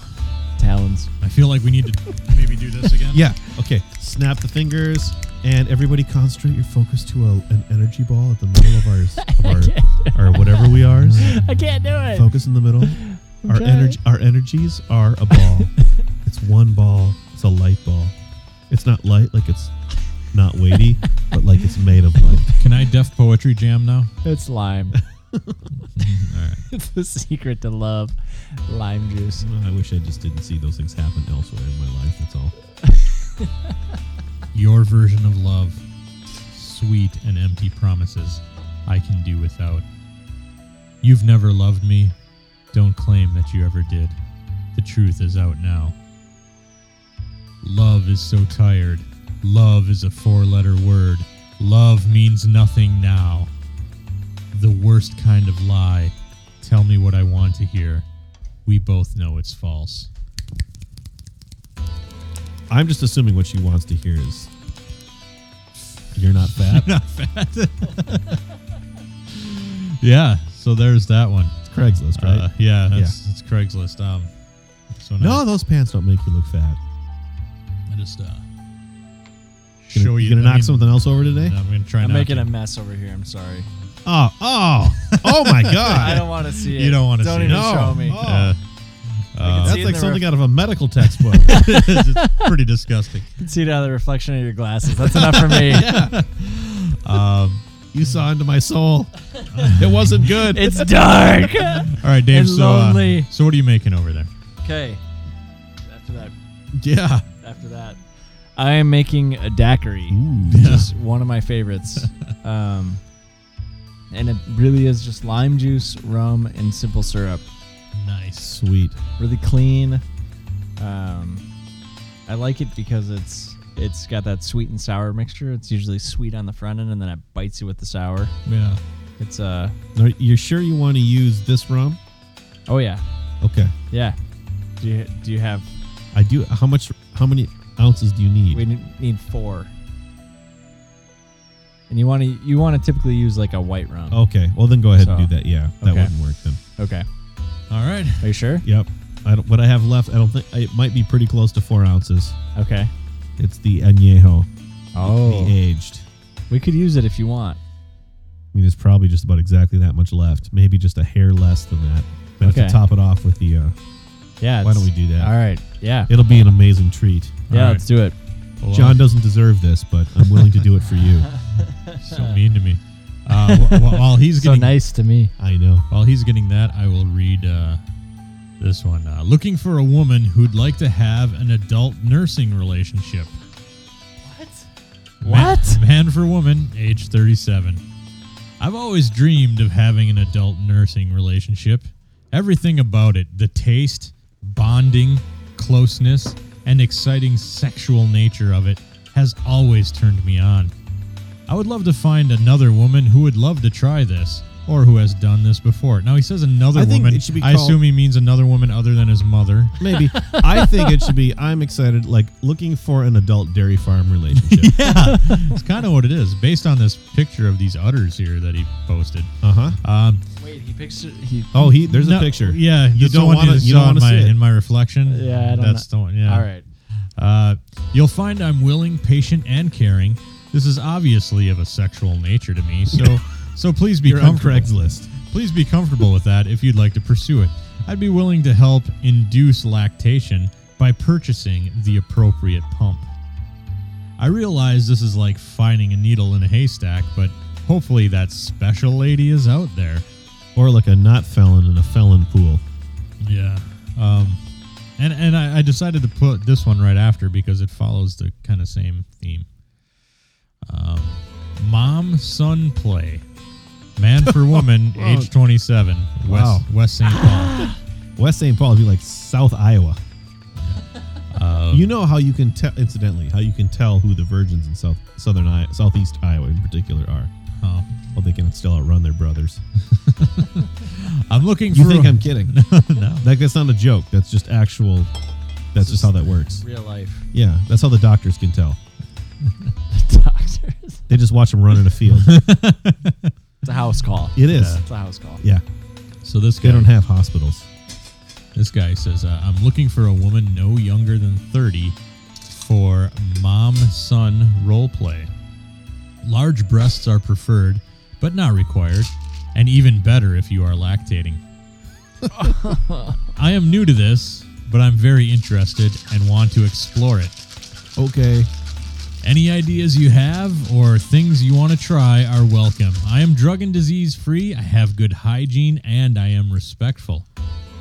S2: Talons.
S3: I feel like we need to maybe do this again.
S1: Yeah. Okay. Snap the fingers, and everybody concentrate your focus to a, an energy ball at the middle of ours, of our, or whatever we are.
S2: I can't do it.
S1: Focus in the middle. Our
S2: Okay.
S1: energy, our energies are a ball. it's one ball. It's a light ball. It's not light, like it's not weighty, but like it's made of light.
S3: Can I deaf poetry jam now?
S2: It's lime.
S3: All right.
S2: it's the secret to love. Lime juice.
S1: Well, I wish I just didn't see those things happen elsewhere in my life. That's all.
S3: Your version of love, sweet and empty promises I can do without. You've never loved me. Don't claim that you ever did. The truth is out now. Love is so tired. Love is a four letter word. Love means nothing now. The worst kind of lie. Tell me what I want to hear. We both know it's false.
S1: I'm just assuming what she wants to hear is you're not fat.
S3: not fat. yeah. So there's that one.
S1: it's Craigslist, right?
S3: Uh, yeah, that's, it's Craigslist. Um, so
S1: no,
S3: now
S1: those pants don't make you look fat.
S3: I just uh,
S1: Gonna-
S3: show you.
S1: gonna
S3: I
S1: knock
S3: mean,
S1: something else over today?
S3: I'm gonna try.
S2: I'm
S3: not
S2: making
S3: to.
S2: a mess over here. I'm sorry.
S1: Oh, oh, oh my
S2: I
S1: god!
S2: don't want to see it.
S3: You don't want to
S2: Don't
S3: see.
S2: even
S3: it.
S1: No.
S2: show me.
S1: Oh.
S3: Uh, uh,
S2: see
S1: That's
S2: it in
S1: like
S2: the
S1: something
S2: ref-
S1: out of a medical textbook.
S3: it's pretty disgusting.
S2: You can see it out of the reflection of your glasses. That's enough for me.
S3: Um,
S1: you saw into my soul. It wasn't good.
S2: It's dark.
S3: all right, Dave.
S2: And
S3: so, uh,
S2: lonely.
S3: so what are you making over there?
S2: okay. After that.
S1: yeah.
S2: After that. I am making a daiquiri. which is one of my favorites. um, and it really is just lime juice, rum, and simple syrup.
S3: Nice.
S1: Sweet.
S2: Really clean. Um, I like it because it's it's got that sweet and sour mixture. It's usually sweet on the front end, and then it bites you with the sour.
S3: Yeah.
S2: It's uh
S1: Are you sure you want to use this rum?
S2: oh yeah
S1: Okay.
S2: yeah. Do you do you have?
S1: I do. How much? How many ounces do you need?
S2: We ne- need four. And you want to you want to typically use like a white rum.
S1: Okay. Well, then go ahead
S2: So,
S1: and do that. Yeah, that
S2: okay.
S1: wouldn't work then.
S2: okay.
S3: All right.
S2: Are you sure?
S1: Yep. I don't, what I have left, I don't think it might be pretty close to four ounces.
S2: Okay.
S1: It's the añejo,
S2: Oh,
S1: the aged.
S2: we could use it if you want.
S1: I mean, there's probably just about exactly that much left. Maybe just a hair less than that. But have to
S2: Okay.
S1: top it off with the. Uh,
S2: Yeah.
S1: why
S2: it's-
S1: don't we do that?
S2: All right. Yeah.
S1: It'll be an amazing treat.
S2: yeah.
S3: All right.
S2: Let's do it.
S3: Well,
S1: John doesn't deserve this, but I'm willing to do it for you.
S3: so mean to me. Uh, wh- wh- while he's
S2: So
S3: getting
S2: nice to me.
S1: I know.
S3: While he's getting that, I will read uh, this one. Uh, looking for a woman who'd like to have an adult nursing relationship. What?
S2: What?
S3: Man, man for woman, age 37. I've always dreamed of having an adult nursing relationship. Everything about it the taste, bonding, closeness, and exciting sexual nature of it
S1: has always turned me on. I would love to find another woman who would love to try this or who has done this before. Now he says another
S3: I think
S1: woman.
S3: it should be
S1: I
S3: called-
S1: assume he means another woman other than his mother.
S3: Maybe. I think it should be I'm excited, like looking for an adult dairy farm relationship.
S1: Yeah, it's kind of what it is based on this picture of these udders here that he posted.
S3: Uh huh.
S1: Um,
S2: Wait, he picks he.
S3: Oh, he there's
S1: no-
S3: a picture.
S1: Yeah, you
S3: don't
S1: don't want
S3: wanna-
S1: to.
S3: you
S1: You
S3: don't
S1: in
S3: wanna
S1: my
S3: see it.
S1: in my reflection.
S2: Yeah, I don't
S1: That's the one. Yeah.
S2: All right.
S1: Uh, you'll find I'm willing, patient, and caring. This is obviously of a sexual nature to me, so so please be
S3: You're on
S1: comfortable.
S3: Craigslist.
S1: Please be comfortable with that if you'd like to pursue it. I'd be willing to help induce lactation by purchasing the appropriate pump. I realize this is like finding a needle in a haystack, but hopefully that special lady is out there.
S3: Or like a not felon in a felon pool.
S1: Yeah. Um, and and I, I decided to put this one right after because it follows the kind of same theme. Um, mom son play, man for woman, age twenty seven, West
S3: Wow.
S1: West St. Paul.
S3: West St. Paul would be like South Iowa.
S1: Um,
S3: You know how you can tell, incidentally, how you can tell who the virgins in South Southern I- Southeast Iowa in particular are.
S1: oh.
S3: Well, they can still outrun their brothers.
S1: I'm looking
S3: You
S1: for.
S3: think I'm kidding?
S1: no.
S3: Like that's not a joke. That's just actual. That's just how that works.
S2: Real life.
S3: Yeah, that's how the doctors can tell.
S2: The doctors.
S3: They just watch them run in a field.
S2: It's a house call.
S3: It is.
S2: It's a house call.
S3: Yeah,
S1: So this guy,
S3: they don't have hospitals.
S1: this guy says, uh, I'm looking for a woman no younger than thirty for mom son role play. Large breasts are preferred, but not required, and even better if you are lactating. I am new to this, but I'm very interested and want to explore it.
S3: Okay.
S1: Any ideas you have or things you want to try are welcome. I am drug and disease free, I have good hygiene, and I am respectful.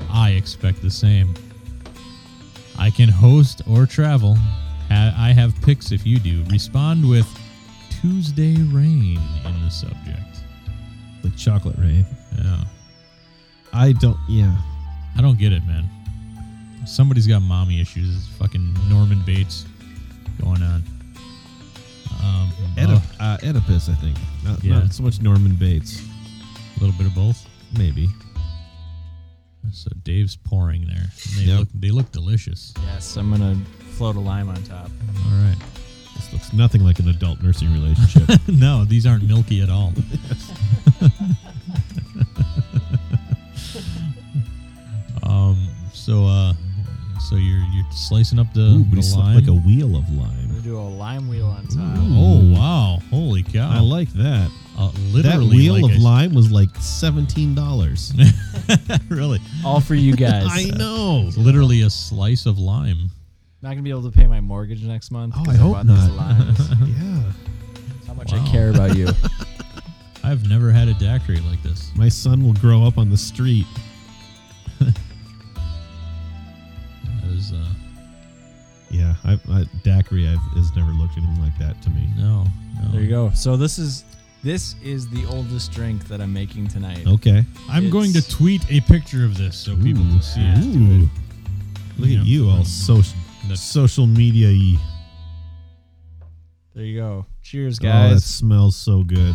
S1: I expect the same. I can host or travel. Ha- I have pics if you do. Respond with Tuesday rain in the subject.
S3: Like chocolate rain.
S1: Yeah.
S3: I don't. Yeah.
S1: I don't get it, man. Somebody's got mommy issues. It's fucking Norman Bates going on. Um,
S3: Oedip- uh, Oedipus, I think. Not,
S1: Yeah.
S3: not so much Norman Bates.
S1: a little bit of both.
S3: Maybe.
S1: So Dave's pouring there. And they
S3: Yep.
S1: look they look delicious.
S2: Yes, I'm gonna float a lime on top.
S1: All right.
S3: This looks nothing like an adult nursing relationship.
S1: no, these aren't milky at all. um. So uh, so you're you're slicing up the,
S3: Ooh, but
S1: the
S3: it's
S1: lime.
S3: like a wheel of
S2: I'm gonna
S3: lime.
S2: do a lime wheel on top.
S1: oh wow! Holy cow!
S3: I like that.
S1: uh,
S3: That
S1: literally
S3: wheel
S1: like
S3: of
S1: a-
S3: lime was like seventeen dollars.
S1: really,
S2: All for you guys.
S3: I know.
S1: it's literally a slice of lime.
S2: Not gonna be able to pay my mortgage next month.
S3: Oh,
S2: 'cause
S3: I hope
S2: bought these
S3: not.
S2: limes.
S3: yeah.
S2: How much I care about you.
S1: I've never had a daiquiri like this.
S3: My son will grow up on the street.
S1: That is uh,
S3: Yeah, I, I, daiquiri I've, has never looked anything like that to me.
S1: no, no.
S2: There you go. So this is this is the oldest drink that I'm making tonight.
S3: Okay.
S1: I'm going to
S2: It's-
S1: tweet a picture of this so people can see it.
S3: Ooh. Look
S1: Yeah.
S3: at you all social
S1: That's-
S3: social media y.
S2: There you go. Cheers,
S3: Oh, that
S2: guys.
S3: smells so good.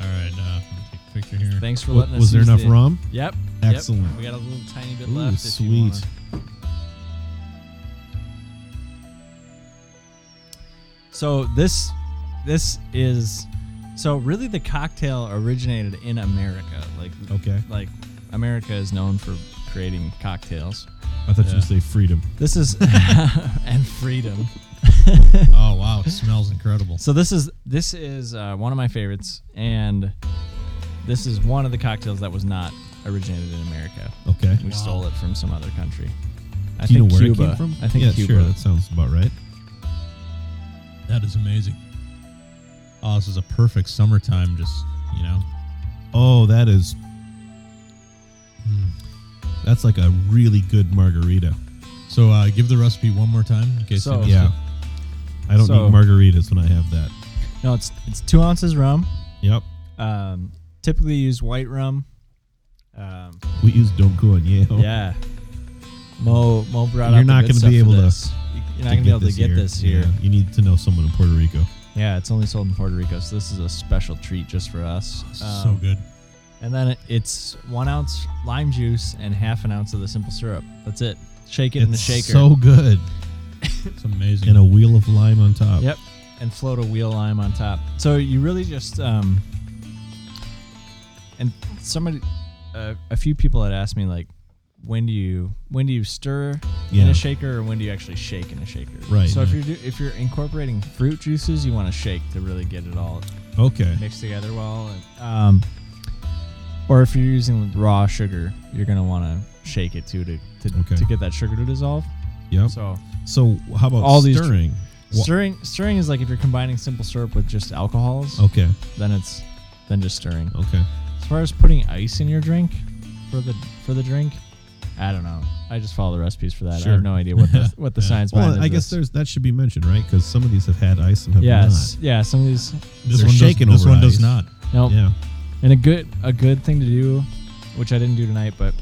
S1: All right, uh, take a picture here.
S2: Thanks for
S3: Wa-
S2: letting us.
S3: was there
S2: use
S3: enough
S2: the-
S3: rum?
S2: Yep.
S3: Excellent.
S2: Yep. We got a little tiny bit
S3: Ooh,
S2: left. If you
S3: sweet.
S2: wanna- So this this is so really the cocktail originated in America. Like
S3: Okay.
S2: like America is known for creating cocktails.
S3: I thought you were going to say freedom.
S2: This is and freedom.
S1: Oh wow, it smells incredible.
S2: So this is this is uh, one of my favorites, and this is one of the cocktails that was not originated in America.
S3: Okay.
S2: We stole it from some other country. I
S3: Do you know
S2: think
S3: where
S2: Cuba.
S3: it came from?
S2: I think
S3: yeah,
S2: Cuba.
S3: sure. That sounds about right.
S1: That is amazing. Oh, this is a perfect summertime. Just you know,
S3: Oh, that is. Mm. That's like a really good margarita.
S1: so uh, give the recipe one more time in case.
S2: So-
S1: you missed
S3: Yeah. I don't
S2: So-
S3: need margaritas when I have that.
S2: No, it's it's two ounces rum.
S3: Yep.
S2: Um, typically use white rum. Um,
S3: We use Don Cunho.
S2: Yeah. Mo Mo brought
S3: You're
S2: out the
S3: Oh. not
S2: good
S3: gonna
S2: stuff
S3: be
S2: for
S3: able to-
S2: this. You're not gonna be able to get this here.
S1: Yeah, you need to know someone in Puerto Rico.
S2: Yeah, it's only sold in Puerto Rico, so this is a special treat just for us.
S3: so
S2: Um,
S3: good.
S2: And then it- it's one ounce lime juice and half an ounce of the simple syrup. That's it. Shake it in the
S1: It's
S2: shaker.
S1: so good.
S3: It's amazing.
S1: And a wheel of lime on top.
S2: Yep, and float a wheel lime on top. So you really just um, and somebody, uh, a few people had asked me like, when do you when do you stir in
S1: Yeah.
S2: a shaker or when do you actually shake in a shaker?
S1: Right,
S2: So if
S1: yeah.
S2: you're do, if you're incorporating fruit juices, you want to shake to really get it all
S1: Okay.
S2: mixed together well. And, um, or if you're using raw sugar, you're gonna want to shake it too to to,
S1: Okay.
S2: to get that sugar to dissolve.
S1: Yep. So,
S2: So
S1: how about
S2: All these-
S1: stirring? Wha-
S2: stirring stirring is like if you're combining simple syrup with just alcohols.
S1: Okay.
S2: then it's then just stirring.
S1: Okay.
S2: As far as putting ice in your drink for the for the drink, I don't know. I just follow the recipes for that. I
S1: Sure.
S2: have no idea what the, what the science behind
S1: Well, I
S2: it
S1: guess
S2: is.
S1: there's that should be mentioned, right? Because some of these have had ice and have
S2: yes, yeah. Some of these,
S1: This one does-
S3: shaking
S1: this
S3: over
S1: one does
S3: ice.
S1: not.
S2: no.
S1: not. Yeah.
S2: And a good a good thing to do, which I didn't do tonight, but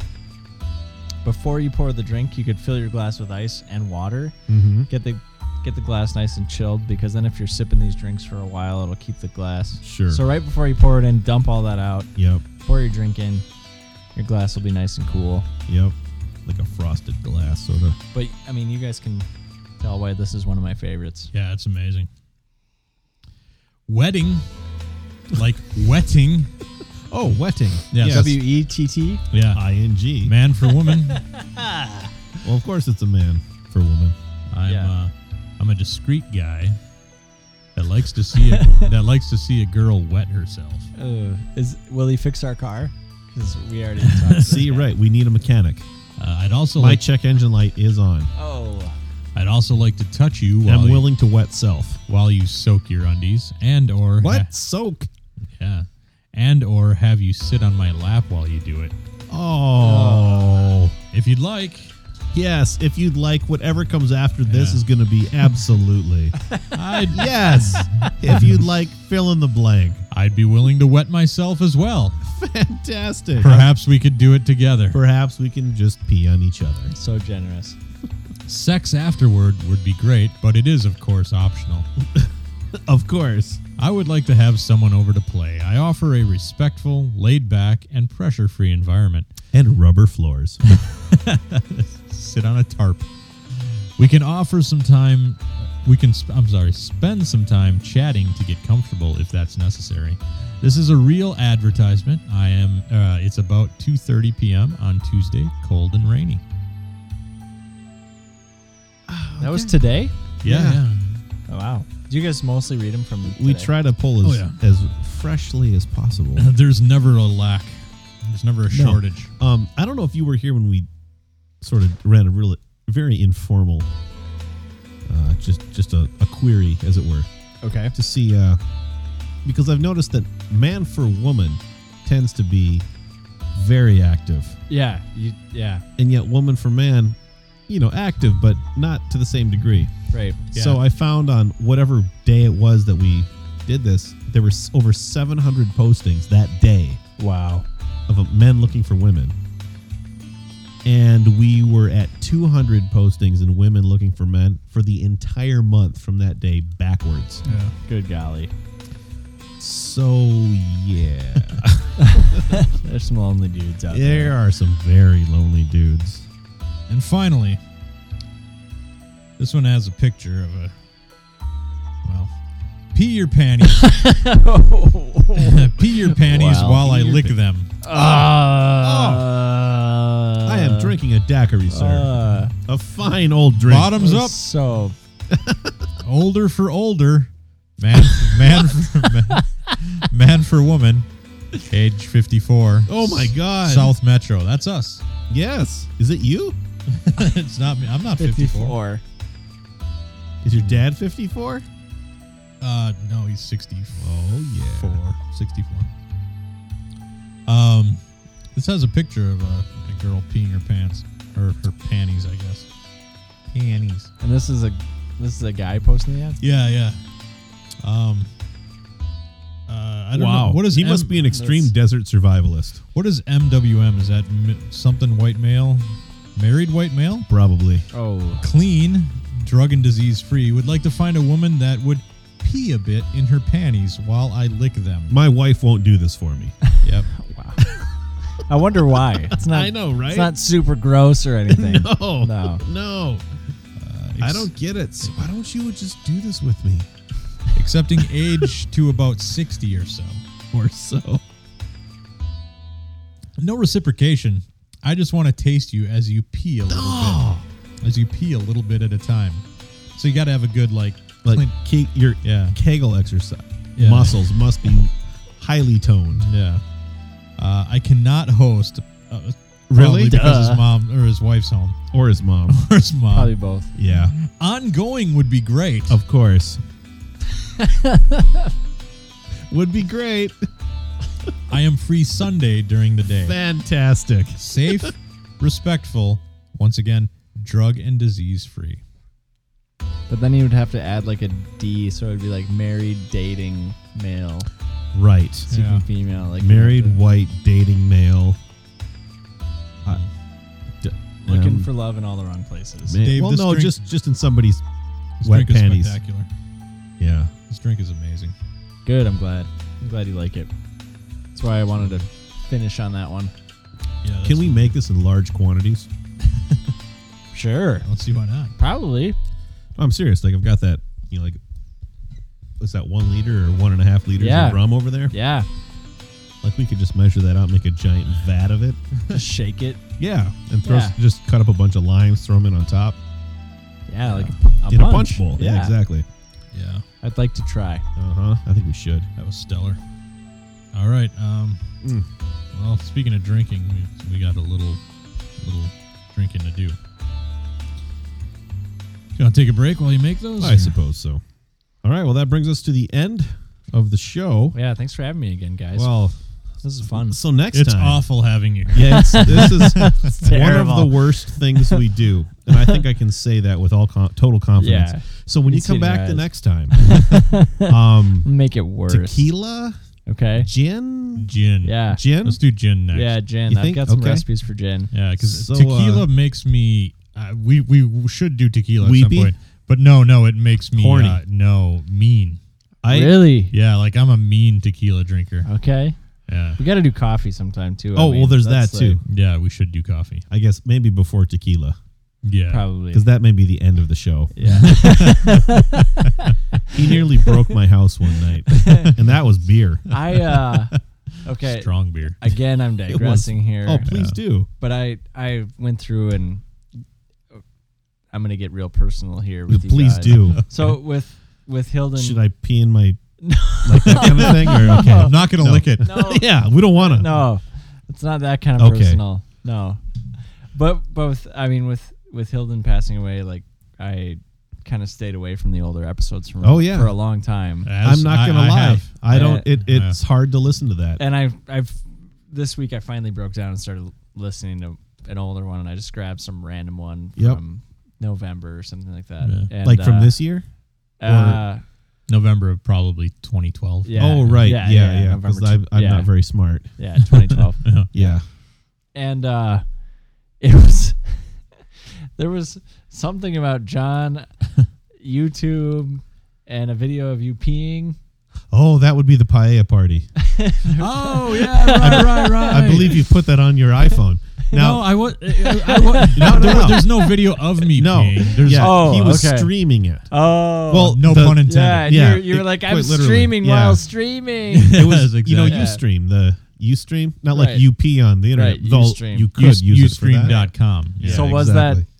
S2: before you pour the drink, you could fill your glass with ice and water.
S1: Mm-hmm.
S2: Get the get the glass nice and chilled because then if you're sipping these drinks for a while, it'll keep the glass.
S1: Sure.
S2: So right before you pour it in, dump all that out.
S1: Yep.
S2: pour your drink in. Your glass will be nice and cool.
S1: Yep. Like a frosted glass, sort of.
S2: But I mean, you guys can tell why this is one of my favorites.
S3: Yeah, it's amazing. Wedding, like wetting.
S1: Oh, wetting.
S3: Yeah.
S1: Yes.
S2: W E T T.
S3: Yeah,
S1: I-N-G.
S3: man for woman.
S1: Well, of course it's a man for woman.
S3: I'm
S2: Yeah.
S3: uh, I'm a discreet guy that likes to see a, that likes to see a girl wet herself.
S2: Uh, Is will he fix our car? Because we already talked. about
S1: See,
S2: that.
S1: right. We need a mechanic.
S3: Uh, I'd also
S1: My
S3: like
S1: check engine light is on.
S2: Oh,
S3: I'd also like to touch you while
S1: I'm
S3: you,
S1: willing to wet self.
S3: while you soak your undies and or
S1: What? Soak.
S3: yeah and or have you sit on my lap while you do it
S1: Oh.
S3: if you'd like.
S1: Yes. If you'd like, whatever comes after this
S3: Yeah.
S1: is going to be absolutely.
S3: I'd
S1: yes. If you'd like, fill in the blank.
S3: I'd be willing to wet myself as well.
S1: Fantastic.
S3: Perhaps we could do it together.
S1: Perhaps we can just pee on each other.
S2: so generous.
S3: Sex afterward would be great, but it is of course optional.
S1: Of course.
S3: I would like to have someone over to play. I offer a respectful, laid back, and pressure free environment.
S1: And rubber floors.
S3: Sit on a tarp. We can offer some time. We can, sp- I'm sorry, spend some time chatting to get comfortable if that's necessary. This is a real advertisement. I am. Uh, it's about 2:30 p.m. on Tuesday, cold and rainy.
S2: That was today.
S1: Yeah.
S2: Oh, wow. Do you guys mostly read them from?
S1: we
S2: today?
S1: try to pull as,
S3: Oh,
S1: as freshly as possible.
S3: yeah. There's never a lack. There's never a
S1: No.
S3: shortage.
S1: Um, I don't know if you were here when we sort of ran a really very informal, uh, just just a, a query, as it were,
S2: Okay.
S1: to see uh, because I've noticed that man for woman tends to be very active,
S2: Yeah. You. Yeah.
S1: and yet woman for man, you know, active but not to the same degree.
S2: Right.
S1: So
S3: Yeah.
S1: I found on whatever day it was that we did this, there were s- over 700 postings that day
S2: Wow.
S1: of uh, men looking for women. And we were at 200 postings and women looking for men for the entire month from that day backwards.
S3: Yeah.
S2: Good golly.
S1: So, yeah.
S2: There's some lonely dudes out
S1: there are some very lonely dudes.
S3: And finally, this one has a picture of a well, pee your panties, pee your panties
S2: Wow.
S3: while I lick them.
S2: there. Ah.
S1: I am drinking a daiquiri, sir.
S2: Oh. Uh,
S1: a fine old drink.
S3: Bottoms up,
S2: So
S3: older for older, man, man, for, man, man for woman, age fifty-four.
S1: Oh my God.
S3: South Metro, that's us.
S1: Yes. Is it you?
S3: it's not me. I'm not fifty-four.
S1: Is your dad 54?
S3: Uh, no, he's sixty-four.
S1: Oh, yeah.
S3: Four. 64. Um, this has a picture of a, a girl peeing her pants or her panties, I guess. Panties.
S2: And this is a this is a guy posting the ad.
S3: Yeah, yeah. Um, uh, I don't
S1: wow.
S3: know. What is
S1: he
S3: M-
S1: must be an extreme desert survivalist.
S3: What is MWM? Is that m- something white male? Married white male?
S1: Probably.
S2: Oh,
S3: Clean, drug and disease free, would like to find a woman that would pee a bit in her panties while I lick them.
S1: My wife won't do this for me.
S3: Yep.
S2: I wonder why. It's not.
S1: I know, right?
S2: It's not super gross or anything.
S1: Oh
S2: No.
S1: no.
S3: Uh,
S1: I don't get it. So why don't you just do this with me
S3: Accepting age to about 60 or so.
S1: or so?
S3: No reciprocation. I just want to taste you as you pee a little bit. As you pee a little bit at a time. So you got to have a good, like,
S1: Like
S3: clean-
S1: ke- your
S3: yeah.
S1: Kegel exercise.
S3: Yeah.
S1: Muscles must be highly toned.
S3: Yeah. Uh, I cannot host. Uh,
S1: Really?
S3: probably Because
S2: Duh.
S3: his mom or his wife's home.
S1: Or his mom.
S3: Or his mom.
S2: Probably both.
S1: yeah.
S3: Ongoing would be great.
S1: Of course. Would be great.
S3: I am free Sunday during the day.
S1: Fantastic.
S3: Safe, respectful, once again, drug and disease free.
S2: But then you would have to add like a D, so it would be like married, dating, male,
S1: Right.
S2: seeking
S3: Yeah.
S2: female, like
S1: Married, white, dating male. I- d-
S2: looking
S1: um,
S2: for love in all the wrong places.
S1: man-
S3: Dave,
S1: well,
S3: this
S1: no,
S3: drink-
S1: just just in somebody's
S3: This
S1: wet
S3: drink is
S1: panties.
S3: spectacular.
S1: Yeah.
S3: This drink is amazing.
S2: Good. I'm glad. I'm glad you like it. That's why I wanted to finish on that one.
S3: Yeah.
S1: Can we make this in large quantities?
S2: Sure.
S3: Let's see why not.
S2: Probably.
S1: I'm serious. Like I've got that, you know, like what's that one liter or one and a half liters
S2: Yeah.
S1: of rum over there?
S2: Yeah.
S1: Like we could just measure that out, make a giant vat of it.
S2: Just shake it.
S1: Yeah, and throw
S2: Yeah.
S1: just cut up a bunch of limes, throw them in on top
S2: Yeah, like a,
S1: in
S2: punch.
S1: a punch bowl. Yeah, exactly.
S3: Yeah.
S2: I'd like to try.
S1: Uh huh. I think we should.
S3: Uh-huh. That was stellar. All right. Um,
S1: Mm.
S3: Well, speaking of drinking, we, we got a little, little drinking to do. You want to take a break while you make those?
S1: I suppose so. All right. Well, that brings us to the end of the show.
S2: Yeah, thanks for having me again, guys.
S1: Well,
S2: this is fun.
S1: so next
S3: It's
S1: time.
S3: awful having you.
S1: Yeah, it's, this is one of
S2: terrible.
S1: the worst things we do, and I think I can say that with all con- total confidence.
S2: Yeah.
S1: So when you
S2: It's
S1: come
S2: in your
S1: back the
S2: eyes.
S1: next time, um,
S2: Make it worse.
S1: tequila,
S2: Okay.
S1: gin,
S3: Gin.
S2: Yeah.
S1: gin.
S3: Let's do gin next.
S2: Yeah, gin.
S1: You
S2: I've
S1: think?
S2: got some
S1: Okay.
S2: recipes for gin.
S3: Yeah, because
S1: So,
S3: tequila
S1: uh,
S3: makes me. Uh, we we should do tequila
S1: Weepy?
S3: at some point, but no, no, it makes me
S1: Horny.
S3: Uh, no mean.
S1: I
S2: really?
S3: Yeah, like I'm a mean tequila drinker.
S2: Okay.
S3: Yeah,
S2: We got to do coffee sometime too. I
S1: oh well,
S2: mean,
S1: there's that
S2: that's
S1: too.
S2: like-
S3: yeah, we should do coffee.
S1: I guess maybe before tequila,
S3: Yeah,
S2: probably.
S1: because that may be the end of the show.
S2: yeah.
S1: He nearly broke my house one night, and that was beer.
S2: I uh okay.
S3: strong beer.
S2: Again, I'm
S1: was-
S2: digressing here.
S1: Oh, please do.
S2: But I I went through and I'm going to get real personal here with you
S1: please
S2: guys.
S1: do.
S2: So with with Hilden
S1: Should I pee in my like that kind of thing? Or okay,
S3: I'm not gonna
S1: No.
S3: lick it.
S2: No.
S1: yeah, we don't want to.
S2: No, it's not that kind of
S1: Okay.
S2: personal. No, but both. I mean, with with Hilden passing away, like I kind of stayed away from the older episodes from
S1: Oh, yeah.
S2: for a long time,
S3: As
S1: I'm not
S3: I-
S1: gonna
S3: I
S1: lie.
S3: have.
S1: I don't.
S2: Yeah.
S1: It, it's hard to listen to that.
S2: and I I've this week I finally broke down and started listening to an older one, and I just grabbed some random one
S1: Yep.
S2: from November or something like that.
S3: Yeah.
S2: And,
S1: like from
S2: uh,
S1: this year.
S2: Uh,
S3: November of probably 2012.
S2: yeah.
S1: oh right, yeah, yeah. Because
S2: November tw-
S1: I'm
S2: yeah,
S1: not very smart.
S2: yeah, 2012.
S1: Yeah,
S2: and uh it was there was something about John YouTube and a video of you peeing.
S1: Oh, that would be the paella party.
S3: Oh yeah, right, right, right.
S1: I believe you put that on your iPhone.
S3: No,
S1: Now,
S3: I was. I was
S1: no, no, no.
S3: there's no video of me.
S1: no,
S3: peeing. there's
S1: yeah,
S2: Oh,
S1: he was
S2: okay.
S1: streaming it.
S2: Oh,
S1: Well,
S3: no
S1: the-
S3: pun intended.
S2: yeah, and
S1: yeah,
S2: you're, you're
S1: it-
S2: like
S1: quite
S2: I'm
S1: literally,
S2: streaming
S1: yeah.
S2: while streaming.
S3: It was exactly.
S1: You know,
S2: Yeah.
S1: you stream the you stream, not like
S2: Right.
S1: you pee on the internet.
S2: Right,
S1: though
S2: Ustream.
S1: You could use it for that.
S3: Ustream.com. Yeah.
S2: So
S1: Yeah,
S2: was that-
S1: exactly.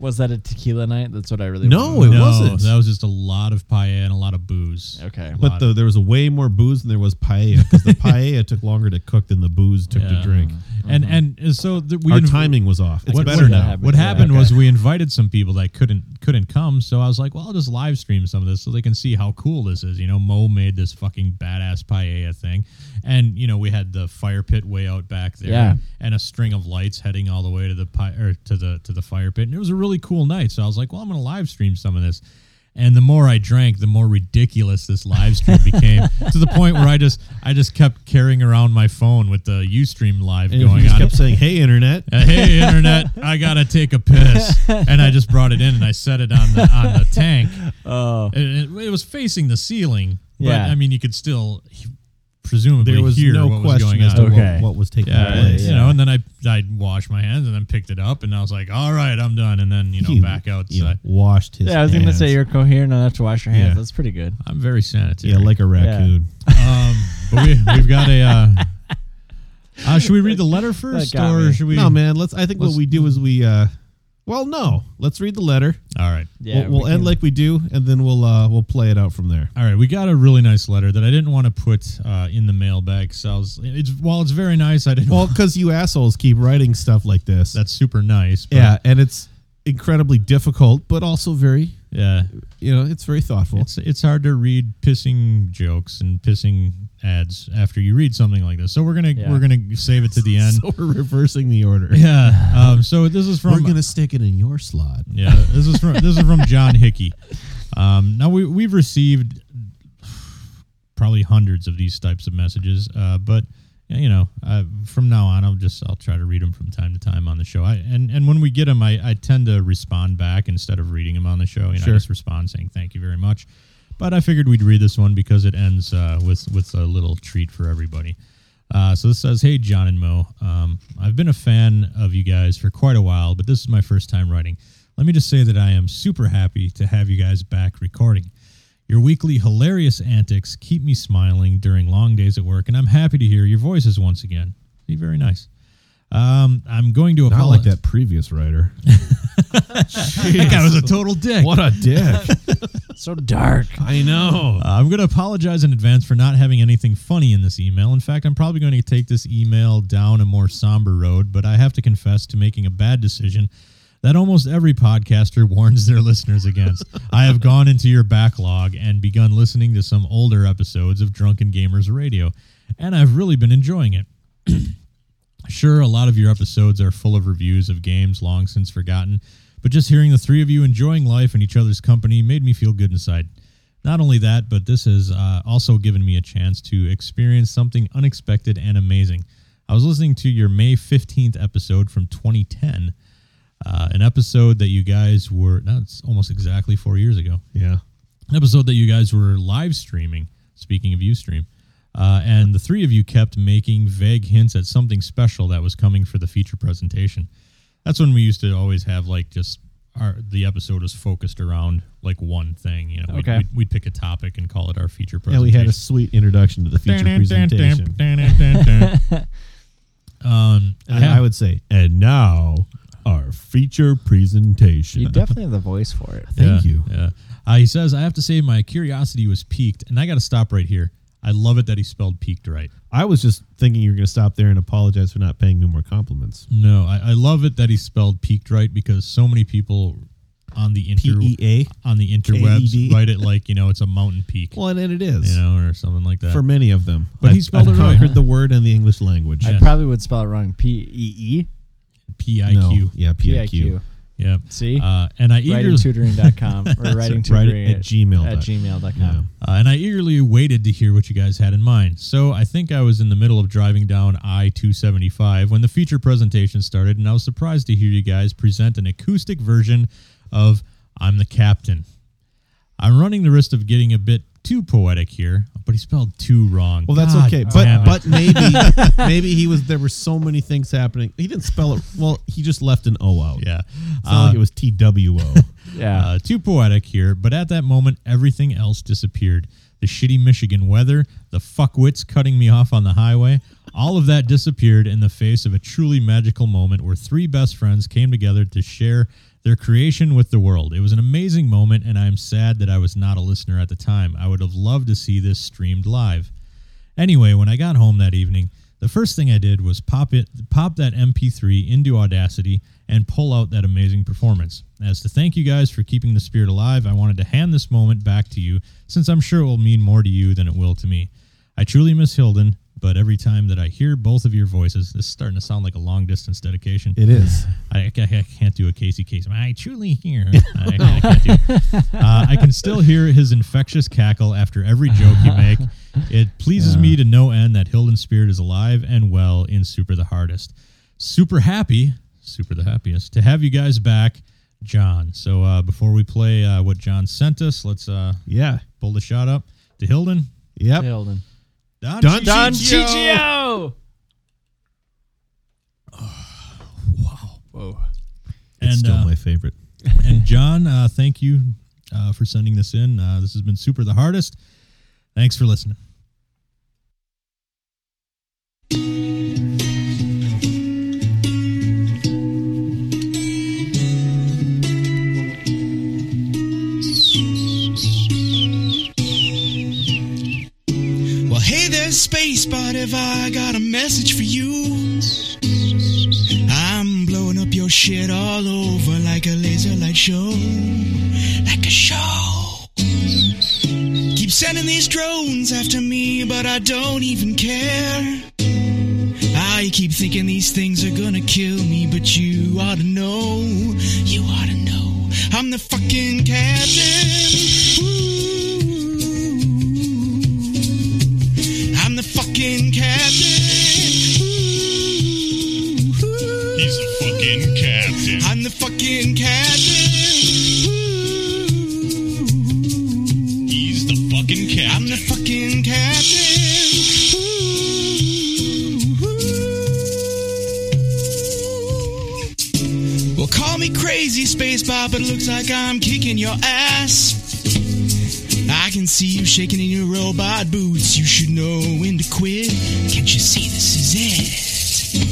S2: Was that a tequila night? That's what I really
S1: No,
S2: wanted to
S1: it
S2: know.
S3: no,
S1: wasn't.
S3: That was just a lot of paella and a lot of booze.
S2: Okay,
S1: But the, there was way more booze than there was paella because the paella took longer to cook than the booze took to
S3: Yeah.
S1: drink.
S3: And and so the, we
S1: Our
S3: inv-
S1: timing was off. It's
S3: what,
S1: better
S3: what,
S1: now.
S2: Mm-hmm. happened?
S3: What
S2: Yeah,
S3: happened
S2: okay.
S3: was we invited some people that couldn't couldn't come. So I was like, well, I'll just live stream some of this so they can see how cool this is. You know, Mo made this fucking badass paella thing, and you know we had the fire pit way out back there,
S2: Yeah.
S3: and a string of lights heading all the way to the pi- or to the to the fire pit, and it was a really cool night. So I was like, well, I'm gonna live stream some of this.
S1: And the more I drank, the more ridiculous this live stream became to the point where I just I just kept carrying around my phone with the UStream live
S3: And if you
S1: going
S3: just
S1: on.
S3: kept saying, "Hey, internet,"
S1: Uh, hey internet, I gotta take a piss, and I just brought it in and I set it on the on the tank.
S3: Uh,
S2: Oh,
S1: And It, it was facing the ceiling, but
S2: Yeah.
S1: I mean you could still presumably
S3: there was
S1: hear
S3: no
S1: what was
S3: question
S1: going
S3: as
S1: on.
S3: to what-
S2: Okay.
S3: what, was taking
S1: Yeah,
S3: place.
S1: you know, and then I I washed my hands and then picked it up and I was like, all right, I'm done, and then you know
S3: He-
S1: back outside.
S3: you know, washed his.
S2: yeah. I was gonna
S3: hands.
S2: say you're coherent enough to wash your hands.
S1: Yeah.
S2: That's pretty good.
S1: I'm very sanitary.
S3: Yeah, like a raccoon.
S1: um, but we we've got a. Uh, uh, should we read the letter first,
S2: got
S1: or
S2: me.
S1: should we?
S3: No, man. Let's. I think what
S1: Let's-
S3: we do is we. uh Well, no. Let's read the letter.
S1: All right.
S2: Yeah,
S3: we'll we'll end
S2: can-
S3: like we do, and then we'll uh we'll play it out from there.
S1: All right, we got a really nice letter that I didn't want to put uh, in the mailbag. So I was, it's while it's very nice, I didn't.
S3: Well,
S1: Well,
S3: because you assholes keep writing stuff like this.
S1: that's super nice. But
S3: yeah, and it's incredibly difficult, but also very.
S1: yeah.
S3: You know, it's very thoughtful.
S1: It's it's hard to read pissing jokes and pissing ads after you read something like this. So we're gonna
S2: Yeah.
S1: we're gonna save it to the end.
S3: so we're reversing the order.
S1: yeah. Um, so this is
S3: We're
S1: from
S3: gonna stick it in your slot.
S1: Yeah, this is from this is from John Hickey. Um, now we we've received probably hundreds of these types of messages, uh, but you know, uh, from now on, I'll just I'll try to read them from time to time on the show. I, and and when we get them, I, I tend to respond back instead of reading them on the show. You know,
S3: Sure.
S1: I just respond saying thank you very much. But I figured we'd read this one because it ends uh, with with a little treat for everybody. Uh, so this says, "Hey John and Mo, um, I've been a fan of you guys for quite a while, but this is my first time writing. Let me just say that I am super happy to have you guys back recording. Your weekly hilarious antics keep me smiling during long days at work, and I'm happy to hear your voices once again. Be very nice. Um, I'm going to
S3: Not
S1: apologize.
S3: like that previous writer.
S1: that guy was a total dick.
S3: What a dick!
S2: so dark.
S3: I know.
S1: Uh, I'm going to apologize in advance for not having anything funny in this email. In fact, I'm probably going to take this email down a more somber road, but I have to confess to making a bad decision that almost every podcaster warns their listeners against. I have gone into your backlog and begun listening to some older episodes of Drunken Gamers Radio, and I've really been enjoying it. Sure, a lot of your episodes are full of reviews of games long since forgotten, but just hearing the three of you enjoying life and each other's company made me feel good inside. Not only that, but this has uh, also given me a chance to experience something unexpected and amazing. I was listening to your May 15th episode from 2010, uh, an episode that you guys were, no, it's almost exactly four years ago
S3: Yeah.
S1: an episode that you guys were live streaming. Speaking of Ustream, uh, and the three of you kept making vague hints at something special that was coming for the feature presentation. That's when we used to always have like just our the episode was focused around like one thing. You know, we'd,
S2: Okay.
S1: we'd, we'd pick a topic and call it our feature
S3: Yeah,
S1: presentation.
S3: we had a sweet introduction to the feature presentation.
S1: um, I
S3: And
S1: have-
S3: I would say, and now our feature presentation.
S2: You definitely have the voice for it.
S3: Thank
S1: Yeah,
S3: you.
S1: Yeah. Uh, he says, I have to say, my curiosity was piqued, and I got to stop right here. I love it that he spelled peaked right.
S3: I was just thinking you were going to stop there and apologize for not paying me more compliments.
S1: No, I, I love it that he spelled peaked right because so many people on the
S3: P
S1: inter
S3: E A.
S1: on the interwebs
S3: K-E-D.
S1: write it like you know it's a mountain peak,
S3: Well, and it is
S1: you know, or something like that.
S3: for many of them.
S1: But he
S3: I've-
S1: spelled
S3: I've
S1: it right.
S3: Conquered the word and the English language.
S2: I probably would spell it wrong. P E E
S1: P I
S3: No.
S1: Q.
S3: Yeah,
S2: P I Q.
S3: PIQ.
S1: Yeah.
S2: See?
S1: Uh, and I eagerly
S2: writingtutoring.com or writing
S3: right,
S2: tutoring
S3: at gmail
S2: at
S3: dot-
S2: gmail.com.
S3: Yeah.
S1: Uh, and I eagerly waited to hear what you guys had in mind. So I think I was in the middle of driving down I 275 when the feature presentation started, and I was surprised to hear you guys present an acoustic version of I'm the Captain. I'm running the risk of getting a bit too poetic here, but he spelled too wrong.
S3: Well, that's
S1: God
S3: okay,
S1: damn
S3: but
S1: it.
S3: but maybe maybe he was. There were so many things happening. He didn't spell it. Well, he just left an O out.
S1: yeah.
S3: It's not like it was T W O.
S2: Yeah.
S1: Uh, too poetic here, but at that moment, everything else disappeared. The shitty Michigan weather, the fuckwits cutting me off on the highway, all of that disappeared in the face of a truly magical moment where three best friends came together to share their creation with the world. It was an amazing moment, and I am sad that I was not a listener at the time. I would have loved to see this streamed live. Anyway, when I got home that evening, the first thing I did was pop it, pop that MP3 into Audacity and pull out that amazing performance. As to thank you guys for keeping the spirit alive, I wanted to hand this moment back to you since I'm sure it will mean more to you than it will to me. I truly miss Hilden. but every time that I hear both of your voices, this is starting to sound like a long distance dedication.
S9: It is.
S1: I, I, I can't do a Casey Kasem. I truly hear. I, I can't do. it. Uh, I can still hear his infectious cackle after every joke you make. It pleases me to no end that Hilden Spirit is alive and well in Super the Hardest. Super happy, super the happiest to have you guys back, John. So uh, before we play uh, what John sent us, let's uh,
S9: Yeah.
S1: pull the shot up to Hilden.
S9: Yep.
S2: Hilden.
S1: Don,
S9: Don
S2: Don
S1: Ciccio.
S2: Ciccio.
S9: It's
S1: And,
S9: still
S1: uh,
S9: my favorite.
S1: and John, uh, thank you uh, for sending this in. Uh, this has been super the hardest. Thanks for listening.
S8: Well, hey there, space bot, have I got a message for you? I'm blowing up your shit all over like a laser light show. Like a show. Keep sending these drones after me, but I don't even care. I keep thinking these things are gonna kill me, but you ought to know. You ought to know. I'm the fucking captain. Ooh. I'm the fucking captain. He's the fucking captain. I'm the fucking captain. He's the fucking captain. I'm the fucking captain. Well, call me crazy, space Bob, but it looks like I'm kicking your ass. I can see you shaking in your robot boots. You should know when to quit. Can't you see this is it?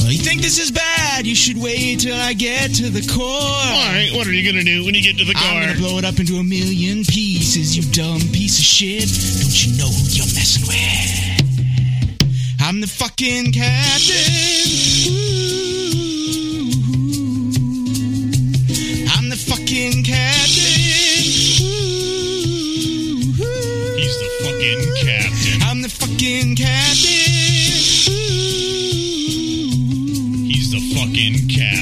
S8: Well, you think this is bad? You should wait till I get to the core. All right, what are you gonna do when you get to the core? I'm gonna blow it up into a million pieces. You dumb piece of shit. Don't you know who you're messing with? I'm the fucking captain. Ooh. I'm the fucking captain. He's the fucking captain. I'm the fucking captain. He's the fucking captain.